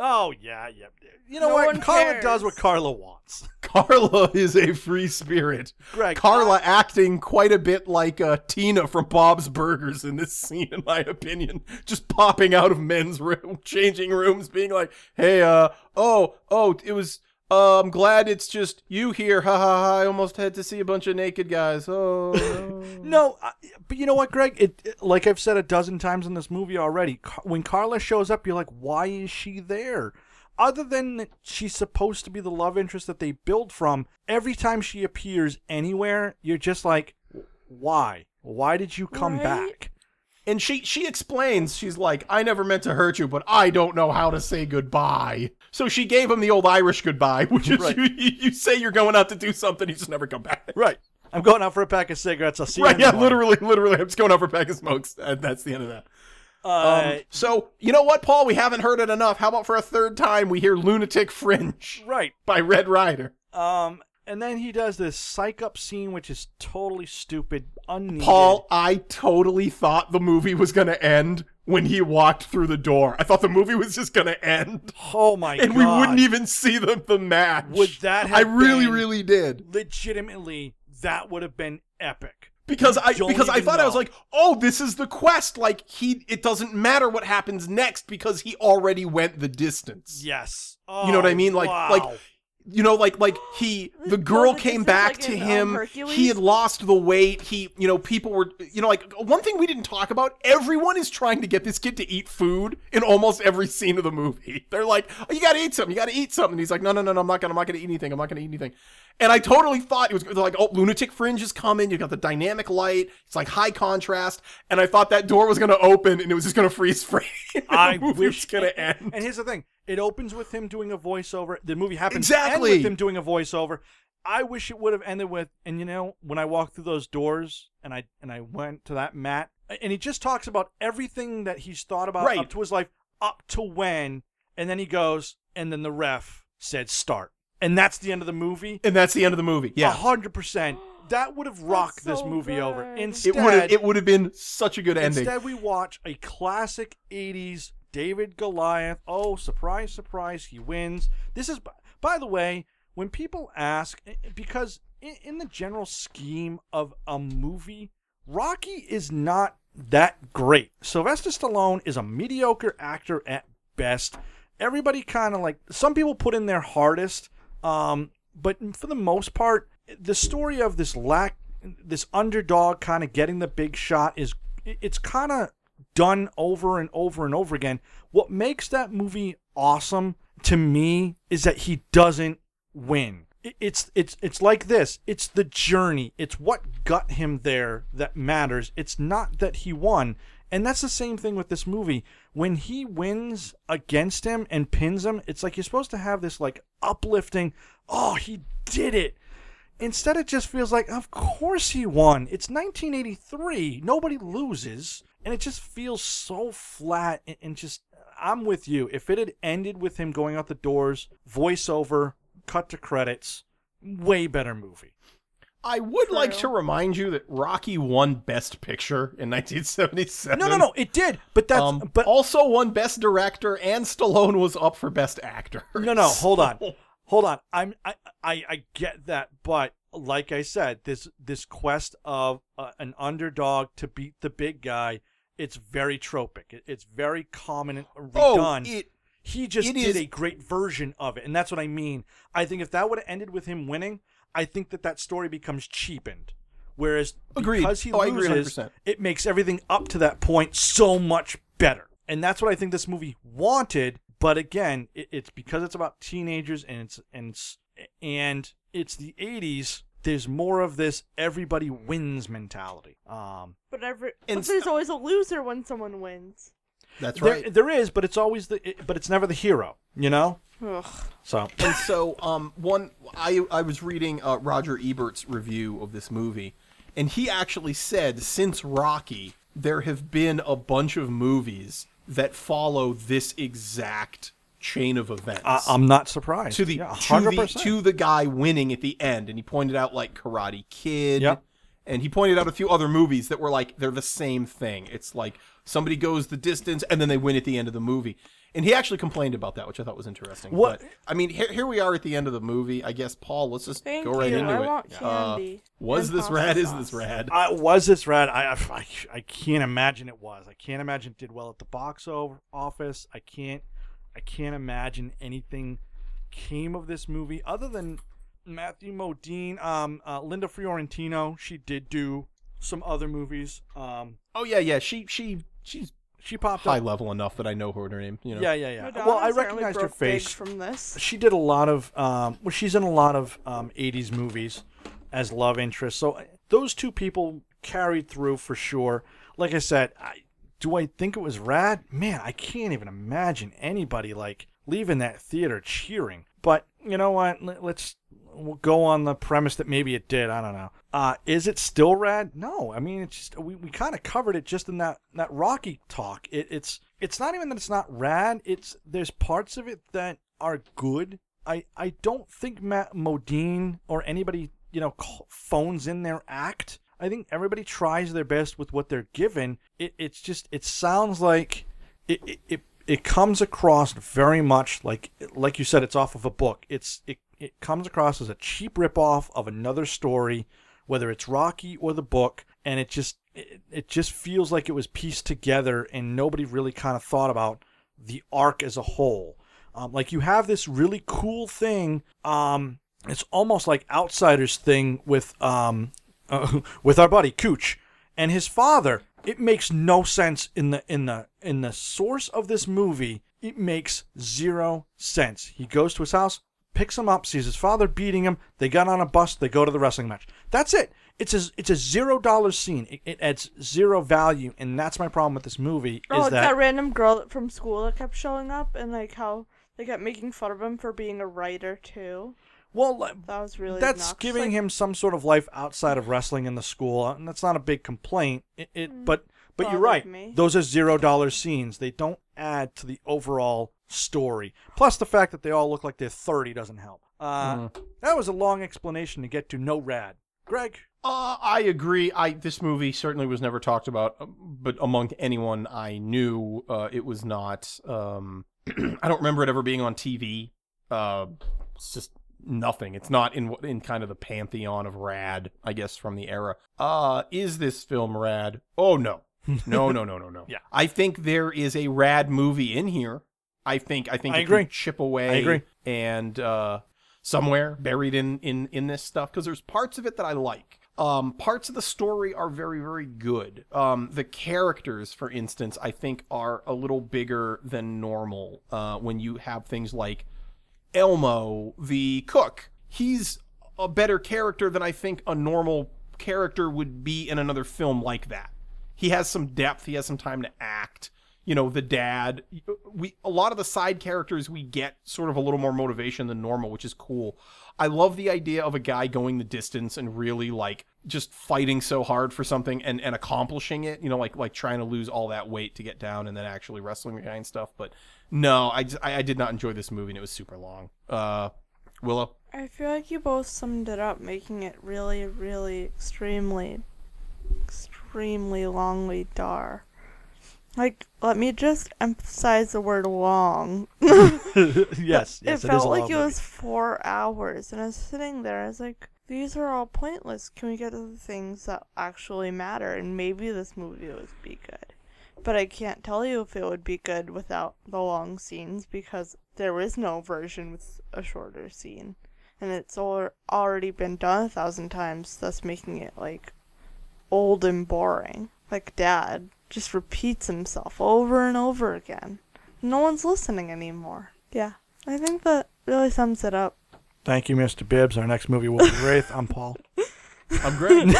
[SPEAKER 6] Oh yeah, yeah. You know
[SPEAKER 8] No
[SPEAKER 6] what?
[SPEAKER 8] one
[SPEAKER 6] Carla
[SPEAKER 8] cares.
[SPEAKER 6] does what Carla wants. (laughs)
[SPEAKER 7] Carla is a free spirit.
[SPEAKER 6] Greg,
[SPEAKER 7] Carla acting quite a bit like uh, Tina from Bob's Burgers in this (laughs) scene, in my opinion. Just popping out of men's room, (laughs) changing rooms, being like, "Hey, uh, oh, oh, it was. Uh, I'm glad it's just you here. Ha ha ha! I almost had to see a bunch of naked guys. Oh, no."
[SPEAKER 6] No, I- but you know what, Greg? It, it- like I've said a dozen times in this movie already. Car- when Carla shows up, you're like, why is she there? other than that she's supposed to be the love interest that they build from, every time she appears anywhere, you're just like, why? Why did you come
[SPEAKER 8] Right?
[SPEAKER 6] back?
[SPEAKER 7] And she she explains, she's like, I never meant to hurt you, but I don't know how to say goodbye. So she gave him the old Irish goodbye, (laughs) which is
[SPEAKER 6] Right.
[SPEAKER 7] you, you, you say you're going out to do something, you just never come back.
[SPEAKER 6] Right. I'm going out for a pack of cigarettes. I'll see
[SPEAKER 7] Right,
[SPEAKER 6] you. in
[SPEAKER 7] yeah,
[SPEAKER 6] the morning.
[SPEAKER 7] literally, literally. I'm just going out for a pack of smokes. Uh, That's the end of that.
[SPEAKER 6] Uh,
[SPEAKER 7] Um, so, you know what, Paul? We haven't heard it enough. How about for a third time we hear Lunatic Fringe
[SPEAKER 6] right.
[SPEAKER 7] by Red Rider?
[SPEAKER 6] Um, and then he does this psych up scene, which is totally stupid, unneeded.
[SPEAKER 7] Paul, I totally thought the movie was going to end when he walked through the door. I thought the movie was just going to end.
[SPEAKER 6] oh my
[SPEAKER 7] and
[SPEAKER 6] god,
[SPEAKER 7] we wouldn't even see the, the match.
[SPEAKER 6] Would that have
[SPEAKER 7] I really,
[SPEAKER 6] been-
[SPEAKER 7] really did
[SPEAKER 6] legitimately that would have been epic.
[SPEAKER 7] because I
[SPEAKER 6] don't
[SPEAKER 7] because I
[SPEAKER 6] even
[SPEAKER 7] thought I was
[SPEAKER 6] know.
[SPEAKER 7] like, oh, this is the quest. Like he, it doesn't matter what happens next because he already went the distance.
[SPEAKER 6] Yes, oh,
[SPEAKER 7] You know what I mean? Like-
[SPEAKER 6] wow.
[SPEAKER 7] like- (laughs) You know, like like he, the
[SPEAKER 8] Like,
[SPEAKER 7] girl
[SPEAKER 8] well, this
[SPEAKER 7] came
[SPEAKER 8] is
[SPEAKER 7] back
[SPEAKER 8] like
[SPEAKER 7] to
[SPEAKER 8] in, um,
[SPEAKER 7] him.
[SPEAKER 8] Hercules?
[SPEAKER 7] he had lost the weight. He, you know, people were, you know, like one thing we didn't talk about. Everyone is trying to get this kid to eat food in almost every scene of the movie. (laughs) They're like, oh, you got to eat something. You got to eat something. And he's like, no, no, no, no, I'm not gonna, I'm not gonna eat anything. I'm not gonna eat anything. And I totally thought it was like, oh, lunatic fringe is coming. You got the dynamic light. It's like high contrast. And I thought that door was gonna open and it was just gonna freeze frame. (laughs) and the
[SPEAKER 6] I
[SPEAKER 7] movie
[SPEAKER 6] wish
[SPEAKER 7] was (laughs) gonna end.
[SPEAKER 6] And here's the thing: it opens with him doing a voiceover. The movie happens to end
[SPEAKER 7] Exactly.
[SPEAKER 6] with him doing a voiceover. I wish it would have ended with, and you know, when I walked through those doors, and I and I went to that mat, and he just talks about everything that he's thought about
[SPEAKER 7] Right.
[SPEAKER 6] up to his life, up to when, and then he goes, and then the ref said start, and that's the end of the movie.
[SPEAKER 7] And that's the end of the movie.
[SPEAKER 6] A
[SPEAKER 7] Yeah.
[SPEAKER 6] hundred percent. That would have rocked this
[SPEAKER 8] so
[SPEAKER 6] movie over.
[SPEAKER 8] good. It
[SPEAKER 6] Instead,
[SPEAKER 7] It would have it would have been such a good ending.
[SPEAKER 6] Instead, we watch a classic 80s David Goliath. Oh, surprise, surprise, he wins. This is, b- by the way, when people ask, i- because in, in the general scheme of a movie, Rocky is not that great. Sylvester Stallone is a mediocre actor at best. Everybody kind of like, some people put in their hardest, um, but for the most part, the story of this lack, this underdog kind of getting the big shot is it- it's kind of done over and over and over again. What makes that movie awesome to me is that he doesn't win. It- It's it's it's like this. It's the journey. It's what got him there that matters. It's not that he won. And that's the same thing with this movie. When he wins against him and pins him, it's like you're supposed to have this like uplifting, "Oh, he did it." Instead, it just feels like, of course he won. It's 1983. Nobody loses. And it just feels so flat and, and just, I'm with you. If it had ended with him going out the doors, voiceover, cut to credits, way better movie.
[SPEAKER 7] I would like to
[SPEAKER 8] True.
[SPEAKER 7] remind you that Rocky won Best Picture in 1977.
[SPEAKER 6] No, no, no, it did. But that's,
[SPEAKER 7] Um,
[SPEAKER 6] but
[SPEAKER 7] also won Best Director, and Stallone was up for Best Actor.
[SPEAKER 6] No, no, hold
[SPEAKER 7] (laughs)
[SPEAKER 6] on, hold on. I'm I I, I get that, but like I said, this this quest of uh, an underdog to beat the big guy, it's very tropic. It, it's very common and
[SPEAKER 7] Oh,
[SPEAKER 6] redone.
[SPEAKER 7] it,
[SPEAKER 6] he just
[SPEAKER 7] it
[SPEAKER 6] did
[SPEAKER 7] is-
[SPEAKER 6] a great version of it, and that's what I mean. I think if that would have ended with him winning, I think that that story becomes cheapened. Whereas
[SPEAKER 7] Agreed.
[SPEAKER 6] because he
[SPEAKER 7] Oh, I agree
[SPEAKER 6] loses,
[SPEAKER 7] 100%.
[SPEAKER 6] it makes everything up to that point so much better. And that's what I think this movie wanted. But again, it, it's because it's about teenagers and it's and it's, and it's the '80s. There's more of this everybody wins mentality. Um,
[SPEAKER 8] But every
[SPEAKER 7] And
[SPEAKER 8] but there's always a loser when someone wins.
[SPEAKER 7] that's
[SPEAKER 6] there-
[SPEAKER 7] right.
[SPEAKER 6] there is, but it's always the it- but it's never the hero. You know.
[SPEAKER 8] Ugh.
[SPEAKER 6] So
[SPEAKER 7] and so um one I I was reading uh, Roger Ebert's review of this movie and he actually said since Rocky there have been a bunch of movies that follow this exact chain of events.
[SPEAKER 6] I, I'm not surprised.
[SPEAKER 7] to the,
[SPEAKER 6] yeah,
[SPEAKER 7] to
[SPEAKER 6] 100%.
[SPEAKER 7] the to the guy winning at the end, and he pointed out like Karate Kid,
[SPEAKER 6] Yep.
[SPEAKER 7] and he pointed out a few other movies that were like they're the same thing. It's like somebody goes the distance and then they win at the end of the movie. And he actually complained about that, which I thought was interesting.
[SPEAKER 6] What-
[SPEAKER 7] But, I mean, here, here we are at the end of the movie. I guess Paul, let's just
[SPEAKER 8] Thank
[SPEAKER 7] go right
[SPEAKER 8] you.
[SPEAKER 7] into
[SPEAKER 8] I
[SPEAKER 7] it.
[SPEAKER 8] want
[SPEAKER 7] Uh,
[SPEAKER 8] candy.
[SPEAKER 7] was
[SPEAKER 8] and
[SPEAKER 7] this
[SPEAKER 8] pasta
[SPEAKER 7] rad? Is
[SPEAKER 8] sauce.
[SPEAKER 7] this rad?
[SPEAKER 6] I, was this rad? I, I I can't imagine it was. I can't imagine it did well at the box o- office. I can't I can't imagine anything came of this movie other than Matthew Modine, um, uh, Linda Fiorentino. She did do some other movies. Um,
[SPEAKER 7] Oh yeah, yeah. She she she's
[SPEAKER 6] She popped
[SPEAKER 7] high
[SPEAKER 6] up.
[SPEAKER 7] level enough that I know her, her name. You know,
[SPEAKER 6] Yeah, yeah, yeah.
[SPEAKER 8] Madonna
[SPEAKER 6] well, I
[SPEAKER 8] apparently
[SPEAKER 6] recognized her
[SPEAKER 8] broke big
[SPEAKER 6] face
[SPEAKER 8] from this.
[SPEAKER 6] she did a lot of um, well she's in a lot of um, 80s movies as love interest so uh, those two people carried through for sure like i said I, do i think it was rad man i can't even imagine anybody like leaving that theater cheering but you know what Let- let's we'll go on the premise that maybe it did i don't know uh, is it still rad no i mean it's just we, we kind of covered it just in that that rocky talk it, it's it's not even that it's not rad it's there's parts of it that are good. I, I don't think Matt Modine or anybody, you know, c- phones in their act. I think everybody tries their best with what they're given. It, it's just, it sounds like it, it, it, it comes across very much like, like you said, it's off of a book. It's, it, it comes across as a cheap ripoff of another story, whether it's Rocky or the book. And it just, it, it just feels like it was pieced together and nobody really kind of thought about the arc as a whole. Um, like you have this really cool thing. Um, it's almost like Outsiders thing with um, (laughs) uh, with our buddy Cooch and his father. It makes no sense in the in the in the source of this movie. It makes zero sense. He goes to his house, picks him up, sees his father beating him. They got on a bus. They go to the wrestling match. That's it. It's a it's a zero dollar scene. It, it adds zero value, and that's my problem with this movie.
[SPEAKER 8] Oh,
[SPEAKER 6] is
[SPEAKER 8] it's that... random girl from school that kept showing up and like how they kept making fun of him for being a writer too.
[SPEAKER 6] well, like,
[SPEAKER 8] That was really
[SPEAKER 6] that's
[SPEAKER 8] obnoxious.
[SPEAKER 6] giving
[SPEAKER 8] Like,
[SPEAKER 6] him some sort of life outside of wrestling in the school, and that's not a big complaint. It, it but but you're
[SPEAKER 8] Mm, bothered
[SPEAKER 6] right.
[SPEAKER 8] me.
[SPEAKER 6] Those are zero dollar scenes. They don't add to the overall story. Plus the fact that they all look like they're thirty doesn't help. Uh, That was a long explanation to get to no rad. Greg,
[SPEAKER 7] Uh, I agree. I this movie certainly was never talked about, um, but among anyone I knew, uh, it was not. Um, (clears throat) I don't remember it ever being on TV. Uh, it's just nothing. It's not in what- in kind of the pantheon of rad, I guess, from the era. Uh, is this film rad?
[SPEAKER 6] (laughs)
[SPEAKER 7] Oh no, no, no, no, no, no.
[SPEAKER 6] Yeah.
[SPEAKER 7] I think there is a rad movie in here. I think I think
[SPEAKER 6] I
[SPEAKER 7] it can
[SPEAKER 6] agree.
[SPEAKER 7] chip away.
[SPEAKER 6] I agree.
[SPEAKER 7] And uh, somewhere buried in in in this stuff because there's parts of it that I like. Um, parts of the story are very very good. Um, the characters, for instance, I think are a little bigger than normal. Uh, when you have things like Elmo, the cook, he's a better character than I think a normal character would be in another film like that. He has some depth. He has some time to act. You know, the dad. We a lot of the side characters we get sort of a little more motivation than normal, which is cool. I love the idea of a guy going the distance and really like just fighting so hard for something and and accomplishing it. You know, like like trying to lose all that weight to get down and then actually wrestling the guy and stuff. But no, I just, I, I did not enjoy this movie and it was super long. Uh, Willow.
[SPEAKER 8] I feel like you both summed it up, making it really, really extremely, extremely longly dar. Like, let me just emphasize the word long.
[SPEAKER 6] (laughs) yes, yes,
[SPEAKER 8] it
[SPEAKER 6] is
[SPEAKER 8] felt
[SPEAKER 6] a
[SPEAKER 8] like
[SPEAKER 6] long
[SPEAKER 8] it
[SPEAKER 6] movie.
[SPEAKER 8] was four hours, and I was sitting there. I was like, "These are all pointless. Can we get to the things that actually matter?" And maybe this movie would be good, but I can't tell you if it would be good without the long scenes because there is no version with a shorter scene, and it's al- already been done a thousand times, thus making it like old and boring. Like Dad just repeats himself over and over again. No one's listening anymore. Yeah. I think that really sums it up.
[SPEAKER 6] Thank you, Mr. Bibbs. Our next movie will be Wraith. I'm Paul.
[SPEAKER 7] I'm great.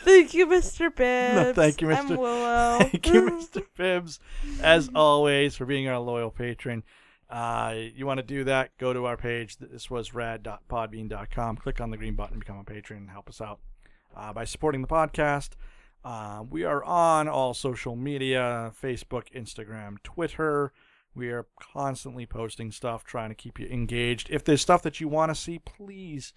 [SPEAKER 8] Thank you, Mr.
[SPEAKER 6] (laughs)
[SPEAKER 8] Bibbs.
[SPEAKER 6] No, thank you,
[SPEAKER 8] I'm
[SPEAKER 6] Mr..
[SPEAKER 8] Willow.
[SPEAKER 6] (laughs) Thank you, Mr. Bibbs, as always, for being our loyal patron. Uh, you want to do that? Go to our page. This was rad.podbean.com. Click on the green button, become a patron, and help us out uh, by supporting the podcast. Uh, we are on all social media Facebook, Instagram, Twitter. We are constantly posting stuff, trying to keep you engaged. If there's stuff that you want to see, please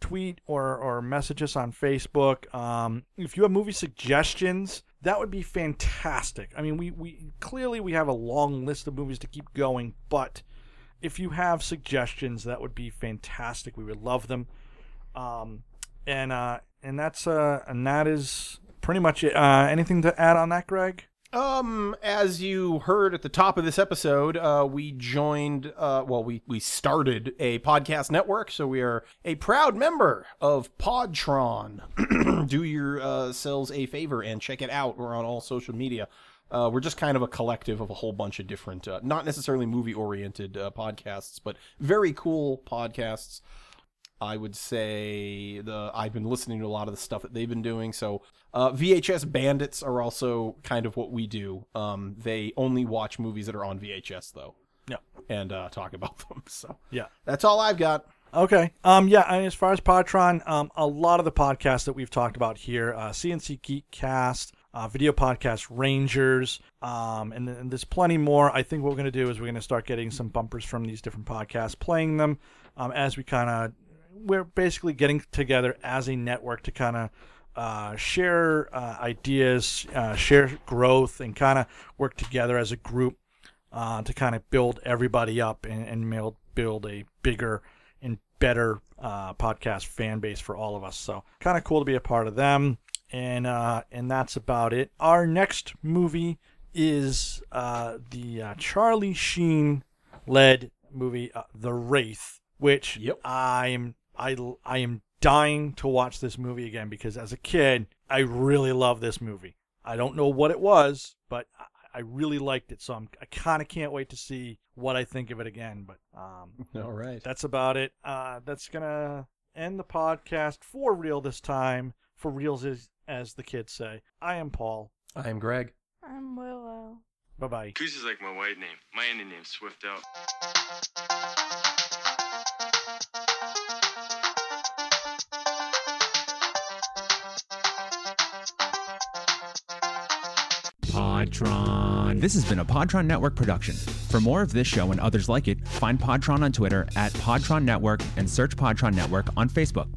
[SPEAKER 6] tweet or, or message us on Facebook. Um, if you have movie suggestions, that would be fantastic. I mean, we, we clearly we have a long list of movies to keep going, but if you have suggestions, that would be fantastic. We would love them. Um, and uh, and that's uh, and that is pretty much it. Uh, anything to add on that, Greg?
[SPEAKER 7] Um, as you heard at the top of this episode, uh, we joined, uh, well, we, we started a podcast network, so we are a proud member of (clears throat) Podtron. Do yourselves a favor and check it out. We're on all social media. Uh, we're just kind of a collective of a whole bunch of different, uh, not necessarily movie oriented uh, podcasts, but very cool podcasts. I would say the I've been listening to a lot of the stuff that they've been doing. So uh, VHS bandits are also kind of what we do. Um, they only watch movies that are on VHS though.
[SPEAKER 6] Yeah.
[SPEAKER 7] and uh, talk about (laughs) them. So
[SPEAKER 6] Yeah.
[SPEAKER 7] that's all I've got.
[SPEAKER 6] Okay. Um. Yeah. And as far as Podtron, um, a lot of the podcasts that we've talked about here, uh, CNC Geekcast, uh, video podcast Rangers, um, and, and there's plenty more. I think what we're gonna do is we're gonna start getting some bumpers from these different podcasts, playing them, um, as we kind of, we're basically getting together as a network to kind of. Uh, share uh, ideas, uh, share growth, and kind of work together as a group uh, to kind of build everybody up and, and build build a bigger and better uh, podcast fan base for all of us. So kind of cool to be a part of them. And uh, and that's about it. Our next movie is uh, the uh, Charlie Sheen led movie uh, The Wraith, which
[SPEAKER 7] Yep.
[SPEAKER 6] I'm I I am dying to watch this movie again because as a kid I really loved this movie. I don't know what it was, but I, I really liked it. So I'm, I kind of can't wait to see what I think of it again. But um,
[SPEAKER 7] All right.
[SPEAKER 6] that's about it. Uh, that's gonna end the podcast for real this time. For reals, as, as the kids say. I am Paul.
[SPEAKER 7] I am Greg.
[SPEAKER 8] (laughs) I'm Willow.
[SPEAKER 6] Bye bye.
[SPEAKER 1] Goose is like my white name. My Indian name's Swift Out.
[SPEAKER 2] Podtron. This has been a Podtron Network production. For more of this show and others like it, find Podtron on Twitter at Podtron Network and search Podtron Network on Facebook.